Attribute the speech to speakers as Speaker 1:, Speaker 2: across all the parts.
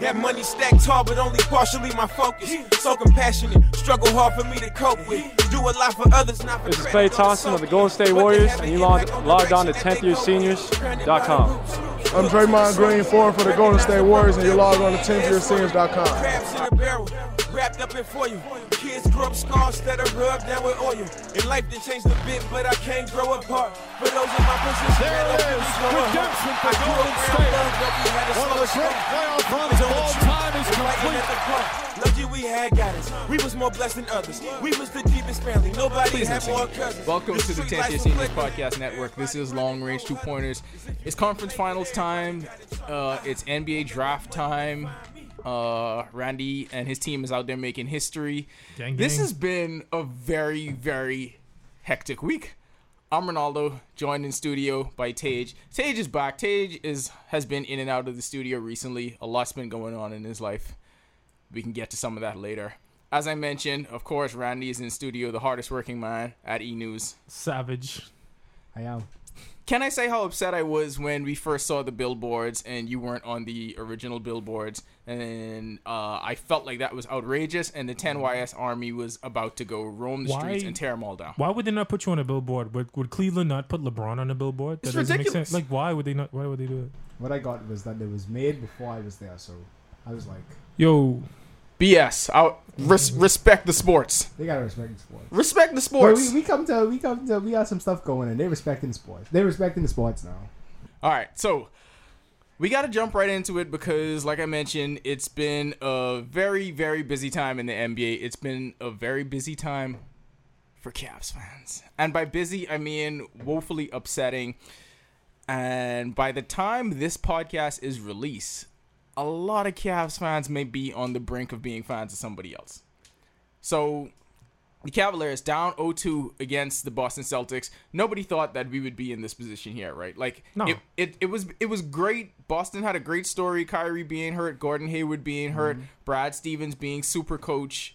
Speaker 1: That money stacked tall, but only partially my focus. So compassionate, struggle hard for me to cope with. Do a lot for others, not for
Speaker 2: This is Clay Thompson of the Golden State Warriors, and you logged, logged on to 10thYearSeniors.com.
Speaker 3: I'm Draymond Green, forward for the Golden State Warriors, and you're logged on to 10thYearSeniors.com.
Speaker 1: Crabs in a barrel, wrapped up in foil. Kids grow up scars that are rubbed down with oil. In life they changed a bit, but I can't grow apart. For those in my position,
Speaker 4: There it is. Redemption for Golden State. One of the great playoff runs of all time is complete.
Speaker 1: Lucky we had guidance. We was more blessed than others. We was the deepest family. Nobody
Speaker 5: Please
Speaker 1: had
Speaker 5: listen.
Speaker 1: more cousins.
Speaker 5: Welcome to the
Speaker 1: street
Speaker 5: 10th
Speaker 1: life
Speaker 5: Year Seniors
Speaker 1: reflected-
Speaker 5: Podcast Network. This is Long Range Two Pointers. It's conference finals time. Uh, it's NBA draft time. Uh, Randy and his team is out there making history.
Speaker 6: Gang,
Speaker 5: This
Speaker 6: gang.
Speaker 5: has been a very, very hectic week. I'm Ronaldo, joined in studio by Tage. Tage is back. Tage is has been in and out of the studio recently. A lot's been going on in his life. We can get to some of that later. As I mentioned, of course, Randy is in studio, the hardest working man at E News.
Speaker 6: Savage.
Speaker 7: I am.
Speaker 5: Can I say how upset I was when we first saw the billboards and you weren't on the original billboards? And uh, I felt like that was outrageous, and the 10YS Army was about to go roam the streets
Speaker 6: Mm. Why-
Speaker 5: and tear them all down.
Speaker 6: Why would they not put you on a billboard? Would, would Cleveland not put LeBron on a billboard?
Speaker 5: It's
Speaker 6: doesn't
Speaker 5: ridiculous.
Speaker 6: Like, why would they not? Why would they do it?
Speaker 7: What I got was that it was made before I was there, so I was like,
Speaker 6: Yo,
Speaker 5: BS. I, res- respect the sports.
Speaker 7: they gotta respect sports.
Speaker 5: Respect the
Speaker 7: But
Speaker 5: sports.
Speaker 7: we, we come to we come to we got some stuff going, and they respecting sports. They respecting the sports now.
Speaker 5: All right, so we got to jump right into it because, like I mentioned, it's been a very, very busy time in the NBA. It's been a very busy time for Cavs fans. And by busy, I mean woefully upsetting. And by the time this podcast is released, a lot of Cavs fans may be on the brink of being fans of somebody else. So the Cavaliers down 0-2 against the Boston Celtics. Nobody thought that we would be in this position here, right? Like
Speaker 6: No.
Speaker 5: it, it it was it was great. Boston had a great story, Kyrie being hurt, Gordon Hayward being hurt, Brad Stevens being super coach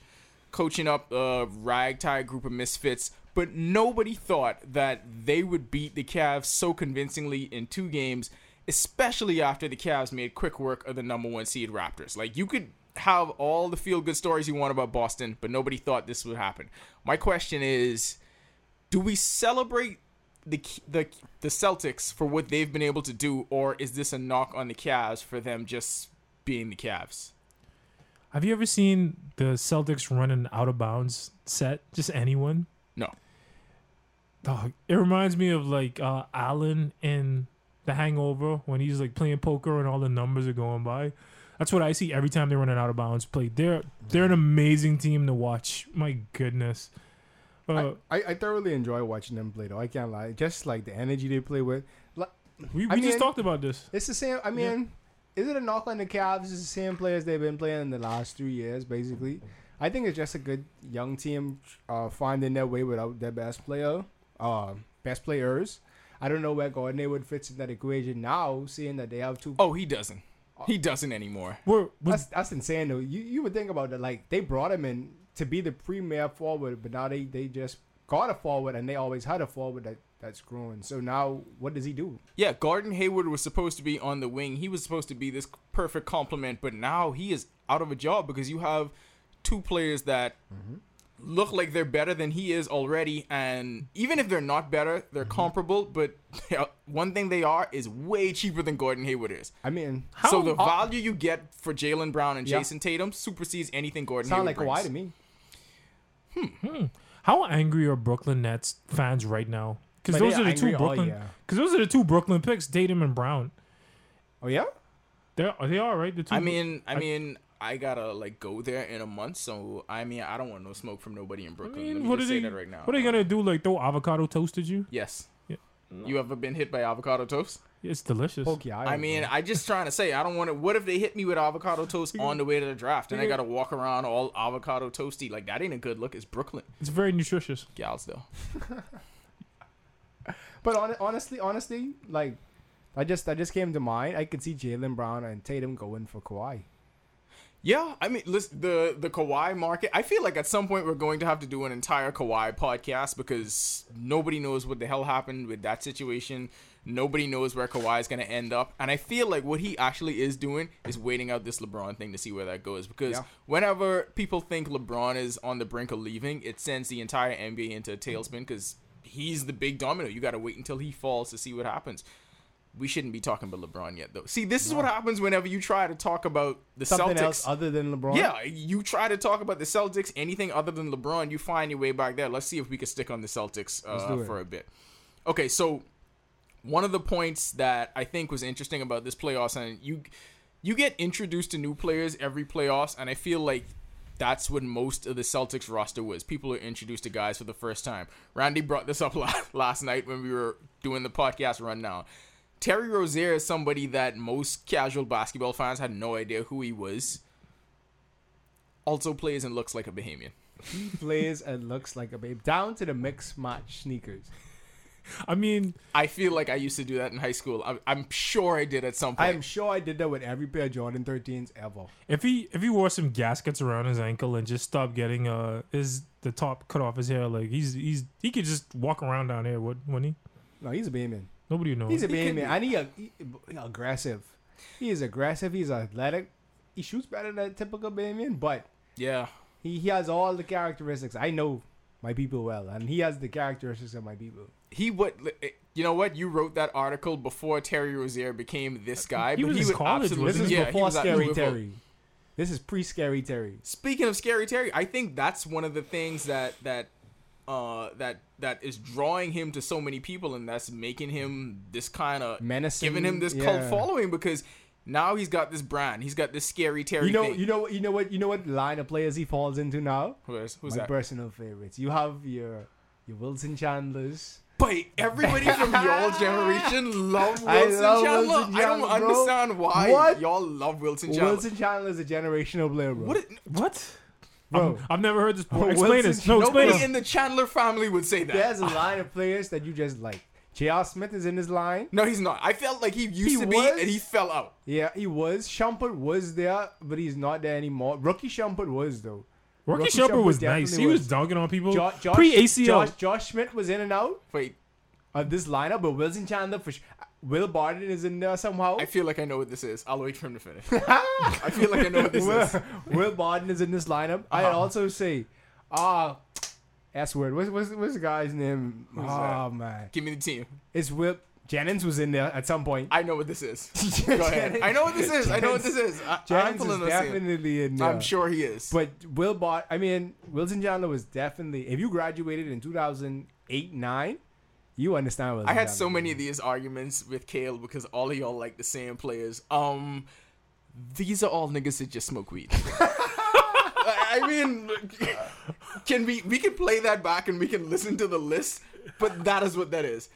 Speaker 5: coaching up a ragtag group of misfits, but nobody thought that they would beat the Cavs so convincingly in two games, especially after the Cavs made quick work of the number one seed Raptors. Like, you could have all the feel good stories you want about Boston, but nobody thought this would happen. My question is do we celebrate the the the Celtics for what they've been able to do, or is this a knock on the Cavs for them just being the Cavs?
Speaker 6: have you ever seen the Celtics run an out of bounds set? Just anyone?
Speaker 5: No.
Speaker 6: Dog, it reminds me of like uh, Allen in The Hangover when he's like playing poker and all the numbers are going by. That's what I see every time they run an out of bounds play. They're they're an amazing team to watch. My goodness. Uh,
Speaker 7: I, I thoroughly enjoy watching them play, though. I can't lie. Just like the energy they play with. Like,
Speaker 6: we we
Speaker 7: I
Speaker 6: just
Speaker 7: mean-
Speaker 6: talked about this.
Speaker 7: It's the same. I mean, is it a knock on the Cavs? It's the same players they've been playing in the last three years, basically. I think it's just a good young team uh, finding their way without their best player, uh, best players. I don't know where Gordon Hayward fits in that equation now, seeing that they have two.
Speaker 5: Oh, he doesn't. He doesn't anymore.
Speaker 6: We're, we're
Speaker 7: That's, that's insane, though. You you would think about that. Like they brought him in to be the premier forward, but now they they just got a forward, and they always had a forward that that's growing. So now, what does he do?
Speaker 5: Yeah, Gordon Hayward was supposed to be on the wing. He was supposed to be this perfect complement, but now he is out of a job because you have two players that look like they're better than he is already. And even if they're not better, they're comparable. But one thing they are is way cheaper than Gordon Hayward is.
Speaker 7: I mean,
Speaker 5: so the value you get for Jalen Brown and
Speaker 7: Yeah.
Speaker 5: Jason Tatum supersedes anything Gordon
Speaker 7: sound
Speaker 5: Hayward
Speaker 7: like Kawhi
Speaker 5: brings.
Speaker 7: to me.
Speaker 6: How angry are Brooklyn Nets fans right now? Because
Speaker 7: But
Speaker 6: those
Speaker 7: they
Speaker 6: are
Speaker 7: are
Speaker 6: the two
Speaker 7: angry all
Speaker 6: Brooklyn.
Speaker 7: year.
Speaker 6: Because those are the two Brooklyn picks, Tatum and Brown.
Speaker 7: Oh yeah.
Speaker 6: They're they are right. The two.
Speaker 5: I mean, I mean, I gotta like go there in a month, so I mean, I don't want no smoke from nobody in
Speaker 6: I
Speaker 5: Brooklyn.
Speaker 6: mean,
Speaker 5: Let me
Speaker 6: what are
Speaker 5: just
Speaker 6: they?
Speaker 5: say that right now.
Speaker 6: What are they gonna do? Like throw avocado toast at you?
Speaker 5: Yes.
Speaker 6: Yeah.
Speaker 5: You ever been hit by avocado toast?
Speaker 6: It's delicious.
Speaker 7: Pokey eye.
Speaker 5: I mean, I just trying to say I don't want to. What if they hit me with avocado toast on the way to the draft, and I gotta walk around all avocado toasty? Like that ain't a good look. It's Brooklyn
Speaker 6: It's very nutritious.
Speaker 5: gals though.
Speaker 7: but hon- honestly, honestly, like I just I just came to mind. I could see Jalen Brown and Tatum going for Kawhi.
Speaker 5: Yeah, I mean, listen, the the Kawhi market. I feel like at some point we're going to have to do an entire Kawhi podcast because nobody knows what the hell happened with that situation. Nobody knows where Kawhi is going to end up, and I feel like what he actually is doing is waiting out this LeBron thing to see where that goes. Because
Speaker 7: Yeah.
Speaker 5: whenever people think LeBron is on the brink of leaving, it sends the entire NBA into a tailspin because he's the big domino. You got to wait until he falls to see what happens. We shouldn't be talking about LeBron yet, though. See, this is what happens whenever you try to talk about the
Speaker 7: Something
Speaker 5: Celtics.
Speaker 7: else other than LeBron.
Speaker 5: Yeah, you try to talk about the Celtics, anything other than LeBron, you find your way back there. Let's see if we can stick on the Celtics uh,
Speaker 7: do it.
Speaker 5: for a bit. Okay, so one of the points that I think was interesting about this playoffs, and you you get introduced to new players every playoffs, and I feel like that's what most of the Celtics roster was. People are introduced to guys for the first time. Randy brought this up last, last night when we were doing the podcast rundown. Terry Rozier is somebody that most casual basketball fans had no idea who he was. Also plays and looks like a Bahamian.
Speaker 7: He plays and looks like a babe. Down to the mixed match sneakers.
Speaker 6: I mean,
Speaker 5: I feel like I used to do that in high school. I'm, I'm sure I did at some point.
Speaker 7: I'm sure I did that with every pair of Jordan 13s ever.
Speaker 6: if he if he wore some gaskets around his ankle and just stopped getting uh his the top cut off his hair, like he's he's he could just walk around down here, would wouldn't he?
Speaker 7: No, he's a Bayman.
Speaker 6: Nobody would know.
Speaker 7: He's a
Speaker 5: He could
Speaker 7: Bayman.
Speaker 5: be.
Speaker 7: And he, a, he, he aggressive. He is aggressive. He's athletic. He shoots better than a typical Bayman, but
Speaker 5: yeah.
Speaker 7: he, he has all the characteristics. I know my people well, and he has the characteristics of my people.
Speaker 5: He would. eh, You know what? You wrote that article before Terry Rozier became this
Speaker 7: Uh,
Speaker 5: guy.
Speaker 6: He
Speaker 5: but
Speaker 6: was
Speaker 5: he
Speaker 6: in
Speaker 5: would
Speaker 6: college,
Speaker 5: absolutely-
Speaker 7: This
Speaker 6: wasn't
Speaker 7: is
Speaker 5: yeah, he
Speaker 7: before
Speaker 5: was at
Speaker 7: Scary
Speaker 5: Louisville.
Speaker 7: Terry. This is pre Scary Terry.
Speaker 5: Speaking of Scary Terry, I think that's one of the things that that uh that that is drawing him to so many people, and that's making him this kind of
Speaker 7: Menacing,
Speaker 5: giving him this
Speaker 7: yeah.
Speaker 5: cult following because now he's got this brand. He's got this Scary Terry.
Speaker 7: You know,
Speaker 5: thing.
Speaker 7: you know, you know what, you know what line of players he falls into now.
Speaker 5: Who is- who's
Speaker 7: my
Speaker 5: that?
Speaker 7: personal favorites. You have your your Wilson Chandlers.
Speaker 5: But everybody from y'all generation love Wilson
Speaker 7: I love
Speaker 5: Chandler.
Speaker 7: Wilson
Speaker 5: I don't
Speaker 7: Chandler, bro.
Speaker 5: understand why
Speaker 7: What?
Speaker 5: y'all love Wilson Chandler.
Speaker 7: Wilson Chandler's a generational player, bro.
Speaker 5: What? is-
Speaker 6: what?
Speaker 7: bro,
Speaker 6: I've never heard this before.
Speaker 7: Oh,
Speaker 6: Explain
Speaker 7: Wilson-
Speaker 6: this. No, explain
Speaker 5: Nobody
Speaker 6: this.
Speaker 5: in the Chandler family would say that.
Speaker 7: there's a line of players that you just like. J.R. Smith is in this line.
Speaker 5: No, he's not. I felt like he used
Speaker 7: He
Speaker 5: to be,
Speaker 7: was?
Speaker 5: and he fell out.
Speaker 7: Yeah, he was. Shumpert was there, but he's not there anymore. Rookie Shumpert was though.
Speaker 6: Rocky,
Speaker 7: Rocky
Speaker 6: Shumpert
Speaker 7: Shumpert
Speaker 6: was nice.
Speaker 7: definitely
Speaker 6: He was
Speaker 7: was.
Speaker 6: dogging on people.
Speaker 7: Jo- Josh,
Speaker 6: Pre ACL.
Speaker 7: Josh, Josh Schmidt was in and out
Speaker 5: Wait,
Speaker 7: of Uh, this lineup, but Wilson Chandler for sh- Will Barton is in there somehow.
Speaker 5: I feel like I know what this is. I'll wait for him to finish. I feel like I know what this Uh-huh.
Speaker 7: Will,
Speaker 5: is.
Speaker 7: Will Barton is in this lineup. I'd also say, ah, S word. What's, what's what's the guy's name? Oh man,
Speaker 5: Give me the team.
Speaker 7: it's Will Jennings was in there at some point.
Speaker 5: I know what this is. Go ahead. I know what this is. I know what this is. I, I'm
Speaker 7: Jennings is
Speaker 5: pulling this in.
Speaker 7: definitely in there.
Speaker 5: I'm sure he is.
Speaker 7: But Will Bart, I mean, Wilson Chandler was definitely. If you graduated in 2008 9, you understand Wilson
Speaker 5: I had
Speaker 7: Chandler.
Speaker 5: so many of these arguments with Kale because all of y'all like the same players. Um, these are all niggas that just smoke weed. I I mean, can we we can play that back and we can listen to the list? But that is what that is.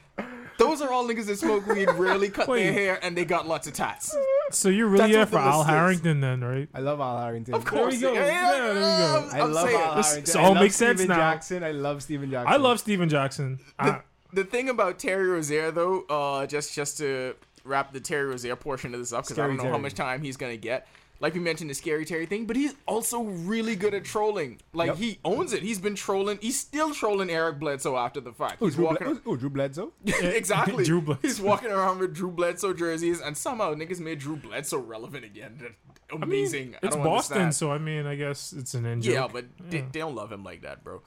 Speaker 5: Those are all niggas that smoke weed, rarely cut their
Speaker 6: Wait.
Speaker 5: hair, and they got lots of tats.
Speaker 6: so you're really
Speaker 5: That's
Speaker 6: there
Speaker 5: what
Speaker 6: for
Speaker 5: the list
Speaker 6: Al
Speaker 5: is.
Speaker 6: Harrington then, right?
Speaker 7: I love Al Harrington.
Speaker 5: Of course,
Speaker 6: go. Yeah, there we go.
Speaker 5: I'm-
Speaker 7: I
Speaker 5: I'm
Speaker 7: love
Speaker 5: saying.
Speaker 7: Al
Speaker 6: This-
Speaker 7: Harrington.
Speaker 6: this
Speaker 7: I
Speaker 6: all
Speaker 7: love
Speaker 6: makes sense
Speaker 7: Steven
Speaker 6: now.
Speaker 7: Jackson. I love Steven Jackson.
Speaker 6: I love Steven Jackson. I,
Speaker 5: the thing about Terry Rozier, though, uh, just just to wrap the Terry Rozier portion of this up, because I
Speaker 7: Scary
Speaker 5: don't know how
Speaker 7: Terry.
Speaker 5: much time he's gonna get. Like we mentioned, the scary Terry thing, but he's also really good at trolling. Like
Speaker 7: Yep.
Speaker 5: he owns it. He's been trolling. He's still trolling Eric Bledsoe after the fact.
Speaker 6: Oh,
Speaker 7: Ooh,
Speaker 5: He's
Speaker 7: Drew, Bled-
Speaker 5: walking.
Speaker 7: ooh, Drew Bledsoe.
Speaker 5: exactly.
Speaker 6: Drew Bledsoe.
Speaker 5: He's walking around with Drew Bledsoe jerseys, and somehow niggas made Drew Bledsoe relevant again.
Speaker 6: I mean,
Speaker 5: Amazing. I
Speaker 6: it's
Speaker 5: don't
Speaker 6: Boston,
Speaker 5: understand.
Speaker 6: so I mean, I guess it's an in
Speaker 5: Yeah,
Speaker 6: joke.
Speaker 5: but They, they don't love him like that, bro.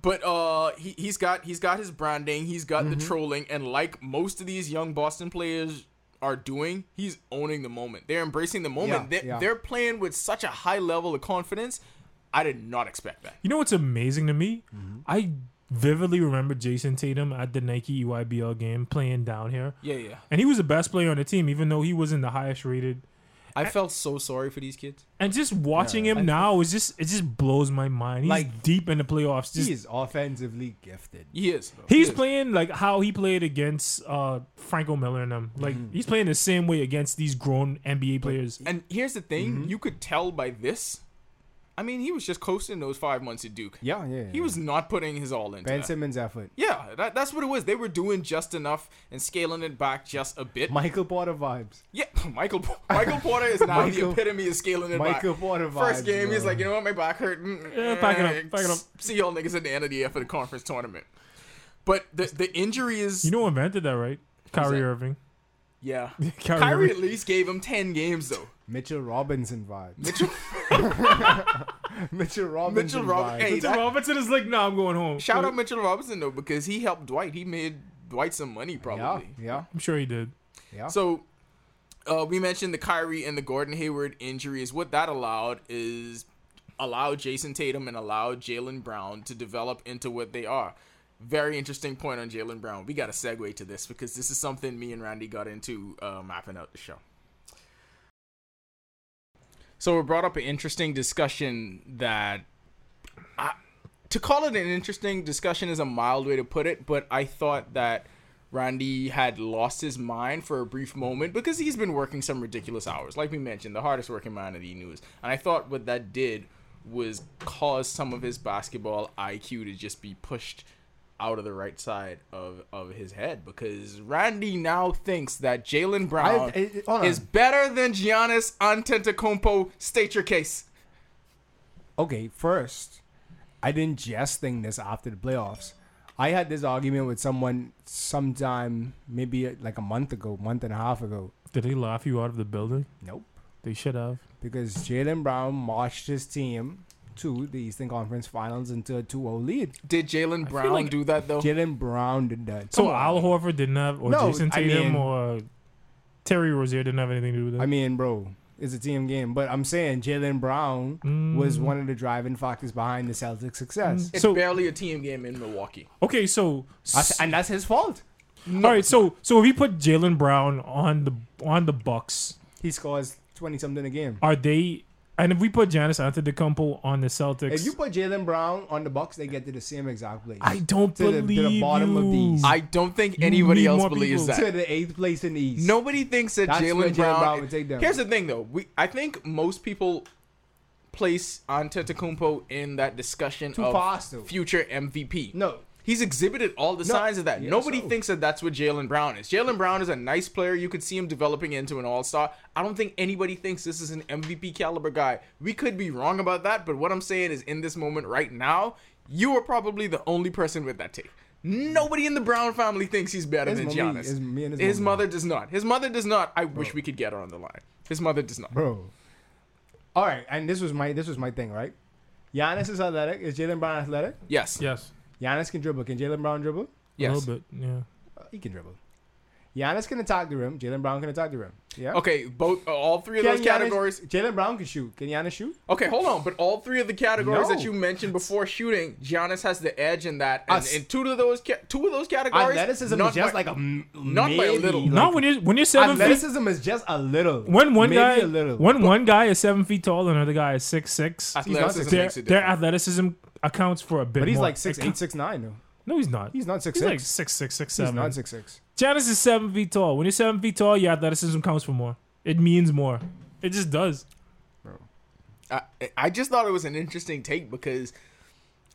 Speaker 5: But uh, he he's got he's got his branding, he's got the trolling, and like most of these young Boston players are doing, he's owning the moment. They're embracing the moment.
Speaker 7: Yeah,
Speaker 5: they're,
Speaker 7: yeah.
Speaker 5: they're playing with such a high level of confidence. I did not expect that.
Speaker 6: You know what's amazing to me?
Speaker 7: Mm-hmm.
Speaker 6: I vividly remember Jason Tatum at the Nike E EYBL game playing down here.
Speaker 5: Yeah, yeah.
Speaker 6: And he was the best player on the team, even though he wasn't the highest rated.
Speaker 5: I felt so sorry for these kids.
Speaker 6: And just watching him now is just it just blows my mind. He's
Speaker 7: Like-
Speaker 6: deep in the playoffs. Just
Speaker 7: He is offensively gifted.
Speaker 5: He is. though. He
Speaker 6: He's
Speaker 5: is.
Speaker 6: playing like how he played against uh, Franco Miller and them. Like
Speaker 7: Mm-hmm.
Speaker 6: he's playing the same way against these grown NBA players.
Speaker 5: Mm-hmm. And here's the thing, you could tell by this I mean, he was just coasting those five months at Duke.
Speaker 7: Yeah, yeah.
Speaker 5: He was not putting his all into
Speaker 7: Ben
Speaker 5: that.
Speaker 7: Simmons' effort.
Speaker 5: Yeah, that, that's what it was. They were doing just enough and scaling it back just a bit.
Speaker 7: Michael Porter vibes.
Speaker 5: yeah, Michael Michael Porter is now the
Speaker 7: Michael-
Speaker 5: epitome of scaling it back.
Speaker 7: Michael Porter
Speaker 5: First
Speaker 7: vibes,
Speaker 5: game, he's
Speaker 7: bro.
Speaker 5: like, you know what, my back hurt. Mm,
Speaker 6: Yeah, pack it up,
Speaker 5: eh,
Speaker 6: pack it up.
Speaker 5: See y'all niggas at the end of the year for the conference tournament. But the the injury is
Speaker 6: You know who invented that, right? Kyrie
Speaker 5: that?
Speaker 6: Irving.
Speaker 5: yeah.
Speaker 6: Kyrie,
Speaker 5: Kyrie
Speaker 6: Irving.
Speaker 5: at least gave him ten games though.
Speaker 7: Mitchell Robinson vibes.
Speaker 5: Mitchell
Speaker 7: Mitchell Robinson.
Speaker 5: Mitchell
Speaker 7: vibes.
Speaker 5: Robinson. Hey,
Speaker 6: Mitchell
Speaker 5: that-
Speaker 6: Robinson is like, nah, I'm going home.
Speaker 5: shout out Mitchell Robinson though because he helped Dwight. He made Dwight some money
Speaker 7: Yeah,
Speaker 5: probably.
Speaker 7: yeah.
Speaker 6: I'm sure he did.
Speaker 5: So uh, we mentioned the Kyrie and the Gordon Hayward injuries. What that allowed is allow Jason Tatum and allow Jalen Brown to develop into what they are. Very interesting point on Jalen Brown. We got to segue to this because this is something me and Randy got into uh, mapping out the show. So we brought up an interesting discussion that to call it an interesting discussion is a mild way to put it, but I thought that Randy had lost his mind for a brief moment because he's been working some ridiculous hours. Like we mentioned, the hardest working man in the news. And I thought what that did was cause some of his basketball IQ to just be pushed out of the right side of, of his head because Randy now thinks that Jalen Brown
Speaker 7: I- I- hold on.
Speaker 5: is better than Giannis Antetokounmpo. State your case.
Speaker 7: Okay, first, I didn't just think this after the playoffs. I had this argument with someone sometime maybe like a month ago, month and a half ago.
Speaker 6: Did they laugh you out of the building?
Speaker 7: Nope.
Speaker 6: They should have.
Speaker 7: Because Jalen Brown marched his team to the Eastern Conference Finals into a 2 0 lead.
Speaker 5: Did Jalen Brown
Speaker 6: like
Speaker 5: do that though?
Speaker 7: Jalen Brown did that.
Speaker 6: Oh. So
Speaker 7: Come on.
Speaker 6: Al Horford didn't have, or
Speaker 7: No,
Speaker 6: Jason
Speaker 7: I
Speaker 6: Tatum,
Speaker 7: mean-
Speaker 6: or Terry Rozier didn't have anything to do with it.
Speaker 7: I mean, bro, it's a team game. But I'm saying Jalen Brown was
Speaker 6: Mm.
Speaker 7: one of the driving factors behind the Celtics' success.
Speaker 5: It's
Speaker 6: So-
Speaker 5: barely a team game in Milwaukee.
Speaker 6: okay, so
Speaker 7: That's- and that's his fault.
Speaker 6: all right, so so if he put Jalen Brown on the on the Bucks,
Speaker 7: He scores 20 something a game.
Speaker 6: are they? And if we put Giannis Antetokounmpo on the Celtics,
Speaker 7: If you put Jalen Brown on the Bucks, they get to the same exact place.
Speaker 6: I don't
Speaker 7: To the- to the
Speaker 6: believe
Speaker 7: bottom of the
Speaker 6: you.
Speaker 7: East.
Speaker 5: I don't think anybody
Speaker 6: need
Speaker 5: else
Speaker 6: more
Speaker 5: believes
Speaker 6: people.
Speaker 5: that.
Speaker 7: to the eighth place in the East.
Speaker 5: Nobody thinks that
Speaker 7: That's where
Speaker 5: Jalen
Speaker 7: Jaylen
Speaker 5: Brown.
Speaker 7: Brown would take them.
Speaker 5: Here's the thing, though. We I think most people place Antetokounmpo in that discussion
Speaker 7: Too
Speaker 5: of
Speaker 7: fast, though.
Speaker 5: future MVP.
Speaker 7: No.
Speaker 5: He's exhibited all the
Speaker 7: No.
Speaker 5: signs of that.
Speaker 7: Yeah,
Speaker 5: Nobody
Speaker 7: so-
Speaker 5: thinks that that's what Jalen Brown is. Jalen Brown is a nice player. You could see him developing into an all star. I don't think anybody thinks this is an MVP caliber guy. We could be wrong about that, but what I'm saying is in this moment right now, you are probably the only person with that take. Nobody in the Brown family thinks he's better
Speaker 7: His
Speaker 5: than
Speaker 7: mommy-
Speaker 5: Giannis.
Speaker 7: his- me and his Oh.
Speaker 5: his
Speaker 7: mommy.
Speaker 5: mother does not. His mother does not. I wish we could get her on the line. His mother does not.
Speaker 7: bro. All right, and this was my this was my thing, right? Giannis is athletic. Is Jalen Brown athletic?
Speaker 5: Yes.
Speaker 6: yes,
Speaker 7: Giannis can dribble. Can Jalen Brown dribble?
Speaker 6: a
Speaker 5: Yes.
Speaker 6: little bit, yeah.
Speaker 7: Uh, he can dribble. Giannis can attack the rim. Jalen Brown can attack the rim. Yeah.
Speaker 5: Okay, both all three of
Speaker 7: Can
Speaker 5: those
Speaker 7: Giannis-
Speaker 5: categories.
Speaker 7: Jalen Brown can shoot. Can Giannis shoot?
Speaker 5: Okay, hold on. But all three of the categories
Speaker 7: No.
Speaker 5: that you mentioned before shooting, Giannis has the edge in that. And
Speaker 7: Us.
Speaker 5: in two of those, ca- two of those categories,
Speaker 7: athleticism is just like a m-
Speaker 5: not by a little.
Speaker 7: maybe,
Speaker 6: Not
Speaker 7: like-
Speaker 6: when you're when you're seven feet.
Speaker 7: athleticism is just a little.
Speaker 6: When one
Speaker 7: maybe
Speaker 6: guy,
Speaker 7: a little.
Speaker 6: when one guy is seven feet tall, and another guy is six six.
Speaker 5: athleticism
Speaker 6: Their,
Speaker 5: makes a
Speaker 6: their
Speaker 5: difference.
Speaker 6: athleticism accounts for a bit.
Speaker 7: but he's
Speaker 6: more.
Speaker 7: like six eight six nine. Though.
Speaker 6: No, he's not.
Speaker 7: He's not six
Speaker 6: He's
Speaker 7: six.
Speaker 6: like six six six
Speaker 7: he's
Speaker 6: seven.
Speaker 7: not six six.
Speaker 6: Giannis is seven feet tall. When you're seven feet tall, your athleticism counts for more. It means more. It just does.
Speaker 5: I, I just thought it was an interesting take because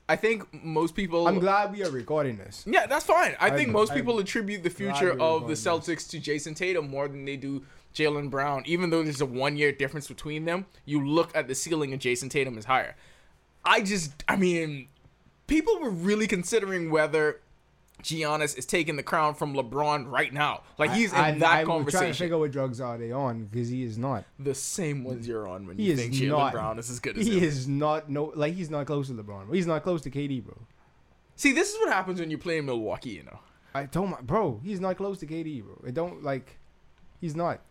Speaker 5: I think most people.
Speaker 7: I'm glad we are recording this.
Speaker 5: Yeah, that's fine. I, think
Speaker 7: I'm-
Speaker 5: most
Speaker 7: I'm
Speaker 5: people attribute the
Speaker 7: we're
Speaker 5: future of the
Speaker 7: recording this.
Speaker 5: Celtics to Jason Tatum more than they do Jalen Brown, even though there's a one year difference between them. You look at the ceiling and Jason Tatum is higher. I just, I mean, people were really considering whether Giannis is taking the crown from LeBron right now. Like he's in
Speaker 7: I, I,
Speaker 5: that
Speaker 7: I'm trying to
Speaker 5: conversation.
Speaker 7: figure what drugs are they on because he is not.
Speaker 5: the same ones you're on when
Speaker 7: He
Speaker 5: you
Speaker 7: is
Speaker 5: think Jalen
Speaker 7: not.
Speaker 5: Brown is as good as
Speaker 7: He
Speaker 5: him.
Speaker 7: is not no like he's not close to LeBron. He's not close to KD, bro.
Speaker 5: See, this is what happens when you play in Milwaukee. You know.
Speaker 7: I told my bro, he's not close to KD, bro. It don't like, he's not.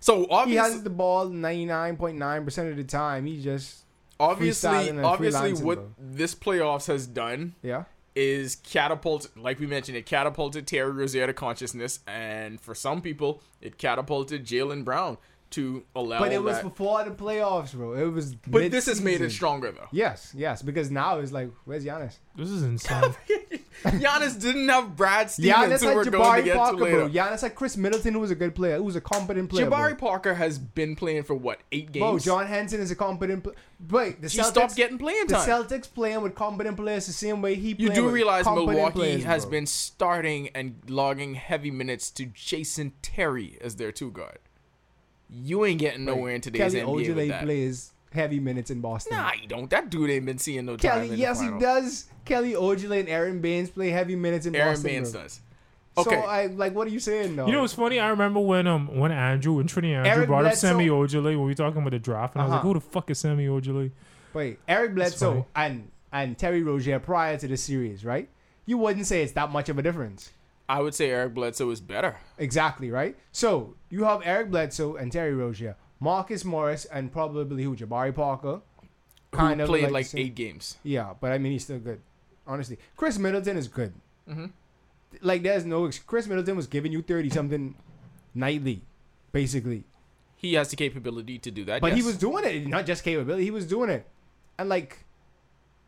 Speaker 5: So
Speaker 7: He
Speaker 5: obviously,
Speaker 7: has the ball ninety nine point nine percent of the time. He just freestyling
Speaker 5: obviously,
Speaker 7: and
Speaker 5: obviously,
Speaker 7: freelancing,
Speaker 5: what
Speaker 7: bro.
Speaker 5: this playoffs has done
Speaker 7: yeah.
Speaker 5: is catapulted, like we mentioned, it catapulted Terry Rozier to consciousness, and for some people, it catapulted Jalen Brown to a level.
Speaker 7: But it was
Speaker 5: that-
Speaker 7: before the playoffs, bro. It was.
Speaker 5: but this has made it
Speaker 7: mid-season.
Speaker 5: stronger though.
Speaker 7: Yes, yes, because now it's like, where's Giannis?
Speaker 6: This is insane.
Speaker 5: Giannis didn't have Brad Stevens,
Speaker 7: Giannis
Speaker 5: who
Speaker 7: had
Speaker 5: we're going to
Speaker 7: Jabari
Speaker 5: get
Speaker 7: Parker,
Speaker 5: to later.
Speaker 7: bro. Giannis had Chris Middleton, who was a good player, who was a competent player.
Speaker 5: Jabari
Speaker 7: bro.
Speaker 5: Parker has been playing for what eight games?
Speaker 7: Bro, John Henson is a competent player. Wait, the
Speaker 5: he
Speaker 7: Celtics
Speaker 5: stopped getting playing
Speaker 7: The
Speaker 5: time.
Speaker 7: Celtics playing with competent players the same way he.
Speaker 5: you
Speaker 7: playing
Speaker 5: do
Speaker 7: with
Speaker 5: realize
Speaker 7: competent
Speaker 5: Milwaukee
Speaker 7: players,
Speaker 5: has
Speaker 7: bro.
Speaker 5: been starting and logging heavy minutes to Jason Terry as their two guard. You ain't getting nowhere in today's
Speaker 7: Kelly
Speaker 5: NBA with
Speaker 7: Ojeley
Speaker 5: that.
Speaker 7: plays heavy minutes in Boston.
Speaker 5: Nah, you don't. That dude ain't been seeing no time.
Speaker 7: Kelly,
Speaker 5: in the
Speaker 7: yes, he
Speaker 5: finals.
Speaker 7: does. Kelly Ojeley and Aaron Baines play heavy minutes in
Speaker 5: Aaron
Speaker 7: Boston.
Speaker 5: Baines
Speaker 7: bro.
Speaker 5: does. Okay,
Speaker 7: So I like, what are you saying? though?
Speaker 6: You know what's funny? I remember when um when Andrew when Trinity Andrew
Speaker 7: Eric
Speaker 6: brought
Speaker 7: Bledsoe-
Speaker 6: up Semi Ojeley when we were talking about the draft, and I was like,
Speaker 7: Uh-huh.
Speaker 6: who the fuck is Semi Ojeley?
Speaker 7: Wait, Eric
Speaker 6: funny.
Speaker 7: Bledsoe and and Terry Rozier prior to the series, right? You wouldn't say it's that much of a difference.
Speaker 5: I would say Eric Bledsoe is better.
Speaker 7: Exactly, right? So you have Eric Bledsoe and Terry Rozier, Marcus Morris, and probably who Jabari Parker.
Speaker 5: who played
Speaker 7: the
Speaker 5: like,
Speaker 7: same-
Speaker 5: eight games.
Speaker 7: Yeah, but I mean he's still good. Honestly, Chris Middleton is good. Like there's no ex- Chris Middleton was giving you thirty something nightly, basically.
Speaker 5: He has the capability to do that.
Speaker 7: But he
Speaker 5: yes.
Speaker 7: was doing it, not just capability. He was doing it, and like,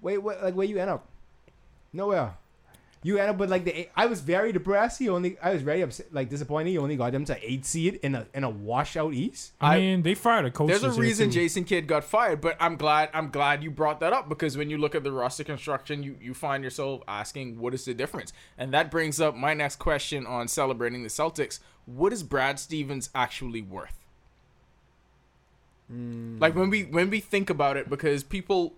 Speaker 7: wait, what? Like where you end up? Nowhere. You end up with like the. eight- I was very depressed. He only. I was very upset, like disappointed. He only got them to eight seed in a in a washout East.
Speaker 6: I,
Speaker 5: I-
Speaker 6: mean, they fired a coach.
Speaker 5: There's a
Speaker 6: this year,
Speaker 5: reason
Speaker 6: too.
Speaker 5: Jason Kidd got fired, but I'm glad I'm glad you brought that up because when you look at the roster construction, you, you find yourself asking what is the difference? And that brings up my next question on celebrating the Celtics. What is Brad Stevens actually worth?
Speaker 7: Hmm.
Speaker 5: Like when we when we think about it, because people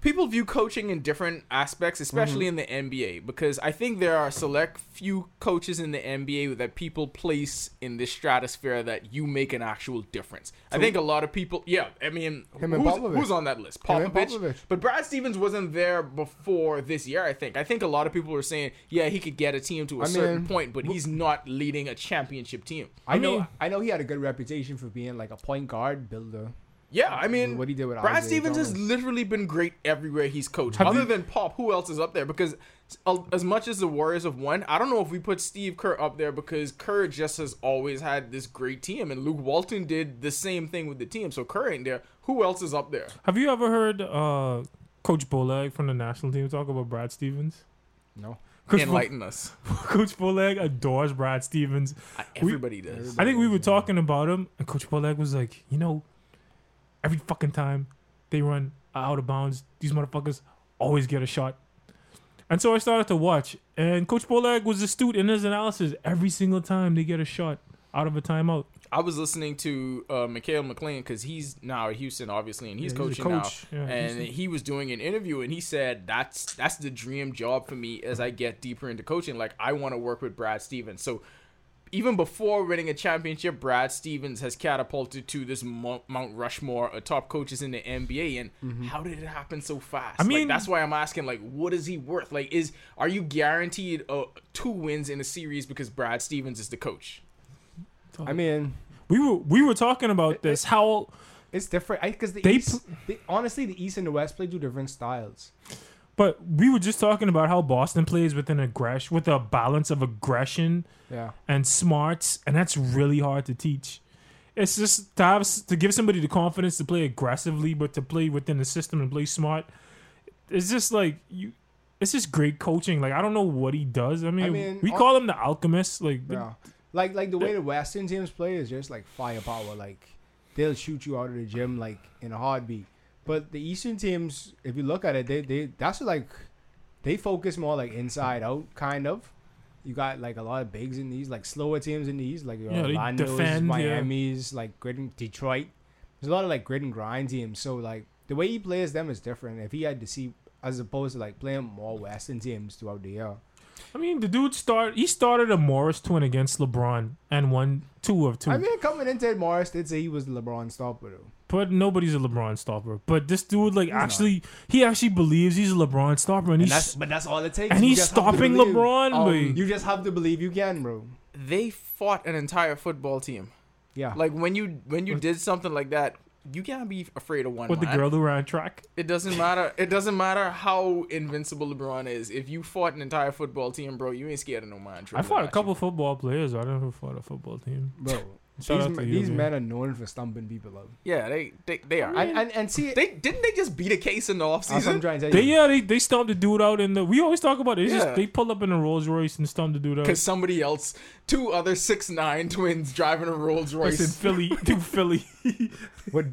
Speaker 5: people view coaching in different aspects,
Speaker 7: Mm-hmm.
Speaker 5: especially in the NBA, because I think there are select few coaches in the NBA that people place in this stratosphere that you make an actual difference. I think a lot of people, yeah, I mean,
Speaker 7: Him and
Speaker 5: who's,
Speaker 7: Popovich.
Speaker 5: who's on that list?
Speaker 7: Him and
Speaker 5: Popovich,
Speaker 7: Popovich.
Speaker 5: But Brad Stevens wasn't there before this year, I think. I think a lot of people were saying, yeah, he could get a team to a
Speaker 7: I
Speaker 5: certain
Speaker 7: mean,
Speaker 5: point, but he's not leading a championship team.
Speaker 7: I, know.
Speaker 6: mean-
Speaker 7: I know he had a good reputation for being like a point guard builder.
Speaker 5: Yeah, I mean,
Speaker 7: What he did with
Speaker 5: Brad
Speaker 7: Isaiah
Speaker 5: Stevens has
Speaker 7: Thomas.
Speaker 5: literally been great everywhere he's coached.
Speaker 6: Have
Speaker 5: Other
Speaker 6: you-
Speaker 5: than Pop, who else is up there? Because uh, as much as the Warriors have won, I don't know if we put Steve Kerr up there because Kerr just has always had this great team, and Luke Walton did the same thing with the team. So Kerr ain't there. Who else is up there?
Speaker 6: Have you ever heard uh, Coach Boleg from the national team talk about Brad Stevens?
Speaker 7: No.
Speaker 6: Coach, Bo-
Speaker 5: Enlighten us.
Speaker 6: Coach Boleg adores Brad Stevens. We-
Speaker 5: Everybody does.
Speaker 6: I think we were talking about him, and Coach Boleg was like, you know, every fucking time they run out of bounds, these motherfuckers always get a shot. And so I started to watch, and Coach Boleg was astute in his analysis. Every single time they get a shot out of a timeout,
Speaker 5: I was listening to uh, Mikhail McLean because he's now at Houston, obviously, and he's
Speaker 6: Yeah, he's a
Speaker 5: coaching
Speaker 6: coach.
Speaker 5: now.
Speaker 6: Yeah,
Speaker 5: and
Speaker 6: Houston.
Speaker 5: he was doing an interview, and he said that's that's the dream job for me as I get deeper into coaching. Like I want to work with Brad Stevens. So even before winning a championship, Brad Stevens has catapulted to this Mo- Mount Rushmore of top coaches in the NBA. And how did it happen so fast?
Speaker 6: Mm-hmm. I
Speaker 5: Like,
Speaker 6: mean-
Speaker 5: that's why I'm asking. Like, what is he worth? Like, is are you guaranteed uh, two wins in a series because Brad Stevens is the coach?
Speaker 7: I mean,
Speaker 6: we were we were talking about this. How
Speaker 7: it's different. I because the
Speaker 6: They
Speaker 7: East, the, honestly, the East and the West play two different styles.
Speaker 6: But we were just talking about how Boston plays with an aggression, with a balance of aggression
Speaker 7: Yeah.
Speaker 6: and smarts, and that's really hard to teach. It's just to have to give somebody the confidence to play aggressively, but to play within the system and play smart. It's just like you. It's just great coaching. Like I don't know what he does. I mean,
Speaker 7: mean,
Speaker 6: we
Speaker 7: on-
Speaker 6: call him the alchemist. Like the-
Speaker 7: Yeah. Like like the way the Western teams play is just like firepower. Like they'll shoot you out of the gym like in a heartbeat. But the Eastern teams, if you look at it, they they that's like they focus more like inside out kind of. You got like a lot of bigs in these, like slower teams in these, like your
Speaker 6: Yeah, they
Speaker 7: Orlando's,
Speaker 6: defend, yeah.
Speaker 7: Miami's, like grid and Detroit. There's a lot of like grid and grind teams. So like the way he plays them is different. If he had to see as opposed to like playing more Western teams throughout the year.
Speaker 6: I mean, the dude start. He started a Morris twin against LeBron and won two of two.
Speaker 7: I mean, coming in, Ted Morris did say he was the LeBron stopper though.
Speaker 6: But nobody's a LeBron stopper. But this dude, like, actually, he actually believes he's a LeBron stopper, and,
Speaker 7: And that's,
Speaker 6: he's
Speaker 7: but that's all it takes.
Speaker 6: and
Speaker 7: You
Speaker 6: he's
Speaker 7: just have to
Speaker 6: stopping
Speaker 7: believe.
Speaker 6: LeBron.
Speaker 5: Um,
Speaker 6: but-
Speaker 7: You just have to believe you can, bro.
Speaker 5: They fought an entire football team.
Speaker 7: Yeah.
Speaker 5: Like when you when you did something like that, you can't be afraid of one.
Speaker 6: with the
Speaker 5: man.
Speaker 6: girl who ran track.
Speaker 5: It doesn't matter. It doesn't matter how invincible LeBron is. If you fought an entire football team, bro, you ain't scared of no man.
Speaker 6: I
Speaker 5: tripping
Speaker 6: fought a
Speaker 5: about
Speaker 6: couple
Speaker 5: you.
Speaker 6: football players. I never fought a football team.
Speaker 7: bro.
Speaker 6: Shout out
Speaker 7: these,
Speaker 6: to
Speaker 7: men-
Speaker 6: you,
Speaker 7: these
Speaker 6: man.
Speaker 7: men are known for stumping people up.
Speaker 5: Yeah, they they, they are.
Speaker 7: And, and, and see,
Speaker 5: they didn't they just beat a case in the
Speaker 7: that's what I'm
Speaker 5: offseason?
Speaker 7: trying to tell
Speaker 6: They
Speaker 7: you.
Speaker 6: yeah they they stomped the dude out in the. We always talk about it. They
Speaker 5: Yeah.
Speaker 6: just they pull up in a Rolls Royce and stomp the dude out.
Speaker 5: Because somebody else, two other six nine twins driving a
Speaker 6: It's
Speaker 5: Rolls
Speaker 6: in
Speaker 5: Royce.
Speaker 6: Philly, to Philly.
Speaker 7: With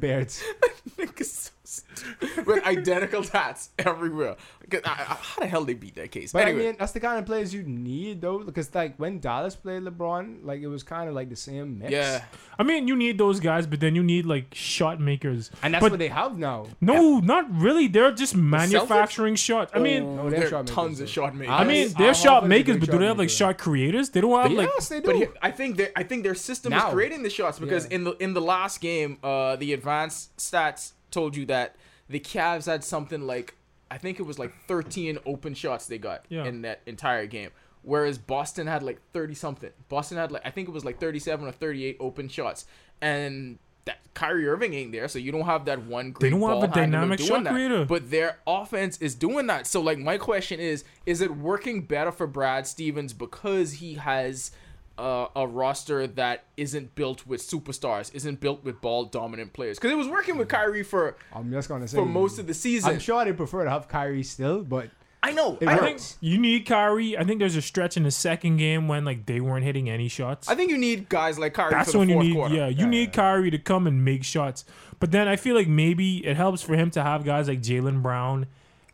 Speaker 7: beards.
Speaker 5: Niggas so stupid. with identical tats everywhere. 'Cause I- I- how the hell they beat that case?
Speaker 7: But
Speaker 5: anyway,
Speaker 7: I mean, that's the kind of players you need, though. Because, like, when Dallas played LeBron, like, it was kind of like the same mix.
Speaker 5: yeah,
Speaker 6: I mean, you need those guys, but then you need like shot makers.
Speaker 7: And that's
Speaker 6: But-
Speaker 7: what they have now.
Speaker 6: No, not really. They're just manufacturing shots. I mean,
Speaker 7: Oh, No, they're
Speaker 5: there are
Speaker 7: shot makers,
Speaker 5: tons of
Speaker 7: though.
Speaker 5: shot makers.
Speaker 6: I
Speaker 7: Al
Speaker 6: mean, they're
Speaker 7: Horford's
Speaker 6: shot
Speaker 7: a
Speaker 6: makers,
Speaker 7: great
Speaker 6: but do
Speaker 7: shot
Speaker 6: they have like
Speaker 7: maker.
Speaker 6: shot creators? They don't have like.
Speaker 7: yes, they do.
Speaker 5: But here, I think their I think their system
Speaker 7: Now.
Speaker 5: is creating the shots because
Speaker 7: Yeah.
Speaker 5: in the in the last game, uh, the advanced stats told you that the Cavs had something like I think it was like 13 open shots they got
Speaker 6: Yeah.
Speaker 5: in that entire game, whereas Boston had like 30 something. Boston had like I think it was like 37 or 38 open shots, and that Kyrie Irving ain't there, so you don't have that one great.
Speaker 6: don't have
Speaker 5: ball
Speaker 6: a
Speaker 5: handler
Speaker 6: dynamic
Speaker 5: doing
Speaker 6: shot
Speaker 5: that.
Speaker 6: creator.
Speaker 5: But their offense is doing that. So like my question is, is it working better for Brad Stevens because he has uh, a roster that isn't built with superstars, isn't built with ball dominant players? Because it was working with Kyrie for
Speaker 7: I'm just going to say.
Speaker 5: for most of the season.
Speaker 7: I'm sure they prefer to have Kyrie still, but
Speaker 5: I know.
Speaker 7: It
Speaker 5: I
Speaker 6: I think
Speaker 5: think,
Speaker 7: works.
Speaker 6: you need Kyrie. I think there's a stretch in the second game when like they weren't hitting any shots.
Speaker 5: I think you need guys like Kyrie
Speaker 6: That's
Speaker 5: for the
Speaker 6: when you
Speaker 5: fourth
Speaker 6: need,
Speaker 5: quarter.
Speaker 6: yeah, you need Kyrie to come and make shots. But then I feel like maybe it helps for him to have guys like Jalen Brown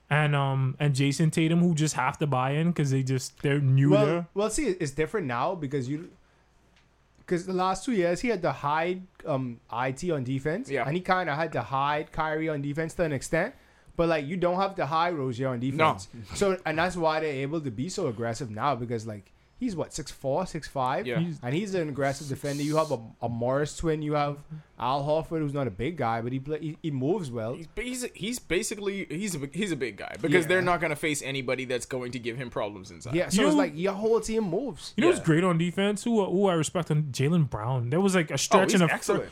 Speaker 6: and um and Jason Tatum who just have to buy in because they just they're new
Speaker 7: well,
Speaker 6: there.
Speaker 7: well, see, it's different now because you, because the last two years he had to hide um it on defense,
Speaker 5: Yeah.
Speaker 7: and he kind of had to hide Kyrie on defense to an extent. But like you don't have to hide Rozier on defense, so and that's why they're able to be so aggressive now because like he's what six four, six five,
Speaker 5: Yeah. He's-
Speaker 7: and he's an aggressive defender. You have a, a Morris twin, you have Al Horford who's not a big guy, but he play, he, he moves well.
Speaker 5: He's, basi- he's basically he's a, big- he's a big guy because
Speaker 7: Yeah.
Speaker 5: they're not gonna face anybody that's going to give him problems inside.
Speaker 7: Yeah, so
Speaker 6: You
Speaker 7: it's
Speaker 6: know-
Speaker 7: like your whole team moves.
Speaker 6: You know
Speaker 5: Yeah.
Speaker 6: who's great on defense? Who who I respect on Jalen Brown. There was like a
Speaker 5: Oh,
Speaker 6: stretch
Speaker 5: he's
Speaker 6: in the fir-
Speaker 5: excellent.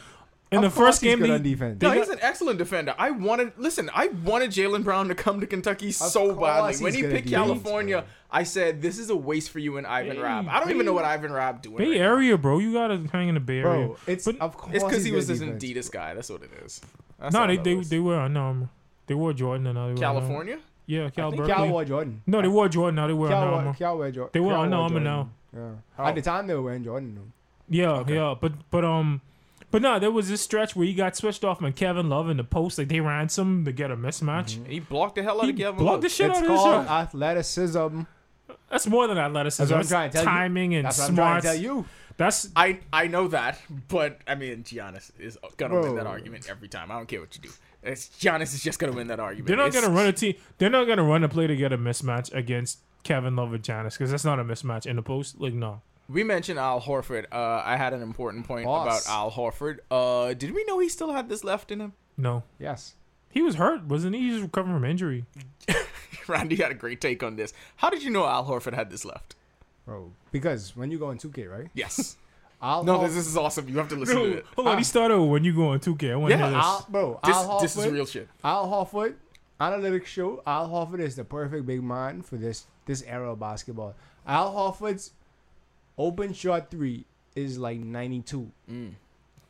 Speaker 6: in the
Speaker 7: Of course
Speaker 6: first
Speaker 7: he's
Speaker 6: game.
Speaker 7: good
Speaker 6: they-
Speaker 7: on defense.
Speaker 6: they
Speaker 5: No,
Speaker 6: got-
Speaker 5: he's an excellent defender. I wanted, listen, I wanted Jalen Brown to come to Kentucky so
Speaker 7: course
Speaker 5: badly. When
Speaker 7: he's
Speaker 5: he
Speaker 7: gonna
Speaker 5: picked
Speaker 7: be elite,
Speaker 5: California, I said this is a waste for you and Ivan
Speaker 6: Hey,
Speaker 5: Rabb. I don't even know what Ivan Rabb doing.
Speaker 6: Bay
Speaker 5: right now.
Speaker 6: Area, bro. You gotta hang in the Bay Area.
Speaker 7: Bro, it's
Speaker 6: But-
Speaker 7: of course
Speaker 5: It's because
Speaker 7: he's
Speaker 5: he
Speaker 7: good
Speaker 5: was this
Speaker 7: defense.
Speaker 5: Adidas guy. That's what it is. That's
Speaker 6: no,
Speaker 5: all
Speaker 6: they
Speaker 5: that
Speaker 6: they,
Speaker 5: was.
Speaker 6: they were Under Armour. They wore Jordan and now they were Under Armour.
Speaker 5: California.
Speaker 6: Yeah, Cal Berkeley.
Speaker 7: Cal wore Jordan.
Speaker 6: no, they wore Jordan. Now they wear Under
Speaker 7: Cal wore,
Speaker 6: Armour.
Speaker 7: Cal wore Jordan.
Speaker 6: They were Under Armour now.
Speaker 7: Yeah.
Speaker 5: How?
Speaker 7: At the time, they were wearing Jordan. though.
Speaker 6: Yeah, yeah, but but um, but no, there was this stretch where he got switched off by Kevin Love in the post. Like they ran some to get a mismatch.
Speaker 5: And he blocked the hell out
Speaker 6: He
Speaker 5: of Kevin
Speaker 6: blocked
Speaker 5: Love.
Speaker 6: the shit
Speaker 7: Mm-hmm. It's
Speaker 6: out of this
Speaker 7: called
Speaker 6: shot.
Speaker 7: athleticism.
Speaker 6: That's more than athleticism.
Speaker 7: That's what I'm
Speaker 6: It's
Speaker 7: trying to tell you.
Speaker 6: timing and
Speaker 7: That's what I'm trying
Speaker 6: smarts.
Speaker 7: to tell you.
Speaker 6: That's
Speaker 5: I I know that, but I mean Giannis is gonna win
Speaker 7: Bro.
Speaker 5: that argument every time. I don't care what you do. It's Giannis is just gonna win that argument.
Speaker 6: they're not
Speaker 5: It's-
Speaker 6: gonna run a team. They're not gonna run a play to get a mismatch against Kevin Love and Giannis because that's not a mismatch in the post. Like no,
Speaker 5: We mentioned Al Horford. Uh, I had an important point
Speaker 7: Boss.
Speaker 5: about Al Horford. Uh, did we know he still had this left in him?
Speaker 6: no.
Speaker 7: Yes.
Speaker 6: He was hurt, wasn't he? He was recovering from injury.
Speaker 5: Randy had a great take on this. How did you know Al Horford had this left?
Speaker 7: Bro. Because when you go in 2K, right?
Speaker 5: Yes. Oh.
Speaker 7: I'll
Speaker 5: no, this, this is awesome. You have to listen to it.
Speaker 6: Hold on, he started with when you go on 2K. I want
Speaker 5: Yeah,
Speaker 6: to hear
Speaker 7: Al,
Speaker 6: this.
Speaker 7: bro,
Speaker 5: This,
Speaker 7: Al Horford.
Speaker 5: this is real shit.
Speaker 7: Al Horford, analytics show, Al Horford is the perfect big man for this this era of basketball. Al Horford's open shot three is like 92,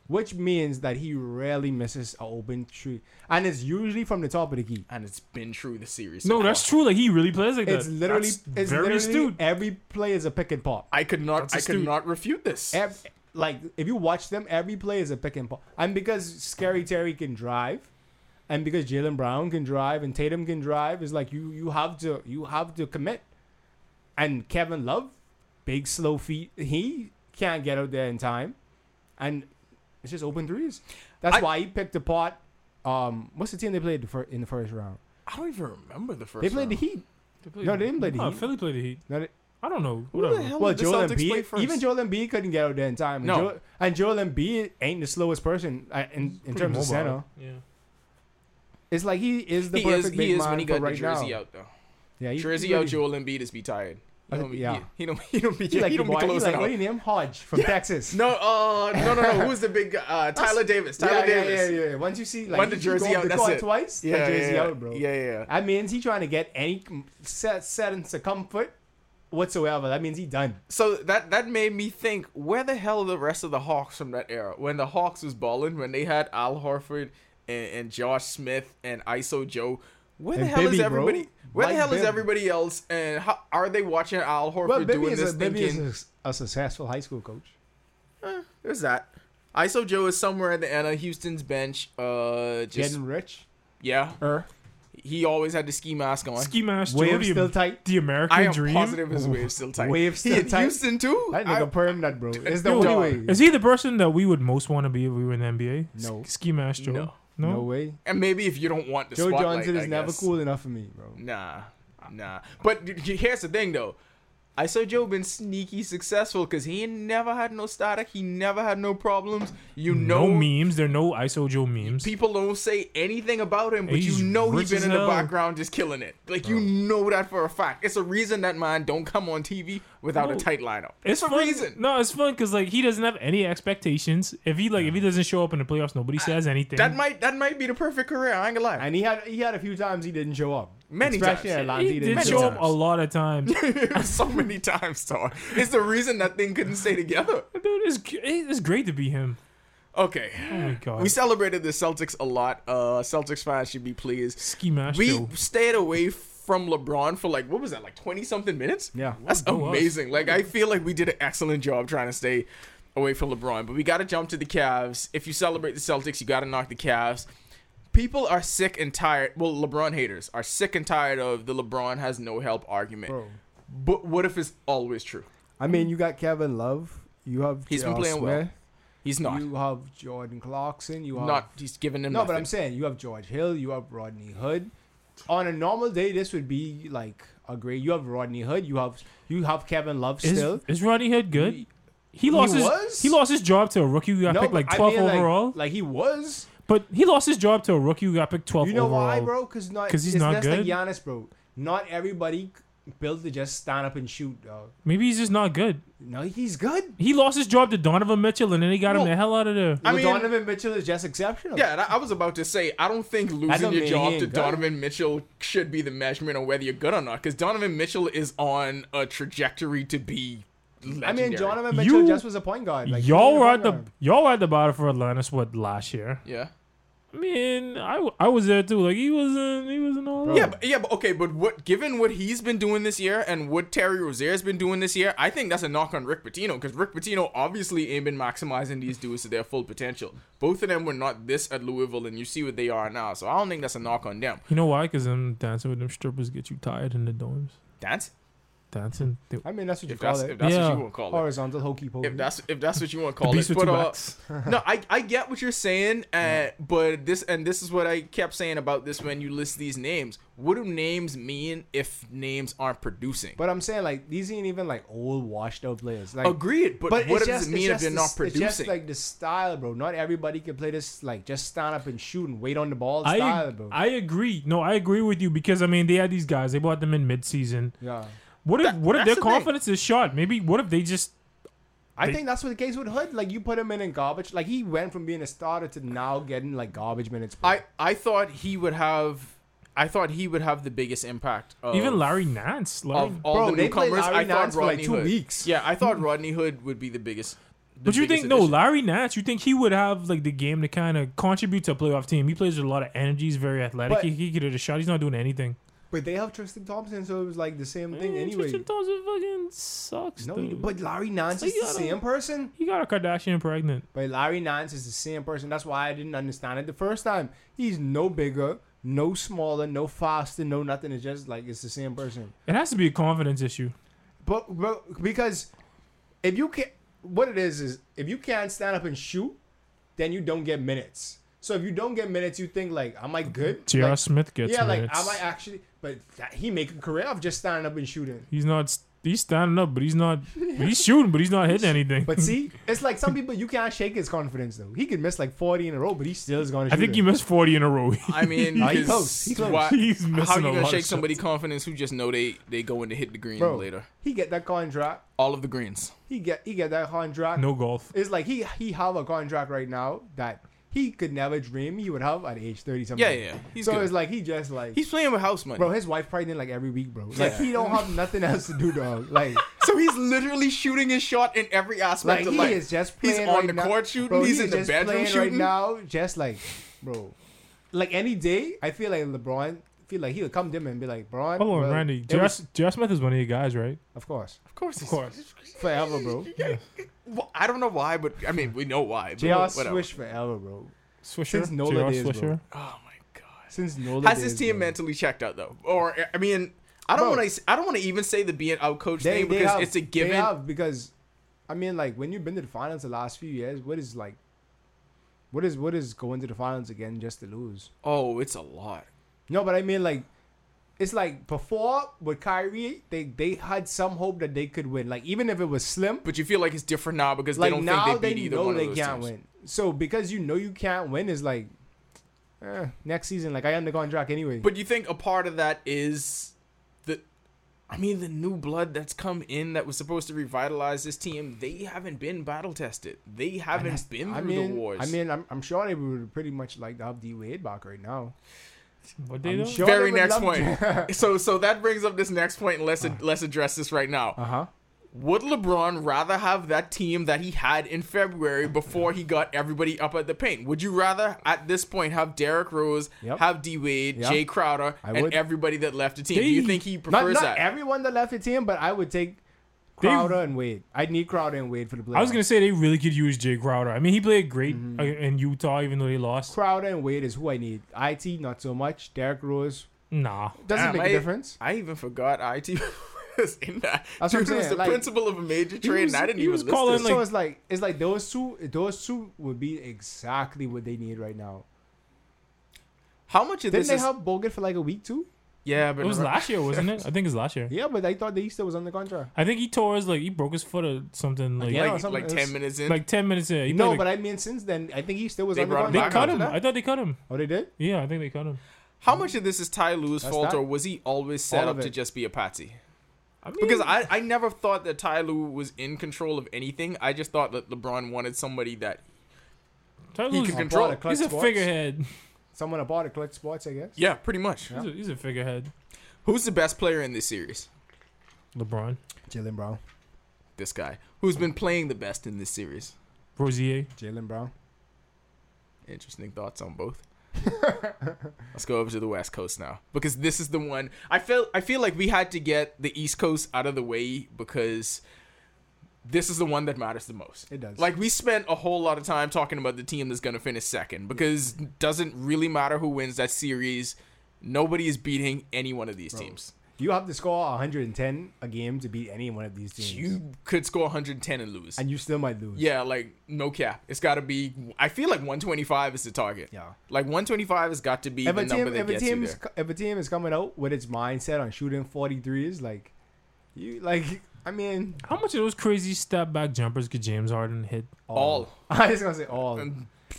Speaker 7: which means that he rarely misses an open three, and it's usually from the top of the key.
Speaker 5: And it's been true this series. so
Speaker 6: No, that's
Speaker 5: far.
Speaker 6: true. Like he really plays like
Speaker 7: It's
Speaker 6: that.
Speaker 7: literally,
Speaker 6: That's
Speaker 7: it's
Speaker 6: very
Speaker 7: literally
Speaker 6: astute.
Speaker 7: every play is a pick and pop.
Speaker 5: I could not.
Speaker 6: That's
Speaker 5: I could
Speaker 6: astute.
Speaker 5: not refute this.
Speaker 7: Ev- like if you watch them, every play is a pick and pop. And because Scary Terry can drive, and because Jalen Brown can drive, and Tatum can drive, is like you you have to you have to commit. And Kevin Love, big slow feet, he can't get out there in time, and it's just open threes. That's
Speaker 5: I-
Speaker 7: why he picked apart. Um, what's the team they played the fir- in the first round?
Speaker 5: I don't even remember the first.
Speaker 7: They played the
Speaker 5: round.
Speaker 7: Heat. No, they didn't play the
Speaker 6: No,
Speaker 7: Heat.
Speaker 6: Oh, Philly played the Heat.
Speaker 7: No, they-
Speaker 6: I don't know.
Speaker 5: Who
Speaker 6: Whatever.
Speaker 5: the hell
Speaker 7: Well,
Speaker 5: did the
Speaker 7: Joel
Speaker 5: Celtics play
Speaker 7: Embiid,
Speaker 5: first?
Speaker 7: even Joel Embiid couldn't get out there in time. And
Speaker 5: No.
Speaker 7: Joel, and Joel Embiid ain't the slowest person uh, in, in terms of center.
Speaker 6: Yeah.
Speaker 7: It's like he is the
Speaker 5: he
Speaker 7: perfect
Speaker 5: is.
Speaker 7: big
Speaker 5: He is
Speaker 7: man
Speaker 5: when he got
Speaker 7: for right
Speaker 5: the jersey
Speaker 7: now.
Speaker 5: out though.
Speaker 7: Yeah, he,
Speaker 5: Jersey
Speaker 7: he
Speaker 5: out.
Speaker 7: really-
Speaker 5: Joel Embiid is be tired. He
Speaker 7: I
Speaker 5: don't,
Speaker 7: think-
Speaker 5: be-
Speaker 7: yeah.
Speaker 5: He, he don't. He don't be.
Speaker 7: He like
Speaker 5: he
Speaker 7: the
Speaker 5: don't
Speaker 7: boy.
Speaker 5: be
Speaker 7: He
Speaker 5: closing
Speaker 7: like
Speaker 5: out.
Speaker 7: what do you name Hodge from Texas.
Speaker 5: No, uh, no, no, no. Who's the big guy? Uh, Tyler Davis. Tyler
Speaker 7: yeah,
Speaker 5: Davis.
Speaker 7: Yeah, yeah, yeah. Once you see like
Speaker 5: When the
Speaker 7: he
Speaker 5: jersey
Speaker 7: go
Speaker 5: out,
Speaker 7: the
Speaker 5: that's
Speaker 7: court
Speaker 5: it.
Speaker 7: twice.
Speaker 5: Yeah,
Speaker 7: that
Speaker 5: yeah,
Speaker 7: jersey
Speaker 5: yeah.
Speaker 7: out, bro.
Speaker 5: Yeah, yeah, yeah.
Speaker 7: That means he trying to get any set set in circumference whatsoever. That means he done.
Speaker 5: So that that made me think, where the hell are the rest of the Hawks from that era? When the Hawks was balling, when they had Al Horford and, and Josh Smith and ISO Joe, where the
Speaker 7: And
Speaker 5: hell is
Speaker 7: Bibby, bro.
Speaker 5: everybody? Where
Speaker 7: Mike
Speaker 5: the hell is
Speaker 7: Bibby.
Speaker 5: everybody else? And how, are they watching Al Horford
Speaker 7: But Bibby
Speaker 5: doing
Speaker 7: is,
Speaker 5: this?
Speaker 7: a, Bibby is
Speaker 5: thinking,
Speaker 7: a, a successful high school coach.
Speaker 5: there's that. ISO Joe is somewhere at the end of Houston's bench. Uh, just
Speaker 7: Getting rich.
Speaker 5: yeah,
Speaker 7: Er.
Speaker 5: he always had the ski mask on.
Speaker 6: Ski mask Joe,
Speaker 7: Waves still
Speaker 6: the,
Speaker 7: tight.
Speaker 6: the American
Speaker 5: I am
Speaker 6: dream.
Speaker 5: positive his wave's still tight.
Speaker 7: Wave's
Speaker 5: He
Speaker 7: still
Speaker 5: in
Speaker 7: tight.
Speaker 5: Houston too.
Speaker 7: That
Speaker 5: I-
Speaker 7: nigga perm nut, bro. It's the
Speaker 5: Yo,
Speaker 7: only
Speaker 5: dog.
Speaker 7: way.
Speaker 6: Is he the person that we would most want to be if we were in the NBA?
Speaker 7: No.
Speaker 6: Ski mask Joe.
Speaker 5: No.
Speaker 6: No.
Speaker 7: No way.
Speaker 5: and maybe if you don't want the
Speaker 7: Joe
Speaker 5: spotlight,
Speaker 7: Johnson
Speaker 5: I
Speaker 7: is never
Speaker 5: guess.
Speaker 7: cool enough for me, bro.
Speaker 5: Nah, nah. But d- d- here's the thing, though. I saw Joe been sneaky successful because he ain't never had no static. He never had no problems. You know,
Speaker 6: No memes. There are no ISO Joe memes.
Speaker 5: people don't say anything about him, but
Speaker 6: He's
Speaker 5: you know
Speaker 6: rich
Speaker 5: he's been
Speaker 6: as
Speaker 5: in the
Speaker 6: hell. Oh.
Speaker 5: background just killing it. Like you know that for a fact. It's a reason that man don't come on TV without a
Speaker 6: No.
Speaker 5: tight lineup.
Speaker 6: It's
Speaker 5: It's, a
Speaker 6: fun.
Speaker 5: reason.
Speaker 6: No, it's fun because like he doesn't have any expectations. If he like if he doesn't show up in the playoffs, nobody says anything.
Speaker 5: That might that might be the perfect career. I ain't gonna lie.
Speaker 7: And he had he had a few times he didn't show up.
Speaker 5: Many
Speaker 7: Especially
Speaker 5: times.
Speaker 7: in Atlanta,
Speaker 6: he did show up a lot of times. Dude,
Speaker 5: so many times, dog. It's the reason that thing couldn't stay together.
Speaker 6: it's, it's great to be him.
Speaker 5: Okay.
Speaker 6: Oh my god.
Speaker 5: We celebrated the Celtics a lot. Uh, Celtics fans should be pleased.
Speaker 6: Ski mask
Speaker 5: We
Speaker 6: Joe.
Speaker 5: stayed away from LeBron for like what was that, like twenty something minutes?
Speaker 7: Yeah.
Speaker 5: that's
Speaker 6: Who else?
Speaker 5: amazing. Like I feel like we did an excellent job trying to stay away from LeBron, but we got to jump to the Cavs. If you celebrate the Celtics, you got to knock the Cavs. People are sick and tired. Well, LeBron haters are sick and tired of the LeBron has no help argument.
Speaker 7: Bro.
Speaker 5: But what if it's always true?
Speaker 7: I mean, you got Kevin Love. You have
Speaker 5: He's been
Speaker 7: J.R.
Speaker 5: playing well.
Speaker 7: Smith.
Speaker 5: He's not.
Speaker 7: You have Jordan Clarkson. You have
Speaker 5: not. He's giving them
Speaker 7: no, but
Speaker 5: nothing.
Speaker 7: I'm saying you have George Hill. You have Rodney Hood. On a normal day, this would be like a great. You have Rodney Hood. You have you have Kevin Love
Speaker 6: Is,
Speaker 7: still.
Speaker 6: is Rodney Hood good? He, lost his
Speaker 7: was?
Speaker 6: he lost his job to a rookie who got picked like
Speaker 7: I
Speaker 6: 12th
Speaker 7: mean, like-
Speaker 6: overall.
Speaker 7: Like, he was.
Speaker 6: but he lost his job to a rookie who got picked 12th
Speaker 7: You know
Speaker 6: overall.
Speaker 7: why, bro? Because not
Speaker 6: 'Cause he's
Speaker 7: it's
Speaker 6: not
Speaker 7: just
Speaker 6: good?
Speaker 7: Like Giannis, bro. Not everybody built to just stand up and shoot, dog.
Speaker 6: Maybe he's just not good.
Speaker 7: No, he's good.
Speaker 6: He lost his job to Donovan Mitchell, and then he got him
Speaker 5: Well,
Speaker 6: the hell out of there.
Speaker 7: I
Speaker 5: I mean-
Speaker 7: mean, Donovan Mitchell is just exceptional.
Speaker 5: Yeah, and I I was about to say, I don't think losing
Speaker 7: don't
Speaker 5: your
Speaker 7: mean
Speaker 5: job
Speaker 7: he
Speaker 5: to
Speaker 7: ain't good.
Speaker 5: Donovan Mitchell should be the measurement on whether you're good or not, because Donovan Mitchell is on a trajectory to be. Legendary.
Speaker 7: I mean, Donovan
Speaker 6: You-
Speaker 7: Mitchell just was a point guard. Like, he
Speaker 6: y'all
Speaker 7: was a
Speaker 6: were at
Speaker 7: point
Speaker 6: the
Speaker 7: guard.
Speaker 6: y'all were at the bottom for Atlantis what last year.
Speaker 5: Yeah.
Speaker 6: I mean, I, w- I was there too. Like he wasn't he wasn't all
Speaker 7: Bro.
Speaker 6: that.
Speaker 5: Yeah, but, yeah, but okay, but what? Given what he's been doing this year and what Terry Rozier's been doing this year, I think that's a knock on Rick Pitino because Rick Pitino obviously ain't been maximizing these dudes to their full potential. Both of them were not this at Louisville, and you see what they are now. So I don't think that's a knock on them.
Speaker 6: You know why? Because them dancing with them strippers get you tired in the dorms.
Speaker 5: That's
Speaker 6: Dancing. They,
Speaker 7: I mean, that's what you
Speaker 5: if
Speaker 7: call
Speaker 5: that's
Speaker 7: it.
Speaker 5: if that's
Speaker 6: Yeah.
Speaker 5: what you want to call it.
Speaker 7: Horizontal hokey pokey.
Speaker 5: if that's if that's what you want to call
Speaker 6: beast
Speaker 5: it.
Speaker 6: with
Speaker 5: But
Speaker 6: two
Speaker 5: uh,
Speaker 6: backs.
Speaker 5: no, I, I get what you're saying, uh, but this and this is what I kept saying about this when you list these names. What do names mean if names aren't producing?
Speaker 7: But I'm saying like these ain't even like old washed out players. Like
Speaker 5: Agreed, but,
Speaker 7: But
Speaker 5: what
Speaker 7: it's
Speaker 5: does
Speaker 7: just,
Speaker 5: it mean if
Speaker 7: it's
Speaker 5: they're
Speaker 7: just
Speaker 5: not
Speaker 7: the-
Speaker 5: producing?
Speaker 7: It's just like the style, bro. Not everybody can play this like just stand up and shoot and wait on the ball
Speaker 6: I
Speaker 7: style, bro.
Speaker 6: I agree. No, I agree with you because I mean they had these guys. They bought them in midseason.
Speaker 7: yeah,
Speaker 6: What if
Speaker 5: That-
Speaker 6: what if
Speaker 5: that's
Speaker 6: their
Speaker 5: the thing.
Speaker 6: confidence is shot? Maybe what if they just
Speaker 7: I
Speaker 6: They-
Speaker 7: think that's what the case with Hood. Like you put him in in garbage. Like he went from being a starter to now getting like garbage minutes. bro.
Speaker 5: I I thought he would have, I thought he would have the biggest impact. Of,
Speaker 6: even Larry Nance? Larry,
Speaker 5: of all
Speaker 7: Bro,
Speaker 5: the
Speaker 7: they played
Speaker 5: newcomers.
Speaker 7: Larry
Speaker 5: I thought
Speaker 7: Nance for, like,
Speaker 5: Rodney
Speaker 7: two
Speaker 5: Hood.
Speaker 7: weeks.
Speaker 5: Yeah, I thought Rodney Hood would be the biggest. the
Speaker 6: but you
Speaker 5: biggest
Speaker 6: think no
Speaker 5: addition.
Speaker 6: Larry Nance? You think he would have like the game to kind of contribute to a playoff team? He plays with a lot of energy. He's very athletic.
Speaker 7: But-
Speaker 6: he, he could hit a shot. He's not doing anything.
Speaker 7: but they have Tristan Thompson, so it was like the same thing
Speaker 6: Eh,
Speaker 7: anyway.
Speaker 6: Tristan Thompson fucking sucks.
Speaker 7: No,
Speaker 6: dude.
Speaker 7: but Larry Nance
Speaker 6: Like,
Speaker 7: is the
Speaker 6: you gotta-
Speaker 7: same person.
Speaker 6: he got a Kardashian pregnant.
Speaker 7: But Larry Nance is the same person. That's why I didn't understand it the first time. He's no bigger, no smaller, no faster, no nothing. It's just like it's the same person.
Speaker 6: It has to be a confidence issue.
Speaker 7: But, but because if you can, what it is is if you can't stand up and shoot, then you don't get minutes. So if you don't get minutes, you think like, am I good?
Speaker 6: J.R.
Speaker 7: Like,
Speaker 6: Smith gets
Speaker 7: yeah, like
Speaker 6: minutes.
Speaker 7: am I actually? But that, he make a career of just standing up and shooting.
Speaker 6: he's not. He's standing up, but he's not. He's shooting, but he's not hitting anything.
Speaker 7: But see, it's like some people you can't shake his confidence though. He could miss like forty in a row, but he still is going to.
Speaker 6: I think he missed forty in a row.
Speaker 5: I mean,
Speaker 7: Nah, he
Speaker 5: because
Speaker 7: close, he close.
Speaker 5: why-
Speaker 6: He's
Speaker 5: how are
Speaker 6: missing
Speaker 5: you
Speaker 6: a
Speaker 5: gonna
Speaker 6: lot of
Speaker 5: shake somebody confidence who just know they they going to hit the green
Speaker 7: Bro,
Speaker 5: later?
Speaker 7: He get that contract.
Speaker 5: All of the greens.
Speaker 7: He get he get that contract.
Speaker 6: no golf.
Speaker 7: It's like he he have a contract right now that he could never dream he would have at age thirty something.
Speaker 5: Yeah, yeah, he's
Speaker 7: so
Speaker 5: good.
Speaker 7: it's like he just like
Speaker 5: he's playing with house money,
Speaker 7: bro. His wife pregnant like every week, bro. Like
Speaker 5: Yeah.
Speaker 7: he don't have nothing else to do, dog. Like.
Speaker 5: so he's literally shooting his shot in every aspect
Speaker 7: Like
Speaker 5: of
Speaker 7: he
Speaker 5: life.
Speaker 7: is just playing
Speaker 5: he's on
Speaker 7: right
Speaker 5: the
Speaker 7: now.
Speaker 5: court shooting.
Speaker 7: Bro,
Speaker 5: he's
Speaker 7: he
Speaker 5: in
Speaker 7: is
Speaker 5: the
Speaker 7: just
Speaker 5: bedroom
Speaker 7: playing
Speaker 5: shooting.
Speaker 7: right now. Just like, bro, like any day, I feel like LeBron. Feel like he would come to him and be like, "Bron,
Speaker 6: Hold on,
Speaker 7: bro,
Speaker 6: Randy.
Speaker 7: it
Speaker 6: J.R.
Speaker 7: was-
Speaker 6: Smith is one of your guys, right?
Speaker 7: of course,
Speaker 5: Of course, he's,
Speaker 6: Of course.
Speaker 7: forever, bro.
Speaker 5: Well, I don't know why, but I mean, we know why. but
Speaker 7: Jr.
Speaker 5: whatever.
Speaker 7: Swish forever, bro.
Speaker 6: Swisher.
Speaker 7: Since Nola
Speaker 6: J.R.
Speaker 7: days, bro.
Speaker 6: Swisher.
Speaker 5: Oh my god.
Speaker 7: Since Nola
Speaker 5: Has his
Speaker 7: days,
Speaker 5: team
Speaker 7: bro.
Speaker 5: mentally checked out though? Or I mean, I don't
Speaker 7: Bro.
Speaker 5: want to. I don't want to even say the being outcoached thing because
Speaker 7: have-
Speaker 5: it's a
Speaker 7: they
Speaker 5: given.
Speaker 7: have because, I mean, like when you've been to the finals the last few years, what is like, what is what is going to the finals again just to lose?
Speaker 5: Oh, it's a lot.
Speaker 7: No, but I mean like it's like before with Kyrie, they they had some hope that they could win. Like even if it was slim,
Speaker 5: But you feel like it's different now because
Speaker 7: like
Speaker 5: they don't
Speaker 7: now
Speaker 5: think they beat
Speaker 7: they
Speaker 5: either
Speaker 7: know
Speaker 5: one
Speaker 7: they
Speaker 5: of those
Speaker 7: can't
Speaker 5: teams.
Speaker 7: win. So because you know you can't win is like eh, next season. Like I am the contract anyway.
Speaker 5: But you think a part of that is the, I mean, the new blood that's come in that was supposed to revitalize this team. They haven't been battle tested. They
Speaker 7: And
Speaker 5: haven't
Speaker 7: that's-
Speaker 5: been
Speaker 7: I
Speaker 5: through
Speaker 7: mean,
Speaker 5: the wars.
Speaker 7: I mean, I'm, I'm sure they would pretty much like to have D Wade back right now.
Speaker 6: What they
Speaker 7: I'm
Speaker 6: do?
Speaker 7: sure they
Speaker 5: very
Speaker 7: would
Speaker 5: next
Speaker 7: love
Speaker 5: point.
Speaker 7: to- Uh.
Speaker 5: so so that brings up this next point. And let's let's address this right now.
Speaker 7: uh-huh.
Speaker 5: Would LeBron rather have that team that he had in February before he got everybody up at the paint? Would you rather at this point have Derrick Rose,
Speaker 7: Yep.
Speaker 5: have D Wade,
Speaker 7: Yeah.
Speaker 5: Jay Crowder,
Speaker 7: I
Speaker 5: and
Speaker 7: would.
Speaker 5: everybody that left the team? Do you
Speaker 6: They-
Speaker 5: think he
Speaker 7: Not,
Speaker 5: prefers
Speaker 7: not
Speaker 5: that?
Speaker 7: everyone that left the team, but I would take
Speaker 6: They-
Speaker 7: Crowder and Wade. I'd need Crowder and Wade for the playoffs.
Speaker 6: I was gonna say they really could use Jay Crowder. I mean, he played great
Speaker 7: Mm-hmm.
Speaker 6: uh, in Utah, even though they lost.
Speaker 7: Crowder and Wade is who I need. IT not so much. Derrick Rose
Speaker 6: Nah,
Speaker 7: doesn't
Speaker 5: Damn,
Speaker 7: make
Speaker 5: I-
Speaker 7: a difference.
Speaker 5: I even forgot IT was in that.
Speaker 7: That's what I'm
Speaker 5: Dude was
Speaker 7: saying,
Speaker 5: the
Speaker 7: like,
Speaker 5: principal of a major trade,
Speaker 6: was-
Speaker 5: and I didn't
Speaker 6: he
Speaker 5: even
Speaker 6: was
Speaker 5: list
Speaker 6: calling,
Speaker 5: this.
Speaker 6: like-
Speaker 7: so it's like it's like those two those two would be exactly what they need right now.
Speaker 5: How much of
Speaker 7: Didn't
Speaker 5: this
Speaker 7: they
Speaker 5: is?
Speaker 7: help Bogut for like a week too?
Speaker 5: yeah, but
Speaker 6: it was
Speaker 5: remember-
Speaker 6: last year, wasn't it? I think it's last year.
Speaker 7: Yeah, but I thought they still was on the contract.
Speaker 6: I think he tore his like he broke his foot or something like
Speaker 7: Yeah,
Speaker 5: like,
Speaker 7: or something.
Speaker 5: like
Speaker 7: It was-
Speaker 5: ten minutes in.
Speaker 6: like ten minutes in. He
Speaker 7: No,
Speaker 6: played,
Speaker 7: but
Speaker 6: like-
Speaker 7: I mean since then I think he still was
Speaker 5: They
Speaker 7: on the
Speaker 5: brought
Speaker 7: contract.
Speaker 5: him
Speaker 6: they
Speaker 5: back
Speaker 6: cut
Speaker 5: after
Speaker 6: him.
Speaker 5: that?
Speaker 6: I thought they cut him.
Speaker 7: Oh, they did.
Speaker 6: Yeah, I think they cut him.
Speaker 5: How much of this is Ty Lue's
Speaker 7: That's
Speaker 5: fault,
Speaker 7: that.
Speaker 5: or was he always set
Speaker 7: All
Speaker 5: up
Speaker 7: of
Speaker 5: to
Speaker 7: it.
Speaker 5: just be a patsy?
Speaker 6: I mean,
Speaker 5: Because I, I never thought that Ty Lue was in control of anything. I just thought that LeBron wanted somebody that
Speaker 6: Ty
Speaker 5: he
Speaker 6: Lue's-
Speaker 5: could
Speaker 7: Bought
Speaker 5: control.
Speaker 7: a clutch
Speaker 6: he's a
Speaker 7: sports.
Speaker 6: figurehead.
Speaker 7: Someone that bought a clutch sports, I guess.
Speaker 5: Yeah, pretty much.
Speaker 6: He's, a, he's a figurehead.
Speaker 5: Who's the best player in this series?
Speaker 6: LeBron,
Speaker 7: Jalen Brown.
Speaker 5: This guy. Who's been playing the best in this series?
Speaker 6: Rosier.
Speaker 7: Jalen Brown.
Speaker 5: Interesting thoughts on both. Let's go over to the West Coast now because this is the one I feel I feel like we had to get the East Coast out of the way because this is the one that matters the most.
Speaker 7: It does.
Speaker 5: Like we spent a whole lot of time talking about the team that's going to finish second because doesn't really matter who wins that series. Nobody is beating any one of these teams.
Speaker 7: You have to score 110 a game to beat any one of these teams,
Speaker 5: You could score 110 and lose.
Speaker 7: and you still might lose.
Speaker 5: yeah, like no cap. It's got to be. I feel like 125 is the target.
Speaker 7: Yeah.
Speaker 5: Like 125 has got to be
Speaker 7: If
Speaker 5: the
Speaker 7: a
Speaker 5: number
Speaker 7: team,
Speaker 5: that
Speaker 7: if a
Speaker 5: gets you
Speaker 7: team,
Speaker 5: there.
Speaker 7: is, if a team is coming out with its mindset on shooting 43s, like you, like I mean,
Speaker 6: How much of those crazy step back jumpers could James Harden hit?
Speaker 5: All.
Speaker 7: I was gonna say all.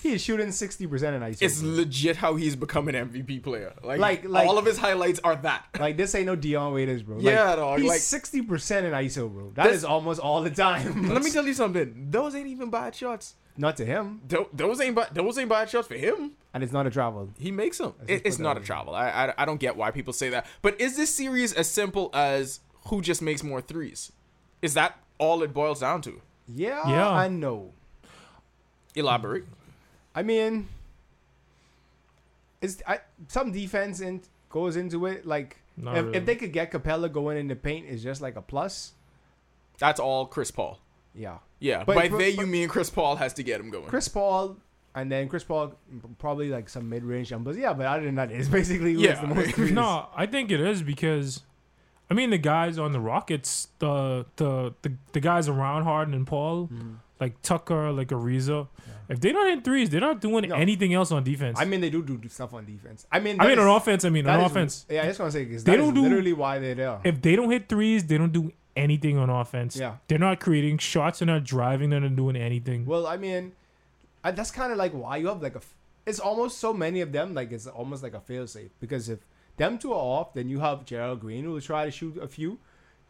Speaker 7: He's shooting sixty percent in ice.
Speaker 5: It's legit how he's become an MVP player. Like,
Speaker 7: Like- like-
Speaker 5: all of his highlights are that.
Speaker 7: like this ain't no Dion Waiters, bro. Like,
Speaker 5: Yeah, dog, like-
Speaker 7: He's sixty percent in ISO, bro. That is
Speaker 5: This-
Speaker 7: almost all the time.
Speaker 5: Let me tell you something. Those ain't even bad shots.
Speaker 7: not to him,
Speaker 5: Tho- Those ain't bad, those ain't bad shots for him.
Speaker 7: and it's not a travel.
Speaker 5: He makes them.
Speaker 7: Let's
Speaker 5: It,
Speaker 7: just
Speaker 5: it's
Speaker 7: put
Speaker 5: not a
Speaker 7: that in.
Speaker 5: travel. I, I I don't get why people say that. But is this series as simple as who just makes more threes? Is that all it boils down to?
Speaker 7: Yeah,
Speaker 6: Yeah.
Speaker 7: I know.
Speaker 5: Elaborate.
Speaker 7: I mean, it's I, some defense and goes into it. Like
Speaker 6: Not
Speaker 7: if,
Speaker 6: really.
Speaker 7: if they could get Capella going in the paint, is just like a plus.
Speaker 5: That's all Chris Paul.
Speaker 7: Yeah,
Speaker 5: Yeah.
Speaker 7: But-
Speaker 5: By
Speaker 7: but-
Speaker 5: they
Speaker 7: but-
Speaker 5: you mean Chris Paul has to get him going.
Speaker 7: Chris Paul, and then Chris Paul probably like some mid range jumpers. Yeah, but other than that, it's basically who has
Speaker 5: Yeah.
Speaker 7: the most threes.
Speaker 6: No, I think it is because, I mean, the guys on the Rockets, the the the, the guys around Harden and Paul,
Speaker 7: Mm-hmm.
Speaker 6: like Tucker, like Ariza, if they don't hit threes, they're not doing
Speaker 7: No.
Speaker 6: anything else on defense.
Speaker 7: I mean they do do do stuff on defense. I mean,
Speaker 6: I
Speaker 7: that
Speaker 6: mean,
Speaker 7: is-
Speaker 6: on offense. I mean,
Speaker 7: that
Speaker 6: on
Speaker 7: is-
Speaker 6: offense.
Speaker 7: Yeah, I just gonna say because
Speaker 6: They
Speaker 7: that is
Speaker 6: don't do-
Speaker 7: literally why they're there.
Speaker 6: If they don't hit threes, they don't do anything on offense.
Speaker 7: Yeah.
Speaker 6: They're not creating shots. They're not driving. They're not doing anything.
Speaker 7: well, I mean, I, that's kind of like why you have like a. f- It's almost so many of them like it's almost like a failsafe because if them two are off, then you have Gerald Green who will try to shoot a few,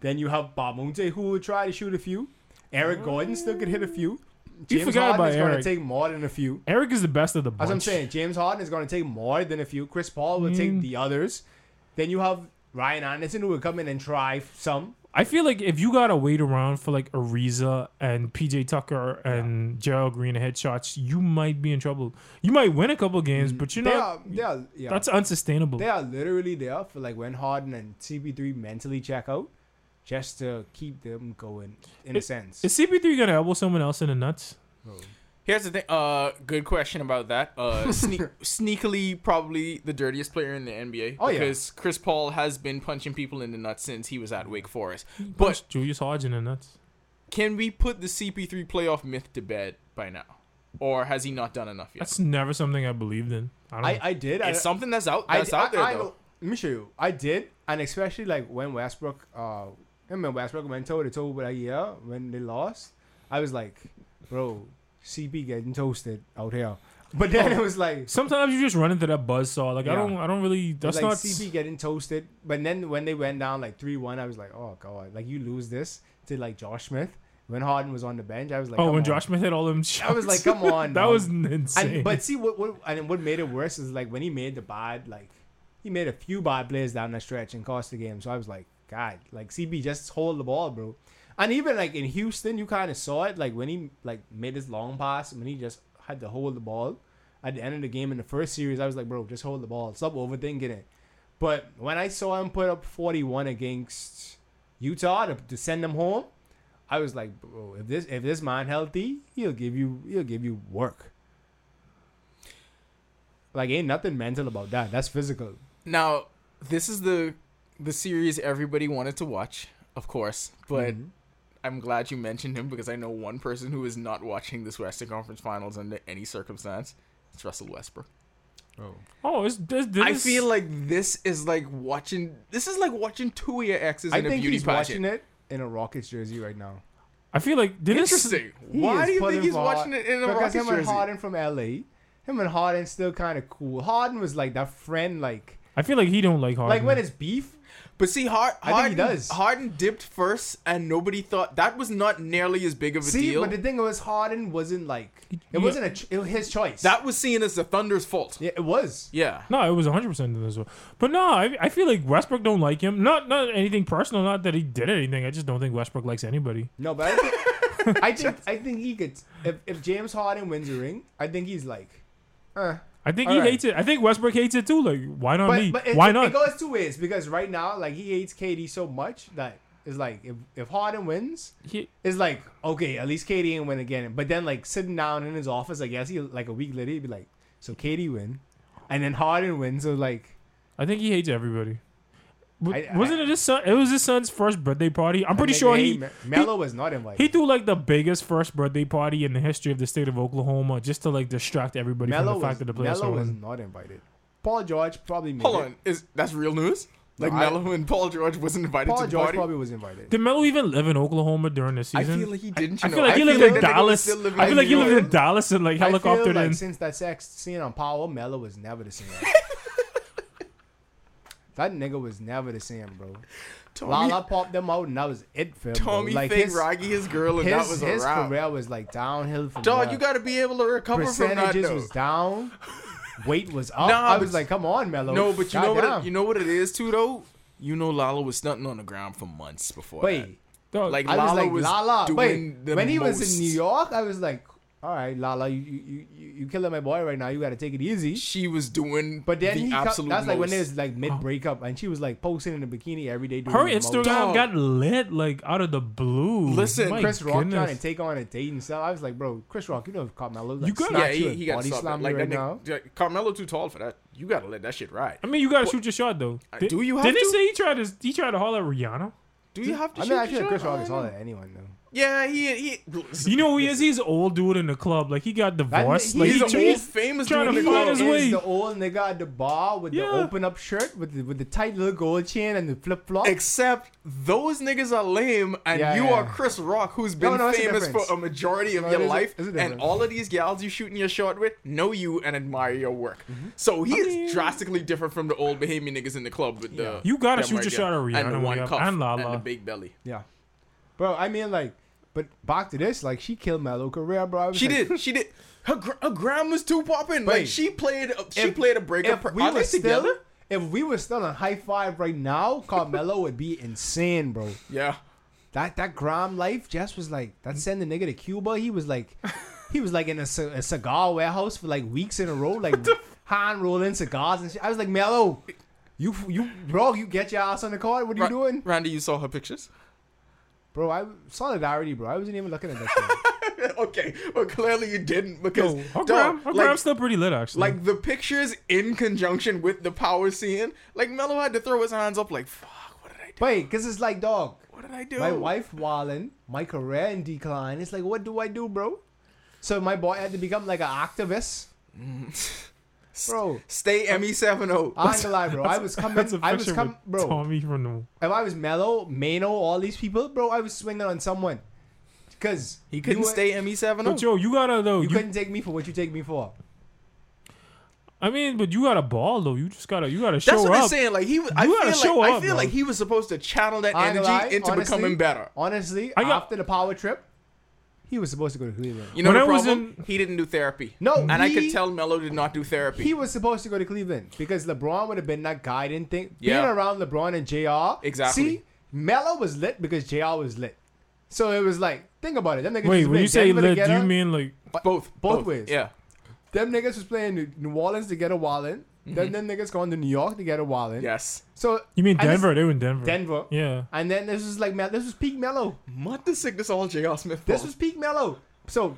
Speaker 7: then you have Bamunte who will try to shoot a few, Eric Gordon still could hit a few.
Speaker 6: You
Speaker 7: James
Speaker 6: forgot
Speaker 7: Harden
Speaker 6: about
Speaker 7: is going to
Speaker 6: Eric.
Speaker 7: take more than a few.
Speaker 6: Eric is the best of the bunch.
Speaker 7: As I'm saying, James Harden is going to take more than a few. Chris Paul will take
Speaker 6: Mm.
Speaker 7: the others. Then you have Ryan Anderson who will come in and try some.
Speaker 6: I feel like if you gotta wait around for like Ariza and PJ Tucker and Gerald Green headshots, you might be in trouble. You might win a couple games, but you're
Speaker 7: Mm, They
Speaker 6: not.
Speaker 7: are, they are, yeah.
Speaker 6: That's unsustainable.
Speaker 7: They are literally there for like when Harden and CP3 mentally check out, just to keep them going in a
Speaker 6: It-
Speaker 7: sense.
Speaker 6: Is CP3 gonna elbow someone else in the nuts?
Speaker 5: Here's the thing. Uh, good question about that. Uh, sne- sneakily, probably the dirtiest player in the NBA.
Speaker 7: Oh, yeah.
Speaker 5: Because Chris Paul has been punching people in the nuts since he was at Wake Forest. But
Speaker 6: Punch Julius Hodge in the nuts.
Speaker 5: can we put the CP3 playoff myth to bed by now, or has he not done enough yet?
Speaker 6: That's never something I believed in. I don't.
Speaker 7: I, I did. I,
Speaker 5: it's something that's out.
Speaker 7: I,
Speaker 5: That's
Speaker 7: I,
Speaker 5: out there
Speaker 7: I-
Speaker 5: though.
Speaker 7: Let me show you. I did, and especially like when Westbrook, uh, him and Westbrook went toe to toe with a year when they lost. I was like, bro, CP getting toasted out here. But
Speaker 6: Oh.
Speaker 7: then it was like,
Speaker 6: Sometimes you just run into that buzzsaw. Like I
Speaker 7: Yeah.
Speaker 6: don't. I don't really. That's
Speaker 7: like
Speaker 6: not.
Speaker 7: CP getting toasted. But then when they went down like three one, I was like, oh god, like you lose this to like Josh Smith when Harden was on the bench. I was like,
Speaker 6: oh,
Speaker 7: come
Speaker 6: when
Speaker 7: on.
Speaker 6: Josh Smith hit all them shots.
Speaker 7: I was like, come on,
Speaker 6: that
Speaker 7: dog.
Speaker 6: was insane.
Speaker 7: And, but see what what and what made it worse is like when he made the bad like he made a few bad plays down the stretch and cost the game. So I was like, God, like CB just hold the ball, bro. And even like in Houston, you kind of saw it like when he like made his long pass when he just had to hold the ball at the end of the game in the first series. I was like, bro, just hold the ball. Stop overthinking it. But when I saw him put up 41 against Utah to, to send them home, I was like, bro, if this if this man healthy, he'll give you he'll give you work. Like ain't nothing mental about that. That's physical.
Speaker 5: Now, this is the the series everybody wanted to watch, of course, but
Speaker 7: Mm-hmm.
Speaker 5: I'm glad you mentioned him because I know one person who is not watching this Western Conference Finals under any circumstance. It's Russell Westbrook.
Speaker 6: oh, it's, this, this,
Speaker 5: I feel like this is like watching this is like watching two of your exes
Speaker 7: I
Speaker 5: in a
Speaker 7: think
Speaker 5: beauty
Speaker 7: he's watching
Speaker 5: pageant.
Speaker 7: it in a Rockets jersey right now.
Speaker 6: I feel like didn't
Speaker 5: Interesting.
Speaker 7: He
Speaker 5: Why
Speaker 7: is
Speaker 5: do you
Speaker 7: pulling
Speaker 5: think he's
Speaker 7: for-
Speaker 5: watching it in a
Speaker 7: because
Speaker 5: Rockets
Speaker 7: him and
Speaker 5: jersey?
Speaker 7: Harden from LA. Him and Harden still kind of cool. Harden was like that friend, like
Speaker 6: I feel like he don't like Harden.
Speaker 7: like when it's beef.
Speaker 5: But see, Har-
Speaker 7: I think
Speaker 5: Harden
Speaker 7: he does.
Speaker 5: Harden dipped first, and nobody thought that was not nearly as big of a
Speaker 7: See,
Speaker 5: deal.
Speaker 7: but the thing was Harden wasn't like it
Speaker 6: Yeah.
Speaker 7: wasn't a ch- it was his choice.
Speaker 5: that was seen as the Thunder's fault.
Speaker 7: yeah, it was.
Speaker 5: yeah.
Speaker 6: No, it was 100 percent in this one. But no, I, I feel like Westbrook don't like him. Not not anything personal. Not that he did anything. I just don't think Westbrook likes anybody.
Speaker 7: No, but I think I think, I think he could. If, if James Harden wins a ring, I think he's like, uh,
Speaker 6: I think
Speaker 7: All
Speaker 6: he
Speaker 7: right.
Speaker 6: hates it. I think Westbrook hates it too. Like why not me?
Speaker 7: but, but it,
Speaker 6: why
Speaker 7: it-
Speaker 6: not?
Speaker 7: It goes two ways because right now, like he hates KD so much that it's like if, if Harden wins,
Speaker 6: He-
Speaker 7: it's like okay, at least KD didn't win again. But then like sitting down in his office, I guess he like a week later he'd be like, so KD win, and then Harden wins. So like,
Speaker 6: I think he hates everybody. W-
Speaker 7: I-
Speaker 6: wasn't
Speaker 7: I-
Speaker 6: it his son? It was his son's first birthday party. I'm pretty
Speaker 7: nigga,
Speaker 6: sure
Speaker 7: hey,
Speaker 6: he,
Speaker 7: Me- Melo was not invited.
Speaker 6: he threw like the biggest first birthday party in the history of the state of Oklahoma just to like distract everybody
Speaker 7: Melo
Speaker 6: from the fact
Speaker 7: was,
Speaker 6: that the playoffs are
Speaker 7: Melo was
Speaker 6: winning.
Speaker 7: not invited. Paul George probably made
Speaker 5: Hold
Speaker 7: it.
Speaker 5: on, is that's real news? Like
Speaker 7: No, I-
Speaker 5: Melo and Paul George wasn't invited
Speaker 7: Paul
Speaker 5: to the
Speaker 7: George
Speaker 5: party.
Speaker 7: probably was invited.
Speaker 6: Did Melo even live in Oklahoma during the
Speaker 5: I
Speaker 6: season?
Speaker 5: feel like he didn't.
Speaker 6: I
Speaker 5: You
Speaker 6: feel
Speaker 5: know.
Speaker 6: like he lived
Speaker 5: that
Speaker 6: in
Speaker 5: nigga was
Speaker 6: Dallas.
Speaker 5: still living
Speaker 6: I feel like he
Speaker 5: New
Speaker 6: lived
Speaker 5: York.
Speaker 6: in Dallas and like
Speaker 7: I feel
Speaker 6: helicoptered
Speaker 7: like
Speaker 6: in.
Speaker 7: since that sex scene on Power, Mello was never the same. that nigga was never the same, bro.
Speaker 5: Tommy,
Speaker 7: Lala popped them out, and that was it for him. bro.
Speaker 5: Tommy
Speaker 7: like
Speaker 5: Fake
Speaker 7: his,
Speaker 5: Rocky his girl, and
Speaker 7: his,
Speaker 5: that was a
Speaker 7: his
Speaker 5: wrap.
Speaker 7: career was like downhill from
Speaker 5: Dog,
Speaker 7: there.
Speaker 5: you got to be able to recover from that.
Speaker 7: percentages
Speaker 5: though.
Speaker 7: was down, weight was up.
Speaker 5: Nah,
Speaker 7: I
Speaker 5: but-
Speaker 7: was like, come on, Mello.
Speaker 5: No, but you know what? It,
Speaker 7: Goddamn.
Speaker 5: you know what it is too, though. You know, Lala was stunting on the ground for months before.
Speaker 7: Wait,
Speaker 5: that.
Speaker 6: Dog,
Speaker 5: like
Speaker 7: I
Speaker 5: Lala
Speaker 7: was like, Lala.
Speaker 5: doing
Speaker 7: Wait,
Speaker 5: the
Speaker 7: when he was
Speaker 5: most.
Speaker 7: in New York, I was like, all right, Lala, you you you- you you killing my boy right now. You got to take it easy.
Speaker 5: she was doing.
Speaker 7: But then
Speaker 5: the
Speaker 7: he cut, that's
Speaker 5: absolute
Speaker 7: like when
Speaker 5: most.
Speaker 7: it was like mid breakup, and she was like posting in a bikini every day. Doing
Speaker 6: her
Speaker 7: the most.
Speaker 6: Instagram
Speaker 5: Dog.
Speaker 6: got lit like out of the blue.
Speaker 5: Listen,
Speaker 6: My
Speaker 7: Chris Rock trying
Speaker 6: goodness.
Speaker 7: to take on a date and stuff. I was like, bro, Chris Rock, you know if Carmelo like,
Speaker 6: You got-
Speaker 5: Yeah,
Speaker 7: snatched you
Speaker 5: he,
Speaker 7: and
Speaker 5: he got
Speaker 7: body
Speaker 5: stopped.
Speaker 7: slammed
Speaker 5: Like
Speaker 7: you
Speaker 5: that
Speaker 7: right
Speaker 5: nigga,
Speaker 7: now.
Speaker 5: like, Carmelo too tall for that. You got to let that shit ride.
Speaker 6: I mean, you gotta shoot your shot though.
Speaker 5: Uh,
Speaker 6: Did-
Speaker 5: do you have
Speaker 6: Didn't
Speaker 5: to?
Speaker 6: he say he tried to? He tried to holler at Rihanna.
Speaker 5: Do you have to?
Speaker 7: I mean,
Speaker 5: shoot your
Speaker 7: actually,
Speaker 5: shot?
Speaker 7: Chris Rock
Speaker 5: I
Speaker 7: is
Speaker 5: don't
Speaker 7: all
Speaker 5: know.
Speaker 7: at anyone though.
Speaker 5: Yeah, he he.
Speaker 6: You know who he is? He's an old dude in the club. Like he got divorced.
Speaker 7: he-
Speaker 6: like,
Speaker 5: He's
Speaker 6: he
Speaker 5: an
Speaker 6: tra-
Speaker 5: old famous
Speaker 6: trying
Speaker 5: dude.
Speaker 6: to
Speaker 5: in the
Speaker 6: find
Speaker 5: club.
Speaker 6: his
Speaker 7: Is
Speaker 6: way.
Speaker 7: the old nigga at the bar with
Speaker 6: Yeah.
Speaker 7: the open up shirt with the, with the tight little gold chain and the flip flop?
Speaker 5: Except those niggas are lame, and
Speaker 7: Yeah,
Speaker 5: you
Speaker 7: yeah.
Speaker 5: are Chris Rock, who's been
Speaker 7: No, no, it's a
Speaker 5: famous for
Speaker 7: difference.
Speaker 5: a majority of
Speaker 7: No,
Speaker 5: your
Speaker 7: it is a-
Speaker 5: life,
Speaker 7: it's a
Speaker 5: and
Speaker 7: difference.
Speaker 5: all of these gals you shooting your shot with know you and admire your work.
Speaker 7: Mm-hmm.
Speaker 5: So he is drastically different from the old Bahamian niggas in the club with the
Speaker 6: You gotta
Speaker 5: them
Speaker 6: shoot your shot at
Speaker 5: there,
Speaker 6: Rihanna
Speaker 5: and the
Speaker 6: when
Speaker 5: one
Speaker 6: you have-
Speaker 5: cuff
Speaker 6: and Lala.
Speaker 5: the big belly.
Speaker 7: yeah, bro. I mean, like But back to this, like she killed Melo career, bro. I was
Speaker 5: She
Speaker 7: like,
Speaker 5: did. She did. Her gr- her grandma's too popping. Like
Speaker 7: Wait.
Speaker 5: she played. She
Speaker 7: If-
Speaker 5: played a breakup.
Speaker 7: If
Speaker 5: Are
Speaker 7: we were
Speaker 5: they
Speaker 7: still,
Speaker 5: together?
Speaker 7: if we were still on high five right now, Carmelo would be insane, bro.
Speaker 5: Yeah.
Speaker 7: That that Grom life, Jess was like, that send the nigga to Cuba. He was like, he was like in a, ci- a cigar warehouse for like weeks in a row, like hand rolling cigars and shit. I was like, Mello, you you bro, you get your ass on the court. What are you
Speaker 5: Ra-
Speaker 7: doing,
Speaker 5: Randy, you saw her pictures.
Speaker 7: bro? I solidarity, bro. I wasn't even looking at that. shit.
Speaker 5: okay, well clearly you didn't because
Speaker 6: Her
Speaker 5: dog,
Speaker 6: gram, her
Speaker 5: like,
Speaker 6: gram's still pretty lit actually.
Speaker 5: like the pictures in conjunction with the power scene, like Melo had to throw his hands up, like fuck, what did I do?
Speaker 7: Wait, cause it's like, dog,
Speaker 5: What did I do?
Speaker 7: my wife wallin, my career in decline. It's like, what do I do, bro? So my boy had to become like an activist,
Speaker 6: Mm.
Speaker 7: bro.
Speaker 5: Stay Emmy seven oh. zero.
Speaker 7: I ain't gonna lie, bro. I was coming.
Speaker 6: That's a
Speaker 7: I was
Speaker 6: picture
Speaker 7: coming,
Speaker 6: with
Speaker 7: bro.
Speaker 6: Tommy from the
Speaker 7: If I was Mello, Mano, all these people, bro, I was swinging on someone. Because
Speaker 5: He couldn't stay Emmy seven oh.
Speaker 6: But
Speaker 5: zero.
Speaker 6: yo, you gotta though.
Speaker 7: You,
Speaker 6: You
Speaker 7: couldn't take me for what you take me for.
Speaker 6: I mean, but you gotta ball though. You just gotta. You gotta show
Speaker 5: That's what
Speaker 6: up.
Speaker 5: I'm saying. Like he, was, I
Speaker 6: You gotta
Speaker 5: feel,
Speaker 6: show
Speaker 5: like, I
Speaker 6: up,
Speaker 5: feel
Speaker 6: bro.
Speaker 5: like he was supposed to channel that
Speaker 7: I ain't
Speaker 5: energy
Speaker 7: gonna lie,
Speaker 5: into
Speaker 7: honestly-
Speaker 5: becoming better.
Speaker 7: Honestly,
Speaker 6: I got-
Speaker 7: after the power trip, he was supposed to go to Cleveland.
Speaker 5: You know
Speaker 6: When
Speaker 5: the
Speaker 6: I was
Speaker 5: problem?
Speaker 6: in-
Speaker 5: he didn't do therapy.
Speaker 7: No,
Speaker 5: and I could
Speaker 7: he-
Speaker 5: tell Melo did not do therapy.
Speaker 7: He was supposed to go to Cleveland because LeBron would have been that guiding thing. Being
Speaker 5: Yeah.
Speaker 7: around LeBron and JR.
Speaker 5: Exactly.
Speaker 7: See, Melo was lit because JR was lit. So it was like, think about it. Them niggas
Speaker 6: Wait,
Speaker 7: was
Speaker 6: when you
Speaker 7: playing
Speaker 6: say
Speaker 7: Denver
Speaker 6: lit, do
Speaker 7: together.
Speaker 6: you mean like?
Speaker 5: both,
Speaker 7: both ways.
Speaker 5: Yeah,
Speaker 7: them niggas was playing New- New Orleans to get a Wallin. Then
Speaker 5: Mm-hmm.
Speaker 7: them niggas going to New York to get a Wallin.
Speaker 5: yes.
Speaker 7: So
Speaker 6: You mean
Speaker 7: and this-
Speaker 6: Denver? they were in Denver.
Speaker 7: Denver.
Speaker 6: Yeah.
Speaker 7: And then this was like Mel- this was peak Mello.
Speaker 5: What the sickness all J.R. Smith?
Speaker 7: This
Speaker 5: fault.
Speaker 7: was peak Mello. So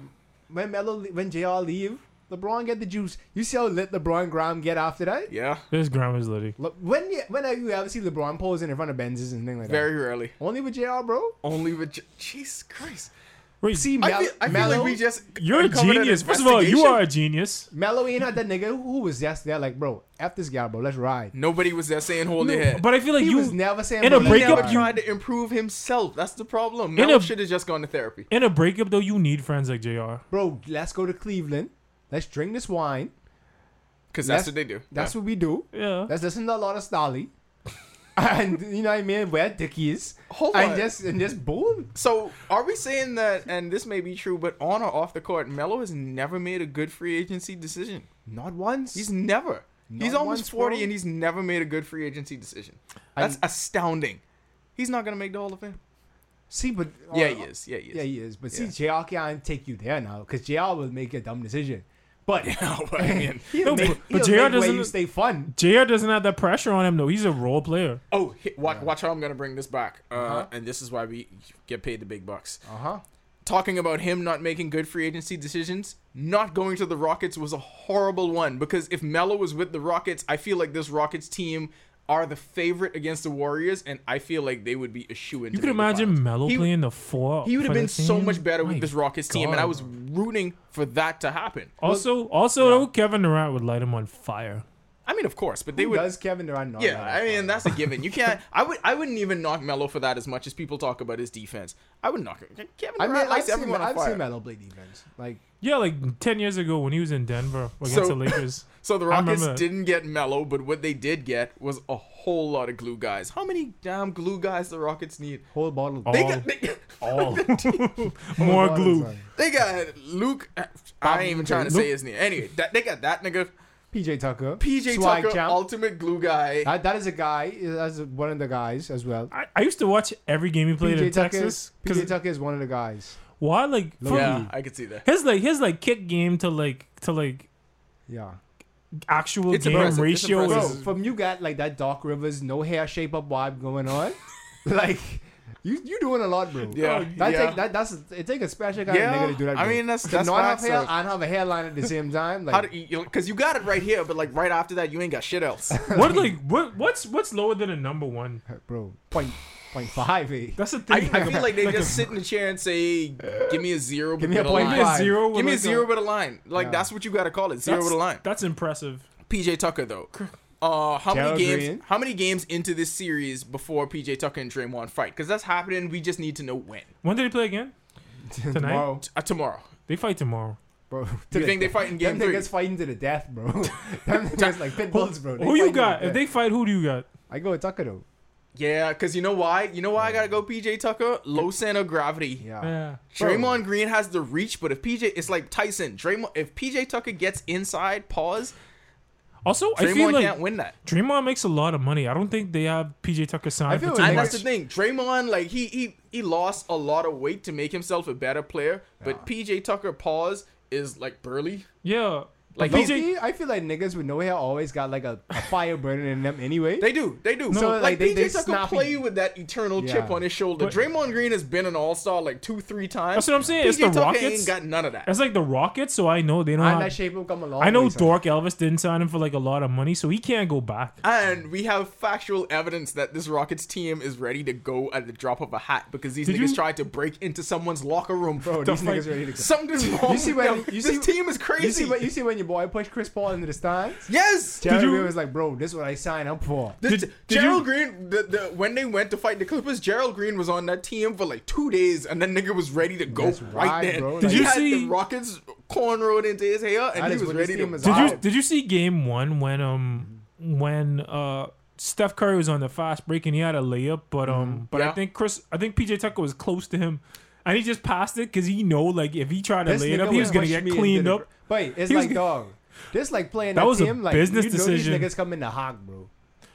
Speaker 7: when Mello le- when JR leave, LeBron get the juice. You see how lit LeBron Graham get after that?
Speaker 5: yeah,
Speaker 6: This grandma's litty.
Speaker 7: Le- when you, when have you ever seen LeBron posing in front of Benzes and things like
Speaker 5: very rarely.
Speaker 7: that? Only with JR, bro.
Speaker 5: Only with J- Jesus Christ.
Speaker 6: Wait,
Speaker 7: See
Speaker 5: I
Speaker 7: Mel-
Speaker 5: feel, I feel
Speaker 7: Mello.
Speaker 5: like we just
Speaker 6: you're a
Speaker 5: uncovered an
Speaker 6: genius. First of all, you
Speaker 5: investigation.
Speaker 6: are a genius.
Speaker 7: Mello ain't had that nigga who- who was just there like, bro, F this guy, bro, let's ride.
Speaker 5: Nobody was there saying hold your head.
Speaker 6: But I feel like
Speaker 7: He
Speaker 6: Mm. you
Speaker 7: was never saying
Speaker 6: in a
Speaker 7: bro,
Speaker 5: he
Speaker 7: let's
Speaker 6: breakup,
Speaker 5: never
Speaker 7: ride.
Speaker 6: you-
Speaker 5: tried to improve himself. That's the problem.
Speaker 6: In
Speaker 5: Melo
Speaker 6: a-
Speaker 5: should have just gone to therapy.
Speaker 6: in a breakup though. You need friends like Jr.
Speaker 7: bro, let's go to Cleveland. Let's drink this wine.
Speaker 5: Because that's,
Speaker 7: That's-
Speaker 5: what they do.
Speaker 7: That's what we do.
Speaker 6: Yeah.
Speaker 7: Let's listen to a lot of Stolly. and you know what I mean? Wear dickies.
Speaker 5: Hold
Speaker 7: and
Speaker 5: on.
Speaker 7: just and just boom.
Speaker 5: So are we saying that? And this may be true, but on or off the court, Melo has never made a good free agency decision.
Speaker 7: Not once.
Speaker 5: He's never. he's
Speaker 7: Not
Speaker 5: almost
Speaker 7: once,
Speaker 5: forty,
Speaker 7: bro.
Speaker 5: and he's never made a good free agency decision. That's astounding. He's not gonna make the Hall of Fame.
Speaker 7: see, but uh,
Speaker 5: Yeah, he is. Yeah, he is.
Speaker 7: Yeah, he is. But see, JR can't take you there now because JR will make a dumb decision. But
Speaker 5: but I mean-
Speaker 6: No,
Speaker 7: he'll make,
Speaker 6: but-
Speaker 7: he'll
Speaker 6: but JR
Speaker 7: make where
Speaker 6: doesn't-
Speaker 7: you stay fun.
Speaker 6: Jr. doesn't have that pressure on him though. He's a role player.
Speaker 5: Oh, hi- watch, watch how I'm gonna bring this back. Uh,
Speaker 6: Uh-huh.
Speaker 5: And this is why we get paid the big bucks.
Speaker 7: Uh huh.
Speaker 5: talking about him not making good free agency decisions, not going to the Rockets was a horrible one because if Melo was with the Rockets, I feel like this Rockets team are the favorite against the Warriors, and I feel like they would be a shoe in.
Speaker 6: You could imagine Melo playing the four.
Speaker 5: He would have
Speaker 6: for
Speaker 5: been
Speaker 6: the
Speaker 5: so
Speaker 6: team?
Speaker 5: much better with
Speaker 6: My
Speaker 5: this Rockets team, and I
Speaker 6: God.
Speaker 5: was rooting for that to happen.
Speaker 6: Also, also though, Kevin Durant would light him on fire.
Speaker 5: I mean, of course, but they
Speaker 7: Who
Speaker 5: would.
Speaker 7: does Kevin Durant not?
Speaker 5: Yeah,
Speaker 7: like
Speaker 5: I
Speaker 7: that?
Speaker 5: mean that's a given. You can't. I would. I wouldn't even knock Melo for that as much as people talk about his defense. I would knock him. Kevin
Speaker 7: I mean,
Speaker 5: Durant
Speaker 7: I've
Speaker 5: lights
Speaker 7: seen,
Speaker 5: everyone on
Speaker 7: I've
Speaker 5: fire.
Speaker 7: seen Melo play defense. Like,
Speaker 6: Yeah, like ten years ago when he was in Denver against
Speaker 5: So-
Speaker 6: the Lakers.
Speaker 5: So the
Speaker 6: I remember
Speaker 5: Rockets
Speaker 6: that.
Speaker 5: didn't get Mello, but what they did get was a whole lot of glue guys. How many damn glue guys the Rockets need?
Speaker 7: whole bottle.
Speaker 6: Oh,
Speaker 5: They got they,
Speaker 6: All
Speaker 5: Oh
Speaker 6: more glue.
Speaker 5: they got Luke. I ain't even trying to say his name. Anyway, that, they got that nigga
Speaker 7: PJ Tucker.
Speaker 5: PJ
Speaker 7: Swag
Speaker 5: Tucker,
Speaker 7: champ.
Speaker 5: ultimate glue guy.
Speaker 7: That, that is a guy. uh, That's one of the guys as well.
Speaker 6: I, I used to watch every game he played in
Speaker 7: PJ Tucker.
Speaker 6: Texas.
Speaker 7: PJ
Speaker 6: Because
Speaker 7: Tucker is one of the guys.
Speaker 6: why, like, from
Speaker 5: yeah, I could see that.
Speaker 6: his like his like kick game to like to like
Speaker 7: Yeah.
Speaker 6: actual
Speaker 5: It's
Speaker 6: game
Speaker 5: impressive. It's
Speaker 6: ratio
Speaker 7: Bro,
Speaker 5: impressive.
Speaker 6: is
Speaker 7: from you got like that Doc Rivers no hair shape up vibe going on, like you you doing a lot, bro.
Speaker 5: Yeah,
Speaker 7: that
Speaker 5: yeah.
Speaker 7: take that that's it take a special kind
Speaker 5: Yeah,
Speaker 7: of nigga to do that.
Speaker 5: I
Speaker 7: bro.
Speaker 5: mean, that's-
Speaker 7: To
Speaker 5: that's
Speaker 7: not have
Speaker 5: facts,
Speaker 7: hair
Speaker 5: though.
Speaker 7: and have a hairline at the same time. Like
Speaker 5: How do you, Cause you got it right here, but like right after that, you ain't got shit else.
Speaker 6: what like what what's what's lower than a number one?
Speaker 7: bro, point point five eight.
Speaker 6: That's the
Speaker 5: I,
Speaker 6: thing.
Speaker 5: I feel like they
Speaker 6: a-
Speaker 5: just sit in the chair and say, "Give me a zero,
Speaker 7: Give
Speaker 5: but
Speaker 7: me
Speaker 5: with
Speaker 7: a
Speaker 5: a
Speaker 7: point
Speaker 5: line.
Speaker 7: five.
Speaker 6: zero.
Speaker 5: Give
Speaker 6: with,
Speaker 5: me a
Speaker 6: like,
Speaker 5: zero, but a line. Like that's what you gotta call it. Zero
Speaker 6: that's-
Speaker 5: with a line.
Speaker 6: That's impressive.
Speaker 5: PJ Tucker though. Uh, how many
Speaker 7: Gerald
Speaker 5: games?
Speaker 7: Green.
Speaker 5: How many games into this series before PJ Tucker and Draymond fight? Because that's happening. We just need to know when.
Speaker 6: When did they play again? Tonight.
Speaker 7: Tomorrow,
Speaker 5: Uh, tomorrow.
Speaker 6: They fight tomorrow.
Speaker 7: bro.
Speaker 5: Do you think they fight in game
Speaker 7: Them
Speaker 5: three?
Speaker 7: niggas fighting to the death, bro. Them niggas like pit bulls, bro. They
Speaker 6: who you
Speaker 7: fighting to the
Speaker 6: got? If
Speaker 7: death.
Speaker 6: they fight, who do you got?
Speaker 7: I go with Tucker though.
Speaker 5: Yeah, because you know why? You know why I gotta go PJ Tucker? Low center of gravity.
Speaker 7: Yeah.
Speaker 6: Yeah.
Speaker 5: Draymond Green has the reach, but if PJ, it's like Tyson. Draymond, if PJ Tucker gets inside, pause.
Speaker 6: Also, I feel
Speaker 5: Draymond
Speaker 6: like
Speaker 5: can't win that.
Speaker 6: Draymond makes a lot of money. I don't think they have PJ Tucker signed for
Speaker 7: feel
Speaker 6: two
Speaker 7: like
Speaker 5: And
Speaker 6: years.
Speaker 5: that's the thing. Draymond, like he he he lost a lot of weight to make himself a better player, but PJ Tucker pause is like burly.
Speaker 6: Yeah.
Speaker 5: Like,
Speaker 6: Like
Speaker 5: low
Speaker 6: PJ,
Speaker 7: I feel like niggas with no hair always got like a, a fire burning in them anyway.
Speaker 5: They do, they do.
Speaker 7: So,
Speaker 5: like,
Speaker 7: like, they-
Speaker 5: PJ
Speaker 7: they
Speaker 5: Tucker
Speaker 7: snappy.
Speaker 5: play with that eternal chip
Speaker 7: Yeah.
Speaker 5: on his shoulder.
Speaker 6: But-
Speaker 5: Draymond Green has been an All Star like two, three times.
Speaker 6: That's what I'm saying.
Speaker 5: PJ
Speaker 6: It's the
Speaker 5: Tucker
Speaker 6: Rockets.
Speaker 5: ain't got none of that.
Speaker 6: that's like the Rockets, so I know they don't.
Speaker 5: Uh-huh.
Speaker 7: and
Speaker 6: Have,
Speaker 7: that shape will come along.
Speaker 6: I know Dork Elvis didn't sign him for like a lot of money, so he can't go back.
Speaker 5: And we have factual evidence that this Rockets team is ready to go at the drop of a hat because these
Speaker 6: Did
Speaker 5: niggas
Speaker 6: you-
Speaker 5: tried to break into someone's locker room.
Speaker 7: Bro, these niggas ready to go.
Speaker 5: Something's wrong.
Speaker 7: You see
Speaker 5: with
Speaker 7: when
Speaker 5: them.
Speaker 7: you
Speaker 5: this
Speaker 7: see-
Speaker 5: team is crazy.
Speaker 7: You see, what, you see when your boy pushed Chris Paul into the stands?
Speaker 5: yes.
Speaker 7: Jerry
Speaker 6: you-
Speaker 7: Real was like, bro, this is what I signed up for.
Speaker 5: The-
Speaker 6: Did-
Speaker 5: the-
Speaker 6: did
Speaker 5: Gerald
Speaker 6: you-
Speaker 5: Green, the, the, when they went to fight the Clippers, Gerald Green was on that team for like two days, and that nigga was ready to go
Speaker 7: That's
Speaker 5: right,
Speaker 7: right,
Speaker 5: then.
Speaker 7: bro.
Speaker 5: Did
Speaker 7: Did
Speaker 5: you
Speaker 6: you
Speaker 5: had the
Speaker 6: see-
Speaker 5: Rockets cornrowed into his hair, and
Speaker 7: That
Speaker 5: he
Speaker 7: is
Speaker 5: was
Speaker 7: what
Speaker 5: ready
Speaker 7: this
Speaker 5: to.
Speaker 7: team is
Speaker 6: Did
Speaker 7: Wow.
Speaker 6: you did you see game one when um when uh Steph Curry was on the fast break and he had a layup, but
Speaker 7: Mm-hmm.
Speaker 6: um but
Speaker 5: Yeah.
Speaker 6: I think Chris I think PJ Tucker was close to him and he just passed it because he know like if he tried to
Speaker 7: This
Speaker 6: lay it
Speaker 7: nigga
Speaker 6: up he was gonna
Speaker 7: push
Speaker 6: get
Speaker 7: me into
Speaker 6: cleaned
Speaker 7: the
Speaker 6: up.
Speaker 7: gr- Wait, it's
Speaker 6: He was
Speaker 7: like, dog. This like playing
Speaker 6: That
Speaker 7: that
Speaker 6: was a
Speaker 7: team, like,
Speaker 6: business
Speaker 7: you Know
Speaker 6: decision.
Speaker 7: these niggas coming to hawk, bro.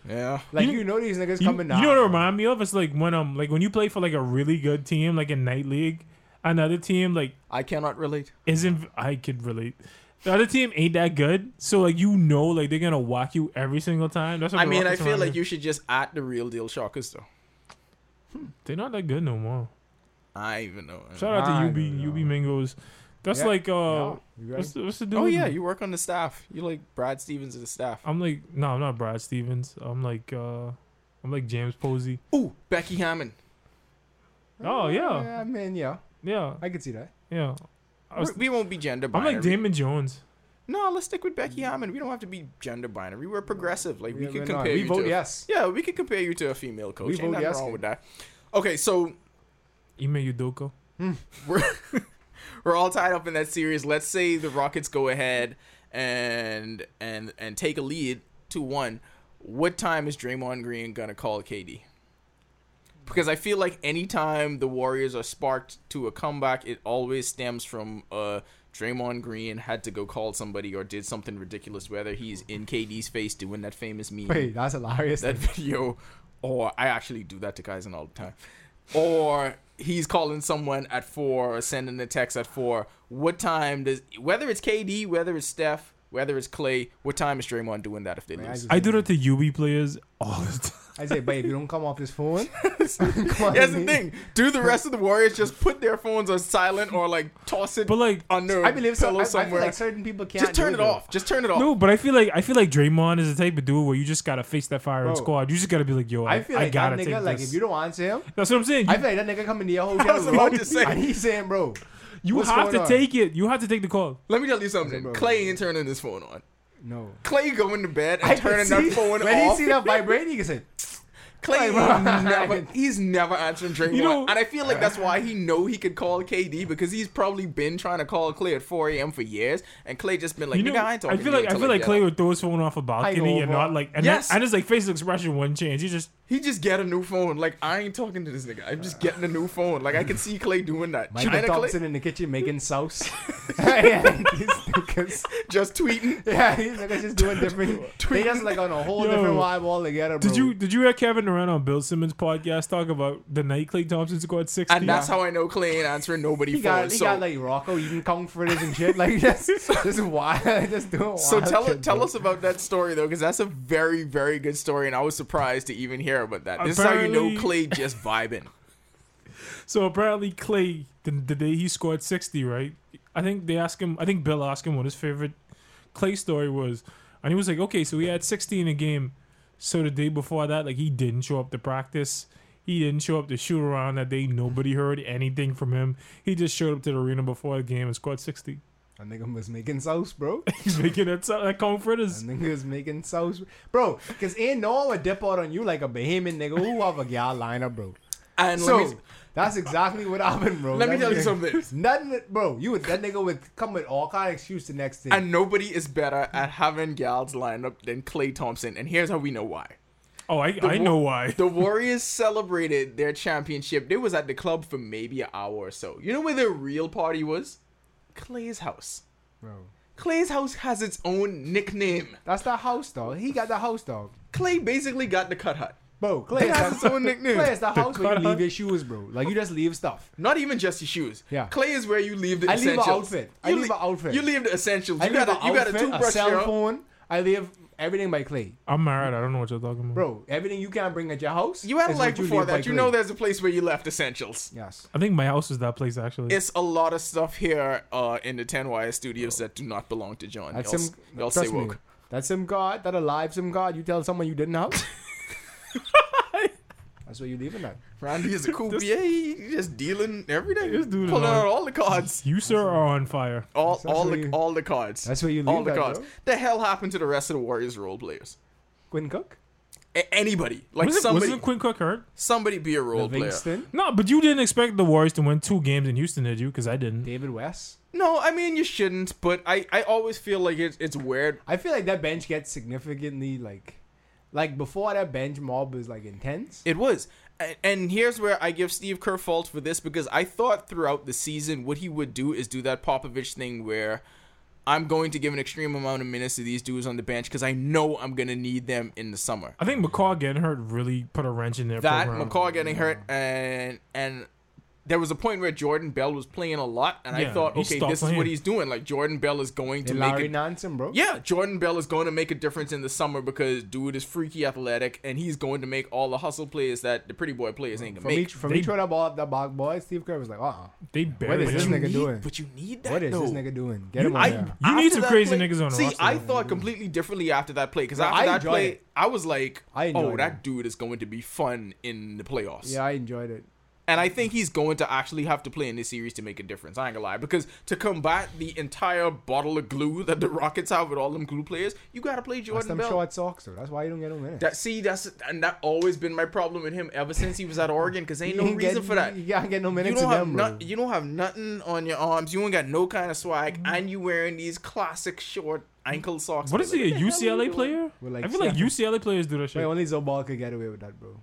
Speaker 5: Yeah.
Speaker 7: Like
Speaker 6: You-
Speaker 7: you, know these niggas
Speaker 6: You,
Speaker 7: coming to
Speaker 6: you know what it
Speaker 7: hawk,
Speaker 6: remind me of? It's like when um like when you play for like a really good team like a night league, another team like
Speaker 5: I cannot relate.
Speaker 6: isn't I could relate. The other team ain't that good, so like you know like they're gonna whack you every single time. That's what
Speaker 5: I
Speaker 6: the
Speaker 5: mean, I
Speaker 6: Rockets
Speaker 5: feel
Speaker 6: remind
Speaker 5: like
Speaker 6: me
Speaker 5: you should just at the real deal Shockers though.
Speaker 6: of. They're not that good no more.
Speaker 5: I even know.
Speaker 6: Shout out
Speaker 7: I
Speaker 6: to UB
Speaker 7: don't know.
Speaker 6: UB Mingos. That's
Speaker 7: Yeah.
Speaker 6: like uh,
Speaker 7: You
Speaker 6: what's
Speaker 7: right?
Speaker 6: the, what's the dude?
Speaker 5: Oh yeah, you work on the staff. You like Brad Stevens of the staff.
Speaker 6: I'm like no, I'm not Brad Stevens. I'm like uh, I'm like James Posey.
Speaker 5: Ooh, Becky Hammond.
Speaker 6: Oh yeah,
Speaker 7: I mean, yeah,
Speaker 6: yeah,
Speaker 7: I could see that.
Speaker 6: yeah. I was,
Speaker 5: We we won't be gender
Speaker 6: I'm
Speaker 5: binary.
Speaker 6: like Damon Jones.
Speaker 5: No, let's stick with Becky Hammond. We don't have to be gender binary. We're progressive. Like we
Speaker 7: Yeah,
Speaker 5: can
Speaker 7: we're not.
Speaker 5: compare.
Speaker 7: We
Speaker 5: you
Speaker 7: vote
Speaker 5: to,
Speaker 7: yes.
Speaker 5: Yeah, we can compare you to a female coach.
Speaker 7: We
Speaker 5: Ain't
Speaker 7: vote
Speaker 5: nothing
Speaker 7: yes,
Speaker 5: wrong
Speaker 7: kid.
Speaker 5: with that. Okay, so
Speaker 6: Ime Udoka.
Speaker 5: we're we're all tied up in that series. Let's say the Rockets go ahead and and and take a lead to one. What time is Draymond Green gonna call KD? Because I feel like anytime the Warriors are sparked to a comeback, it always stems from uh Draymond Green had to go call somebody or did something ridiculous, whether he's in KD's face doing that famous meme
Speaker 7: Wait, that's hilarious.
Speaker 5: that video, or I actually do that to guys in all the time, or he's calling someone at four or sending a text at four. What time does whether it's KD, whether it's Steph, whether it's Clay, what time is Draymond doing that if they
Speaker 7: I
Speaker 5: lose?
Speaker 7: just-
Speaker 6: I do that to UB players all the time.
Speaker 7: I say, babe, you don't come off this phone. Come on,
Speaker 5: That's the
Speaker 7: man.
Speaker 5: thing. Do the rest of the Warriors just put their phones on silent or like toss it
Speaker 6: But like
Speaker 5: on their
Speaker 7: I believe so.
Speaker 5: pillow
Speaker 7: I, I feel
Speaker 5: somewhere?
Speaker 7: like certain people can't
Speaker 5: just turn
Speaker 7: do
Speaker 5: it off. Just turn it
Speaker 7: Oh.
Speaker 5: off.
Speaker 6: no, but I feel like I feel like Draymond is the type of dude where you just gotta face that fire
Speaker 7: Bro.
Speaker 6: and squad. You just gotta be like, yo, I,
Speaker 7: I feel
Speaker 6: I
Speaker 7: like
Speaker 6: gotta
Speaker 7: that
Speaker 6: take
Speaker 7: nigga, like
Speaker 6: this.
Speaker 7: if you don't answer him,
Speaker 6: That's what I'm saying. You,
Speaker 7: I feel like that nigga coming to your
Speaker 5: I was
Speaker 7: hotel
Speaker 5: about
Speaker 7: room
Speaker 5: to say.
Speaker 7: and he's saying, bro,
Speaker 6: you
Speaker 7: what's
Speaker 6: have
Speaker 7: going
Speaker 6: to
Speaker 7: on?
Speaker 6: take it. You have to take the call.
Speaker 5: Let me tell you something.
Speaker 7: bro.
Speaker 5: Clay ain't turning his phone on.
Speaker 7: no.
Speaker 5: Clay going to bed and
Speaker 7: I
Speaker 5: turning
Speaker 7: can see-
Speaker 5: that phone
Speaker 7: when
Speaker 5: off.
Speaker 7: he see that vibrating, he can say,
Speaker 5: Clay
Speaker 7: Like, bro.
Speaker 5: never, he's never answering Draymond,
Speaker 6: You know-
Speaker 5: and I feel like that's why he know he could call KD because he's probably been trying to call Clay at 4 a.m. for years, and Clay just been like,
Speaker 6: you know,
Speaker 5: "Nigga, I ain't
Speaker 6: I
Speaker 5: talking
Speaker 6: feel
Speaker 5: to
Speaker 6: like
Speaker 5: you
Speaker 6: I
Speaker 5: until
Speaker 6: feel like
Speaker 5: get
Speaker 6: Clay
Speaker 5: out."
Speaker 6: would throw his phone off a balcony and
Speaker 7: over.
Speaker 6: not like and
Speaker 5: Yes.
Speaker 6: then- and his like facial expression wouldn't change. He just
Speaker 5: He just get a new phone. Like I ain't talking to this nigga. I'm just getting a new phone. Like I can see Clay doing that.
Speaker 7: Michael
Speaker 5: China Clay
Speaker 7: Thompson in Uh. the kitchen making sauce. yeah, these niggas,
Speaker 5: just tweeting.
Speaker 7: yeah, these niggas just doing different. they just like on a whole
Speaker 6: Yo.
Speaker 7: different vibe altogether, bro.
Speaker 6: did you did you hear Kevin Durant on Bill Simmons podcast talk about the night Clay Thompson scored sixty?
Speaker 5: And that's how I know Clay ain't answering nobody
Speaker 7: He
Speaker 5: phone.
Speaker 7: got, he
Speaker 5: so,
Speaker 7: got like Rocco eating comforters and shit. Like this, this is wild. just doing wild.
Speaker 5: so tell
Speaker 7: shit,
Speaker 5: tell
Speaker 7: bro.
Speaker 5: us about that story though, because that's a very very good story, and I was surprised to even hear about that. This is how you know
Speaker 6: Apparently-
Speaker 5: Clay just vibing.
Speaker 6: So apparently Clay the, the day he scored sixty, right? I think they asked him. I think Bill asked him what his favorite Clay story was, and he was like, okay, so he had sixty in a game. So the day before that, like he didn't show up to practice. He didn't show up to shoot around that day. Nobody heard anything from him. He just showed up to the arena before the game and scored sixty.
Speaker 7: That nigga was making sauce, bro.
Speaker 6: He's making that, sound- that comfort is
Speaker 7: That nigga was making sauce, bro. Cause ain't no one would dip out on you like a Bahamian nigga who have a gal lineup, bro.
Speaker 5: And let me-
Speaker 7: So that's exactly what happened, bro.
Speaker 5: Let me
Speaker 7: That
Speaker 5: tell you
Speaker 7: nigga-
Speaker 5: something.
Speaker 7: Nothing, that- bro. You would that nigga would come with all kind of excuse the next day.
Speaker 5: And nobody is better at having gals lined up than Clay Thompson. And here's how we know why.
Speaker 6: Oh, I, I
Speaker 5: wa-
Speaker 6: know why.
Speaker 5: The Warriors celebrated their championship. They was at the club for maybe an hour or so. You know where their real party was? Clay's house.
Speaker 7: Bro.
Speaker 5: Clay's house has its own nickname.
Speaker 7: That's the house dog. He got the house dog.
Speaker 5: Clay basically got the cut hut.
Speaker 7: Bro, Clay
Speaker 5: It
Speaker 7: is
Speaker 5: has
Speaker 7: the-
Speaker 5: its own nickname.
Speaker 7: Clay is the house where
Speaker 6: cut
Speaker 7: you leave
Speaker 6: out.
Speaker 7: your shoes, bro. Like you just leave stuff.
Speaker 5: Not even just your shoes.
Speaker 7: Yeah.
Speaker 5: Clay is where you leave the
Speaker 7: I leave a
Speaker 5: essentials.
Speaker 7: outfit. I
Speaker 5: You
Speaker 7: leave
Speaker 5: lea-
Speaker 7: a outfit.
Speaker 5: You leave the essentials.
Speaker 7: I
Speaker 5: you
Speaker 7: leave
Speaker 5: got
Speaker 7: a
Speaker 5: a, you
Speaker 7: outfit,
Speaker 5: got a toothbrush.
Speaker 7: cell
Speaker 5: yo.
Speaker 7: phone. I leave everything by Clay,
Speaker 6: I'm married. I don't know what you're talking about.
Speaker 7: bro. Everything you can bring at your house.
Speaker 5: You had a
Speaker 7: is what
Speaker 5: life before
Speaker 7: leave by
Speaker 5: that. You
Speaker 7: Clay.
Speaker 5: know there's a place where you left essentials.
Speaker 7: Yes.
Speaker 6: I think my house is that place actually.
Speaker 5: It's a lot of stuff here uh, in the 10YS studios that do not belong to John.
Speaker 7: That's
Speaker 5: y'all
Speaker 7: some.
Speaker 5: s- y'all stay
Speaker 7: trust me.
Speaker 5: woke.
Speaker 7: That's some god. That alive some god. You tell someone you didn't house. That's where you leaving that.
Speaker 5: Randy is a cool PA. He's just dealing every day.
Speaker 6: This dude is
Speaker 5: pulling out
Speaker 6: on-
Speaker 5: all the cards.
Speaker 6: you sir are on fire.
Speaker 5: All, all
Speaker 7: where
Speaker 5: the
Speaker 7: you-
Speaker 5: all the cards.
Speaker 7: that's where you
Speaker 5: all
Speaker 7: leave
Speaker 5: the
Speaker 7: that,
Speaker 5: cards.
Speaker 7: bro.
Speaker 5: The hell happened to the rest of the Warriors role players?
Speaker 7: Quinn Cook.
Speaker 5: A- anybody like
Speaker 6: was it,
Speaker 5: somebody?
Speaker 6: wasn't Quinn Cook hurt?
Speaker 5: Somebody be a role player.
Speaker 7: Livingston.
Speaker 6: No, but you didn't expect the Warriors to win two games in Houston, did you? Because I didn't.
Speaker 7: David West.
Speaker 5: No, I mean you shouldn't. But I, I always feel like it's it's weird.
Speaker 7: I feel like that bench gets significantly like, like before that bench mob is like intense.
Speaker 5: It was. A- And here's where I give Steve Kerr fault for this because I thought throughout the season what he would do is do that Popovich thing where I'm going to give an extreme amount of minutes to these dudes on the bench because I know I'm going to need them in the summer.
Speaker 6: I think McCaw getting hurt really put a wrench in their
Speaker 5: that
Speaker 6: program.
Speaker 5: McCaw getting hurt and and there was a point where Jordan Bell was playing a lot and I
Speaker 6: Yeah,
Speaker 5: thought
Speaker 6: he
Speaker 5: okay
Speaker 6: stopped
Speaker 5: this is
Speaker 6: playing.
Speaker 5: what he's doing like Jordan Bell is going to
Speaker 7: And
Speaker 5: make
Speaker 7: Larry
Speaker 5: it
Speaker 7: Nansen, bro.
Speaker 5: yeah Jordan Bell is going to make a difference in the summer because dude is freaky athletic and he's going to make all the hustle plays that the pretty boy players ain't gonna
Speaker 7: From
Speaker 5: make
Speaker 7: each from
Speaker 6: They-
Speaker 7: each throw that ball up that box boy, Steve Kerr was like, uh uh
Speaker 6: They
Speaker 7: What
Speaker 6: barely.
Speaker 7: is this
Speaker 6: you,
Speaker 7: nigga doing?
Speaker 5: but you need that
Speaker 7: What is
Speaker 5: though.
Speaker 7: this nigga doing? Get him on
Speaker 5: I,
Speaker 7: there.
Speaker 6: You need
Speaker 5: after
Speaker 6: some
Speaker 5: that
Speaker 6: crazy
Speaker 5: play-
Speaker 6: niggas on the
Speaker 5: See,
Speaker 6: roster.
Speaker 5: I thought completely differently after that play because
Speaker 7: No,
Speaker 5: after
Speaker 7: I
Speaker 5: that
Speaker 7: enjoyed
Speaker 5: play,
Speaker 7: it.
Speaker 5: I was like,
Speaker 7: I enjoyed
Speaker 5: "Oh,
Speaker 7: it.
Speaker 5: that dude is going to be fun in the playoffs."
Speaker 7: Yeah, I enjoyed it.
Speaker 5: And I think he's going to actually have to play in this series to make a difference. I ain't gonna lie. Because to combat the entire bottle of glue that the Rockets have with all them glue players, you gotta play
Speaker 7: That's
Speaker 5: Jordan
Speaker 7: them
Speaker 5: Bell.
Speaker 7: short socks though. That's why you don't get him in.
Speaker 5: That see, that's and that always been my problem with him ever since he was at Oregon, because ain't
Speaker 7: You
Speaker 5: no
Speaker 7: ain't
Speaker 5: reason
Speaker 7: get-
Speaker 5: for that.
Speaker 7: You can't get no
Speaker 5: You
Speaker 7: minutes in
Speaker 5: don't have
Speaker 7: them, bro.
Speaker 5: not, you don't have nothing on your arms. You ain't got no kind of swag,
Speaker 7: Mm-hmm.
Speaker 5: and you wearing these classic short ankle socks.
Speaker 6: What is
Speaker 5: Like,
Speaker 6: he, a
Speaker 5: the hell are you
Speaker 6: UCLA
Speaker 5: doing?
Speaker 6: player?
Speaker 7: We're like-
Speaker 6: I feel like UCLA players do that shit.
Speaker 7: Wait, only Zobal could get away with that, bro.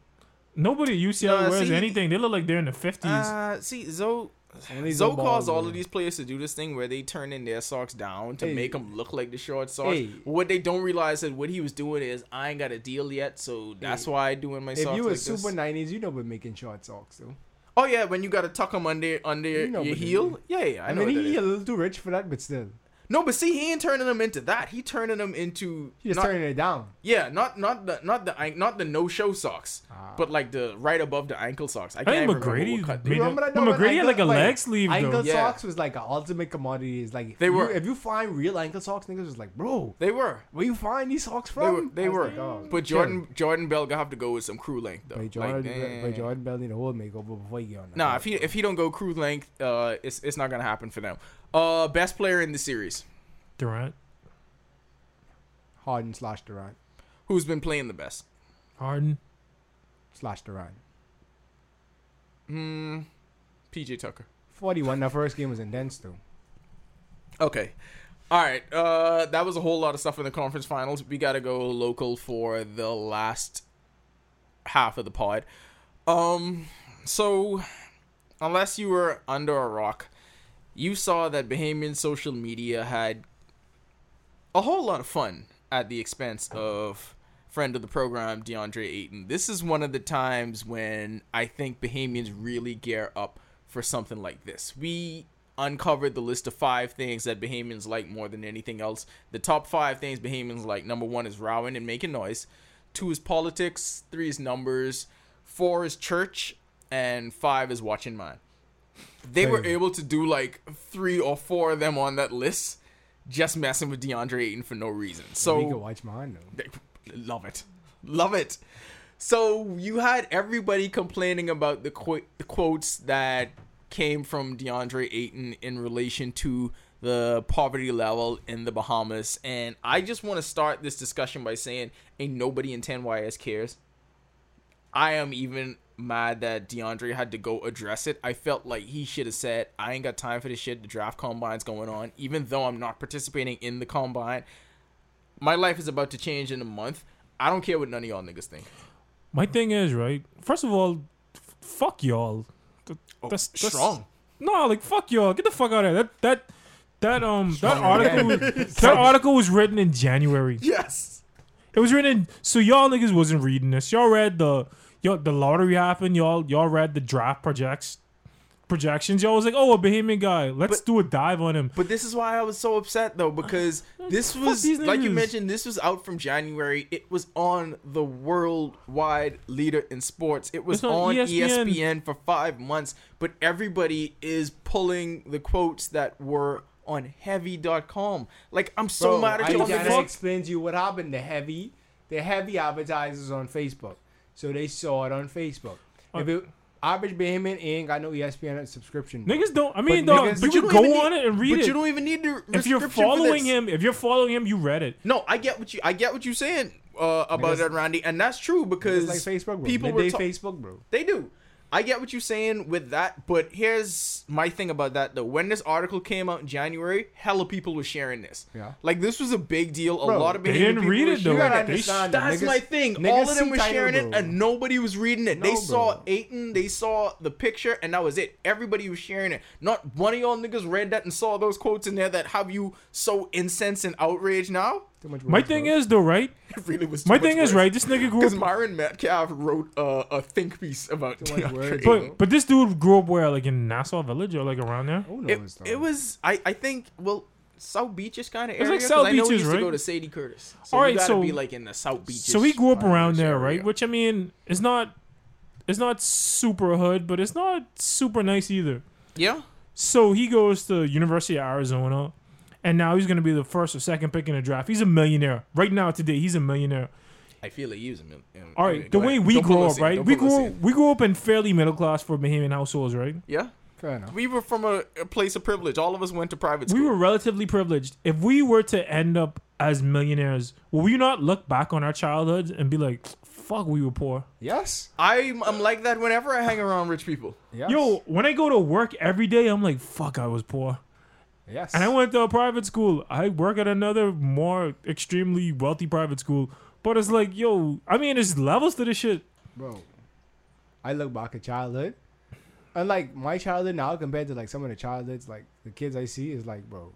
Speaker 6: Nobody at UCLA
Speaker 5: Nah,
Speaker 6: wears
Speaker 5: see-
Speaker 6: anything. They look like they're in the 50s.
Speaker 5: Uh, see, Zoe.
Speaker 7: Only
Speaker 5: Zoe
Speaker 7: Zobal,
Speaker 5: caused all
Speaker 7: bro.
Speaker 5: of these players to do this thing where they turn in their socks down to
Speaker 7: Hey.
Speaker 5: make them look like the short socks.
Speaker 7: Hey.
Speaker 5: What they don't realize is what he was doing is I ain't got a deal yet, so that's why I doing my
Speaker 7: If
Speaker 5: socks
Speaker 7: you
Speaker 5: like
Speaker 7: were
Speaker 5: this.
Speaker 7: super nineties, you know we're making short socks though.
Speaker 5: oh yeah, when you gotta tuck them under under
Speaker 7: You know
Speaker 5: your
Speaker 7: what it
Speaker 5: heel.
Speaker 7: is.
Speaker 5: Yeah, yeah, I,
Speaker 7: I,
Speaker 5: know.
Speaker 7: mean,
Speaker 5: what that
Speaker 7: he
Speaker 5: is.
Speaker 7: a little too rich for that, but still,
Speaker 5: No, but see, he ain't turning them into that. He turning them into
Speaker 7: he just
Speaker 5: not-
Speaker 7: turning it down.
Speaker 5: Yeah, not not the not the an- not the no show socks, but like the right above the ankle socks. I
Speaker 6: I
Speaker 5: can't
Speaker 6: think
Speaker 5: even remember
Speaker 6: Ah. McGrady
Speaker 5: what cut they
Speaker 6: made
Speaker 5: were.
Speaker 6: it.
Speaker 7: Remember that
Speaker 6: But
Speaker 7: dog with
Speaker 6: McGrady had like a
Speaker 7: ankle-
Speaker 6: leg
Speaker 7: wait,
Speaker 6: sleeve, though.
Speaker 7: Ankle
Speaker 5: Yeah.
Speaker 7: socks was like an ultimate commodity. It's like if
Speaker 5: They
Speaker 7: you-
Speaker 5: were.
Speaker 7: If you find real ankle socks, niggas was like, bro,
Speaker 5: They were.
Speaker 7: where you find these socks
Speaker 5: They were.
Speaker 7: from?
Speaker 5: They
Speaker 7: I was
Speaker 5: were.
Speaker 7: like, oh,
Speaker 5: but
Speaker 7: chill.
Speaker 5: Jordan Jordan Bell gonna have to go with some crew length though.
Speaker 7: By
Speaker 5: Like,
Speaker 7: Jordan,
Speaker 5: eh.
Speaker 7: by Jordan Bell need a whole makeover before you get on. that
Speaker 5: Nah,
Speaker 7: court.
Speaker 5: if he if he don't go crew length, uh, it's it's not gonna happen for them. Uh, best player in the series,
Speaker 6: Durant,
Speaker 7: Harden slash Durant
Speaker 5: who's been playing the best?
Speaker 6: Harden.
Speaker 7: slash Durant.
Speaker 5: Hmm, PJ Tucker.
Speaker 7: Forty-one. That first game was intense though.
Speaker 5: Okay. All right. Uh, that was a whole lot of stuff in the conference finals. We gotta go local for the last half of the pod. Um, so unless you were under a rock, you saw that Bahamian social media had a whole lot of fun at the expense of friend of the program DeAndre Ayton. This is one of the times when I think Bahamians really gear up for something like this. We uncovered the list of five things that Bahamians like more than anything else. The top five things Bahamians like number one is rowing and making noise, two is politics, three is numbers, four is church, and five is watching mine. They were able to do like three or four of them on that list, just messing with DeAndre Ayton for no reason. So
Speaker 7: We could watch mine though.
Speaker 5: they- Love it. Love it. So you had everybody complaining about the, qu- the quotes that came from DeAndre Ayton in relation to the poverty level in the Bahamas. And I just want to start this discussion by saying ain't nobody in 10YS cares. I am even mad that DeAndre had to go address it. I felt like he should have said, I ain't got time for this shit. The draft combine's going on. Even though I'm not participating in the combine, my life is about to change in a month. I don't care what none of y'all niggas think.
Speaker 6: My thing is right. First of all, f- fuck y'all. Th- that's- that's-
Speaker 5: Oh, strong.
Speaker 6: No, like fuck y'all. Get the fuck out of here. That that that um that article was, that article was written in January.
Speaker 5: Yes.
Speaker 6: It was written in, so y'all niggas wasn't reading this. Y'all read the y'all the lottery happened. Y'all y'all read the draft projects projections. Y'all was like, oh, a Bahamian guy. Let's do a dive on him.
Speaker 5: But this is why I was so upset though, because this
Speaker 6: fuck
Speaker 5: was
Speaker 6: these
Speaker 5: like you
Speaker 6: niggas.
Speaker 5: mentioned, this was out from January. It was on the worldwide leader in sports. It was
Speaker 6: It's on E
Speaker 5: on E ESPN.
Speaker 6: ESPN.
Speaker 5: for five months, but everybody is pulling the quotes that were on heavy.com. Like I'm so
Speaker 7: Bro,
Speaker 5: mad
Speaker 7: I
Speaker 5: at you.
Speaker 6: y'all
Speaker 7: gotta
Speaker 6: fuck.
Speaker 7: explain to you what happened to Heavy. The Heavy advertisers on Facebook, so they saw it on Facebook. If it, average Bahamian ain't got no ESPN subscription.
Speaker 6: Niggas don't. I mean,
Speaker 7: But
Speaker 6: dog,
Speaker 7: niggas-
Speaker 6: but
Speaker 7: but
Speaker 6: you,
Speaker 5: don't
Speaker 6: could go
Speaker 5: even need-
Speaker 6: on it and read
Speaker 5: but
Speaker 6: it.
Speaker 5: you don't even need to.
Speaker 6: if you're following him, if you're following him, you read it.
Speaker 5: No, I get what you. I get what you're saying uh, about
Speaker 7: Because-
Speaker 5: that, Randy, and that's true because
Speaker 7: it's like Facebook, bro.
Speaker 5: people were
Speaker 7: Midday
Speaker 5: ta-
Speaker 7: Facebook, bro.
Speaker 5: They do. I get what you're saying with that, but here's my thing about that though. When this article came out in January, hella people were sharing this.
Speaker 7: Yeah.
Speaker 5: Like this was a big deal. A
Speaker 7: Bro,
Speaker 5: lot of
Speaker 6: They
Speaker 5: Bahamian
Speaker 6: didn't
Speaker 5: people
Speaker 6: read
Speaker 5: were
Speaker 6: it
Speaker 5: sharing
Speaker 6: though.
Speaker 7: You gotta
Speaker 6: They-
Speaker 7: understand that.
Speaker 5: that's
Speaker 7: Niggas-
Speaker 5: my thing.
Speaker 7: niggas
Speaker 5: All of them
Speaker 7: see
Speaker 5: were
Speaker 7: title,
Speaker 5: sharing it,
Speaker 7: bro.
Speaker 5: and nobody was reading it. they
Speaker 7: No,
Speaker 5: saw
Speaker 7: bro.
Speaker 5: Aiton, they saw the picture, and that was it. Everybody was sharing it. Not one of y'all niggas read that and saw those quotes in there that have you so incensed and outraged now.
Speaker 7: Too much
Speaker 6: My
Speaker 7: words,
Speaker 6: thing
Speaker 7: bro.
Speaker 6: is though, right?
Speaker 5: It really was.
Speaker 6: My thing is right. This nigga grew
Speaker 5: Because
Speaker 6: up.
Speaker 5: Myron Metcalf wrote uh, a think piece about
Speaker 7: Too much
Speaker 5: DeAndre
Speaker 7: words,
Speaker 5: Ayton.
Speaker 6: But but this dude grew up where like in Nassau Village or like around there.
Speaker 7: Who
Speaker 5: it,
Speaker 7: knows, though?
Speaker 5: it was I, I think well South Beaches kind of area.
Speaker 6: like
Speaker 5: 'cause
Speaker 6: South
Speaker 5: I know we
Speaker 6: Beaches,
Speaker 5: used to
Speaker 6: right?
Speaker 5: go to Sadie Curtis. So
Speaker 6: All
Speaker 5: you
Speaker 6: right,
Speaker 5: gotta
Speaker 6: so-
Speaker 5: be like in the South Beaches.
Speaker 6: So he grew up
Speaker 5: kind of
Speaker 6: around there,
Speaker 5: area.
Speaker 6: right? Which I mean, it's not it's not super hood, but it's not super nice either.
Speaker 5: yeah,
Speaker 6: So he goes to University of Arizona, and now he's gonna be the first or second pick in the draft. He's a millionaire right now today. He's a millionaire.
Speaker 5: I feel like using him. Um,
Speaker 6: All right,
Speaker 5: okay,
Speaker 6: the
Speaker 5: go
Speaker 6: way
Speaker 5: ahead.
Speaker 6: we
Speaker 5: Don't pull
Speaker 6: grew
Speaker 5: us
Speaker 6: up,
Speaker 5: in,
Speaker 6: right?
Speaker 5: don't
Speaker 6: We
Speaker 5: pull us
Speaker 6: grew
Speaker 5: in.
Speaker 6: we grew up in fairly middle class for Bahamian households, right?
Speaker 5: Yeah,
Speaker 7: fair enough.
Speaker 5: we were from a, a place of privilege. All of us went to private school.
Speaker 6: We were relatively privileged. If we were to end up as millionaires, will we not look back on our childhoods and be like, "Fuck, we were poor"?
Speaker 7: Yes.
Speaker 5: I'm, I'm like that whenever I hang around rich people.
Speaker 7: Yes.
Speaker 6: Yo, when I go to work every day, I'm like, "Fuck, I was poor."
Speaker 7: Yes.
Speaker 6: And I went to a private school. I work at another more extremely wealthy private school. But it's like, yo, I mean, there's levels to this shit.
Speaker 7: bro. I look back at childhood, and like my childhood now compared to like some of the childhoods, like the kids I see is like, bro,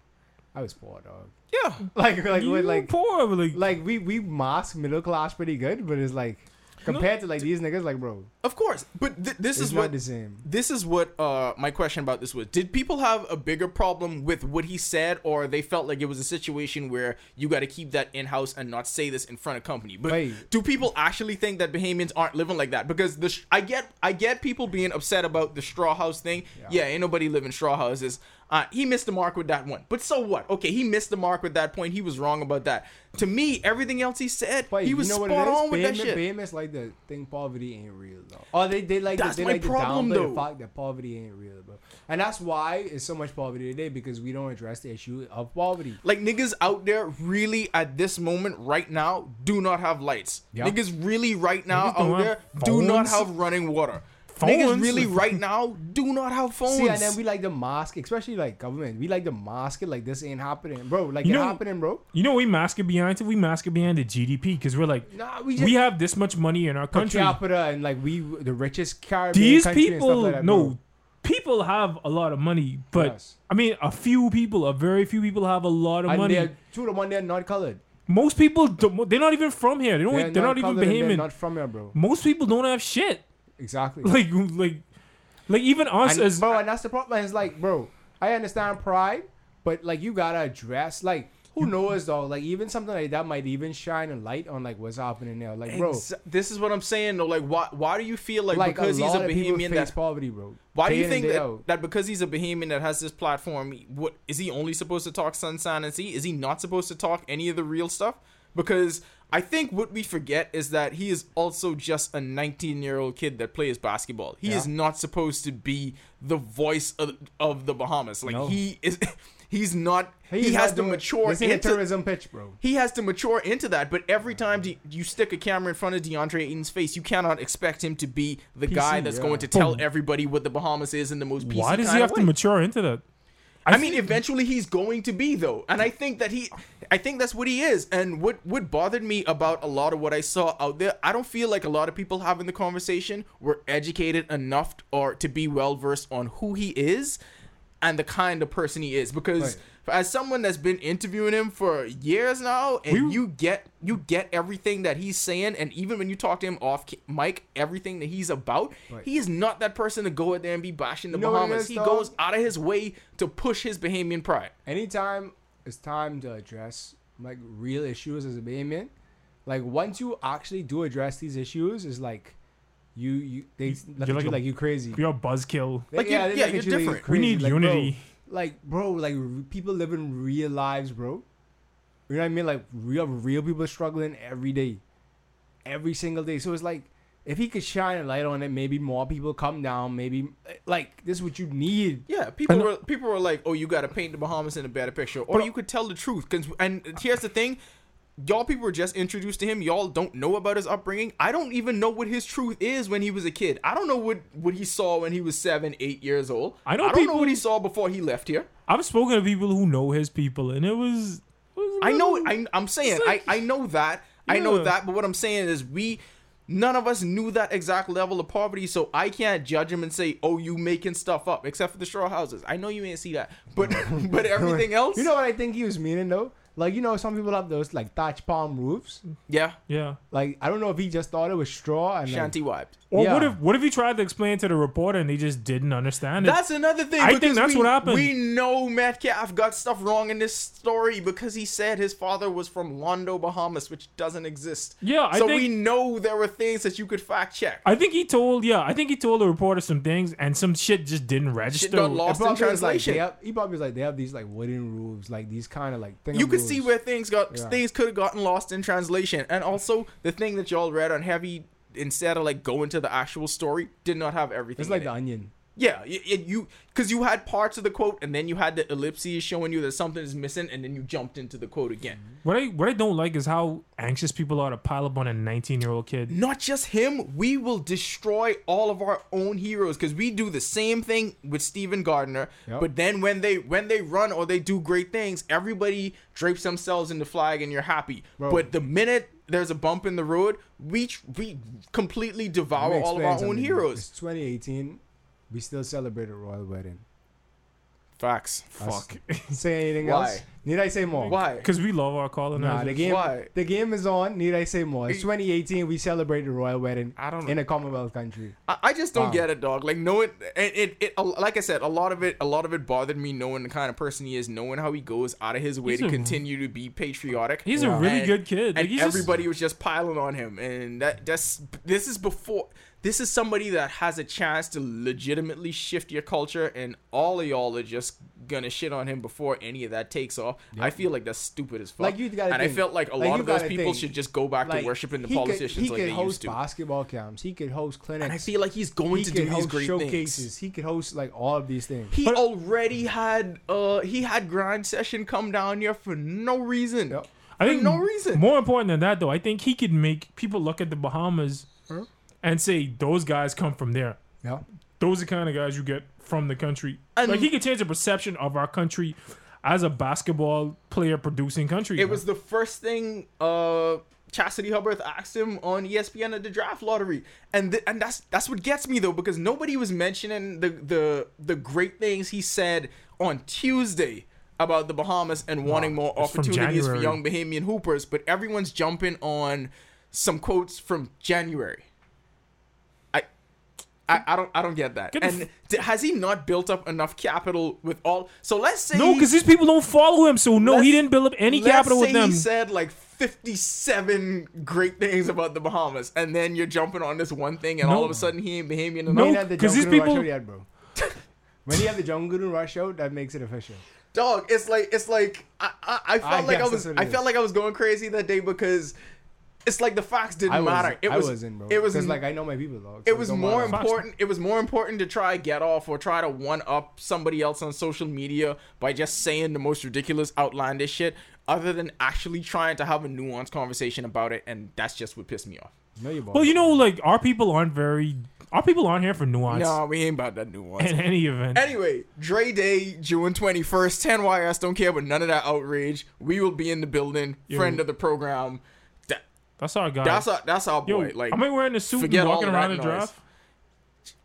Speaker 7: I was poor dog.
Speaker 5: Yeah,
Speaker 7: Like like
Speaker 6: You
Speaker 7: we're, like
Speaker 6: poor, but like,
Speaker 7: like we we mask middle class pretty good, but it's like compared to like these niggas, like bro,
Speaker 5: of course. But th- this
Speaker 7: this
Speaker 5: is
Speaker 7: is not
Speaker 5: what
Speaker 7: the same.
Speaker 5: this is what uh my question about this was did people have a bigger problem with what he said or they felt like it was a situation where you got to keep that in-house and not say this in front of company but
Speaker 7: Wait.
Speaker 5: do people actually think that bahamians aren't living like that because the sh- i get i get people being upset about the straw house thing yeah, ain't nobody live in straw houses uh, he missed the mark with that one but so what okay he missed the mark with that point he was wrong about that to me everything else he said
Speaker 7: But
Speaker 5: he
Speaker 7: you
Speaker 5: was
Speaker 7: know
Speaker 5: spot
Speaker 7: what it is?
Speaker 5: on with that
Speaker 7: Bahamian-
Speaker 5: shit
Speaker 7: Bahamians like the thing poverty ain't real though. Oh, they they like
Speaker 5: That's
Speaker 7: they
Speaker 5: my
Speaker 7: like
Speaker 5: problem,
Speaker 7: to downplay
Speaker 5: though.
Speaker 7: the fact that poverty ain't real, bro. And that's why it's so much poverty today because we don't address the issue of poverty.
Speaker 5: Like niggas out there really at this moment right now do not have lights.
Speaker 7: Yeah.
Speaker 5: Niggas really right now
Speaker 6: Niggas don't
Speaker 5: out there
Speaker 6: have
Speaker 5: do not
Speaker 6: phones.
Speaker 5: have running water. Niggas
Speaker 6: Phones?
Speaker 5: really right now do not have phones.
Speaker 7: See, and then we like to mask, especially like government. We like to mask it like this ain't happening, bro. Like
Speaker 6: You
Speaker 7: it
Speaker 6: know-
Speaker 7: happening, bro.
Speaker 6: you know, what we mask it behind it. We mask it behind the GDP because we're like,
Speaker 7: Nah, we just
Speaker 6: we have this much money in our
Speaker 7: per
Speaker 6: country.
Speaker 7: capita and like we the richest Caribbean
Speaker 6: These
Speaker 7: country and
Speaker 6: people,
Speaker 7: stuff like that,
Speaker 6: no,
Speaker 7: bro.
Speaker 6: people have a lot of money, but
Speaker 7: Yes.
Speaker 6: I mean, a few people, a very few people have a lot of
Speaker 7: and
Speaker 6: money.
Speaker 7: they're two to one. They're not colored.
Speaker 6: Most people, don't- they're not even from here. They don't.
Speaker 7: They're,
Speaker 6: They're, not, even
Speaker 7: colored and They're
Speaker 6: Bahamian.
Speaker 7: not from here, bro.
Speaker 6: Most people don't have shit.
Speaker 7: Exactly.
Speaker 6: Like, like, like even us
Speaker 7: and,
Speaker 6: as
Speaker 7: bro, and that's the problem. It's like, bro, I understand pride, but like you gotta address like. Who knows though? Like even something like that might even shine a light on like what's happening there. Like bro,
Speaker 5: Exa- this is what I'm saying though. Like why why do you feel like,
Speaker 7: like
Speaker 5: because
Speaker 7: a
Speaker 5: he's
Speaker 7: lot
Speaker 5: a
Speaker 7: of people
Speaker 5: Bahamian
Speaker 7: face
Speaker 5: that
Speaker 7: poverty, bro.
Speaker 5: why do
Speaker 7: Day
Speaker 5: you
Speaker 7: in
Speaker 5: think
Speaker 7: and day
Speaker 5: that,
Speaker 7: out.
Speaker 5: that because he's a Bahamian that has this platform, he- what is he only supposed to talk sun, sign, and sea? Is he not supposed to talk any of the real stuff? Because I think what we forget is that he is also just a 19 year old kid that plays basketball. He is not supposed to be the voice of, of the Bahamas. Like
Speaker 7: No.
Speaker 5: he is, he's not. he
Speaker 7: He's
Speaker 5: has
Speaker 7: not
Speaker 5: to
Speaker 7: doing-
Speaker 5: mature
Speaker 7: This ain't a
Speaker 5: into
Speaker 7: tourism pitch, bro.
Speaker 5: he has to mature into that. But every time de- you stick a camera in front of DeAndre Ayton's face, you cannot expect him to be the guy that's
Speaker 7: yeah.
Speaker 5: going to tell everybody what the Bahamas is in the most PC
Speaker 6: why does he
Speaker 5: kinda
Speaker 6: have to
Speaker 5: way.
Speaker 6: mature into that?
Speaker 5: I, mean, eventually he's going to be though, and I think that he, I think that's what he is. And what what bothered me about a lot of what I saw out there, I don't feel like a lot of people having the conversation were educated enough t- or to be well versed on who he is, and the kind of person he is. Because as someone that's been interviewing him for years now, and
Speaker 6: We-
Speaker 5: you get you get everything that he's saying, and even when you talk to him off ca- mic, everything that he's about, he is not that person to go out there and be bashing the
Speaker 7: You know what it
Speaker 5: Bahamas.
Speaker 7: is,
Speaker 5: he
Speaker 7: dog?
Speaker 5: goes out of his way to push his Bahamian pride.
Speaker 7: anytime it's time to address like real issues as a Bahamian, like once you actually do address these issues, is like you you they look
Speaker 6: you're like
Speaker 7: at you
Speaker 6: a-
Speaker 7: like you crazy.
Speaker 6: You're a buzzkill.
Speaker 7: They-
Speaker 5: Like, you-
Speaker 7: they
Speaker 5: yeah,
Speaker 7: look
Speaker 5: you're
Speaker 7: at you like
Speaker 5: different.
Speaker 6: We
Speaker 7: crazy.
Speaker 6: need
Speaker 7: Like,
Speaker 6: unity.
Speaker 7: Bro, like bro, like r- people living real lives, bro. You know what I mean? Like real real people struggling every day, every single day. So it's like. If he could shine a light on it, maybe more people come down. Maybe eh, like this is what you need.
Speaker 5: Yeah, people were people were like, "Oh, you got to paint the Bahamas in a better picture," or you could tell the truth. 'cause- and here's the thing, y'all people were just introduced to him. Y'all don't know about his upbringing. I don't even know what his truth is when he was a kid. I don't know what what he saw when he was seven, eight years old.
Speaker 6: I know
Speaker 5: I don't know
Speaker 6: people-
Speaker 5: what he saw before he left here.
Speaker 6: I've spoken to people who know his people, and it was. it was a
Speaker 5: I know.
Speaker 6: little-
Speaker 5: I, I'm saying.
Speaker 6: Mm. It's like-
Speaker 5: I, I know that. I know
Speaker 6: Yeah.
Speaker 5: that. But what I'm saying is we. None of us knew that exact level of poverty, so I can't judge him and say, "Oh, you making stuff up." Except for the straw houses, I know you ain't see that, but but everything else,
Speaker 7: You know what I think he was meaning though? Like you know, some people have those like thatch palm roofs.
Speaker 5: yeah,
Speaker 6: yeah.
Speaker 7: Like I don't know if he just thought it was straw and like,
Speaker 5: shanty wiped.
Speaker 6: Or what
Speaker 7: Yeah.
Speaker 6: if what if he tried to explain to the reporter and they just didn't understand it?
Speaker 5: That's another thing.
Speaker 6: I think
Speaker 5: because
Speaker 6: that's
Speaker 5: we,
Speaker 6: what happened.
Speaker 5: We know Metcalf got stuff wrong in this story because he said his father was from Londo, Bahamas, which doesn't exist.
Speaker 6: Yeah, I
Speaker 5: so
Speaker 6: think-
Speaker 5: we know there were things that you could fact check.
Speaker 6: I think he told yeah, I think he told the reporter some things and some shit just didn't register.
Speaker 5: Shit got
Speaker 7: It
Speaker 5: lost in
Speaker 7: probably was like
Speaker 5: translation.
Speaker 7: they have, he probably was like they have these like wooden roofs, like these kind of like things.
Speaker 5: you could see where things got
Speaker 7: Yeah.
Speaker 5: things could have gotten lost in translation and also the thing that y'all read on heavy instead of like going to the actual story did not have everything
Speaker 7: it's like
Speaker 5: in
Speaker 7: the
Speaker 5: it.
Speaker 7: onion.
Speaker 5: yeah y- y- you because you had parts of the quote and then you had the ellipses showing you that something is missing and then you jumped into the quote again
Speaker 7: Mm-hmm.
Speaker 6: What I what I don't like is how anxious people are to pile up on a 19 year old kid.
Speaker 5: not just him we will destroy all of our own heroes because we do the same thing with Steven Gardner
Speaker 7: Yep.
Speaker 5: but then when they when they run or they do great things everybody drapes themselves in the flag and you're happy but the minute there's a bump in the road we tr- we completely
Speaker 7: Let
Speaker 5: devour
Speaker 7: me
Speaker 5: all of
Speaker 7: explain
Speaker 5: our own
Speaker 7: something.
Speaker 5: heroes
Speaker 7: It's 2018. We still celebrate a royal wedding.
Speaker 5: facts
Speaker 7: Fuck. say anything
Speaker 5: Why?
Speaker 7: else? Need I say more?
Speaker 5: why
Speaker 6: Because we love our
Speaker 7: Nah, the
Speaker 6: colonizers.
Speaker 7: game.
Speaker 5: Why?
Speaker 7: The game is on. Need I say more? It's 2018. We celebrate a royal wedding.
Speaker 5: I don't
Speaker 7: in a Commonwealth country.
Speaker 5: I, I just don't
Speaker 7: Wow.
Speaker 5: get it, dog. Like knowing it, it, it, a- like I said, a lot of it, a lot of it bothered me knowing the kind of person he is, knowing how he goes out of his way
Speaker 6: He's
Speaker 5: to
Speaker 6: a-
Speaker 5: continue to be patriotic.
Speaker 6: He's a really good kid. Like,
Speaker 5: and
Speaker 6: he's just-
Speaker 5: everybody was just piling on him, and that that's this is before. This is somebody that has a chance to legitimately shift your culture, and all of y'all are just gonna shit on him before any of that takes off. I feel like that's stupid as fuck.
Speaker 7: Like, you gotta
Speaker 5: and I
Speaker 7: think-
Speaker 5: felt like a
Speaker 7: like,
Speaker 5: lot
Speaker 7: you
Speaker 5: of those
Speaker 7: gotta
Speaker 5: people
Speaker 7: think,
Speaker 5: should just go back
Speaker 7: Like,
Speaker 5: to worshiping the
Speaker 7: he could-
Speaker 5: politicians like
Speaker 7: he could
Speaker 5: they
Speaker 7: host
Speaker 5: used to.
Speaker 7: basketball camps. He could host clinics.
Speaker 5: and I feel like he's going
Speaker 7: he
Speaker 5: to
Speaker 7: could
Speaker 5: do these
Speaker 7: host
Speaker 5: great
Speaker 7: showcases.
Speaker 5: things.
Speaker 7: He could host like all of these things.
Speaker 5: He already had uh he had grind session come down here for no reason.
Speaker 7: Yep.
Speaker 6: I
Speaker 5: for
Speaker 6: think
Speaker 5: no reason.
Speaker 6: More important than that though, I think he could make people look at the Bahamas and say those guys come from there.
Speaker 7: yeah.
Speaker 6: Those are the kind of guys you get from the country.
Speaker 5: And-
Speaker 6: like he could change the perception of our country as a basketball player producing country.
Speaker 5: It was the first thing uh Chastity Hubbard asked him on E ESPN at the draft lottery, and th- and that's that's what gets me though because nobody was mentioning the the the great things he said on Tuesday about the Bahamas and wanting more
Speaker 6: it's from
Speaker 5: opportunities for
Speaker 6: January.
Speaker 5: young Bahamian hoopers, but everyone's jumping on some quotes from January. I I, I don't I don't get that.
Speaker 6: Get the
Speaker 5: and
Speaker 6: f-
Speaker 5: d- has he not built up enough capital with all? So let's say
Speaker 6: No,
Speaker 5: he-
Speaker 6: because these people don't follow him, so no, he
Speaker 5: Let's-
Speaker 6: didn't build up any
Speaker 5: let's
Speaker 6: capital with
Speaker 5: say
Speaker 6: them.
Speaker 5: He said like 57 great things about the Bahamas, and then you're jumping on this one thing, and all
Speaker 6: No.
Speaker 5: of a sudden he ain't Bahamian.
Speaker 6: No,
Speaker 5: No,
Speaker 7: Ain't had the
Speaker 6: 'cause these
Speaker 7: Jungle Rush
Speaker 6: people-
Speaker 7: out yet, bro. when you have the Jungle Rush out, that makes it official.
Speaker 5: dog. It's like it's like I I, I felt
Speaker 7: I
Speaker 5: like I
Speaker 7: guess
Speaker 5: was
Speaker 7: that's what
Speaker 5: I
Speaker 7: it
Speaker 5: felt
Speaker 7: is.
Speaker 5: like I was going crazy that day because it's like the facts didn't
Speaker 7: I
Speaker 5: matter.
Speaker 7: was,
Speaker 5: it
Speaker 7: I
Speaker 5: was
Speaker 7: wasn't, bro.
Speaker 5: It was
Speaker 7: Because, like I know my people, dog. so
Speaker 5: it was
Speaker 7: don't
Speaker 5: more
Speaker 7: matter.
Speaker 5: important. It was more important to try get off or try to one up somebody else on social media by just saying the most ridiculous, outlandish shit, other than actually trying to have a nuanced conversation about it. And that's just what pissed me off.
Speaker 7: No, you
Speaker 6: Well, you know, like our people aren't very Our people aren't here for nuance
Speaker 5: No, we ain't about that nuance.
Speaker 6: in any event.
Speaker 5: Anyway, Dre Day, June 21st, 10 YS. Don't care about none of that outrage. We will be in the building. Friend of the program. That,
Speaker 6: That's our guy.
Speaker 5: that's our that's our
Speaker 6: Yo,
Speaker 5: boy. Like,
Speaker 6: am I wearing a suit
Speaker 5: forget
Speaker 6: and
Speaker 5: all
Speaker 6: walking
Speaker 5: of that
Speaker 6: around the
Speaker 5: noise.
Speaker 6: draft?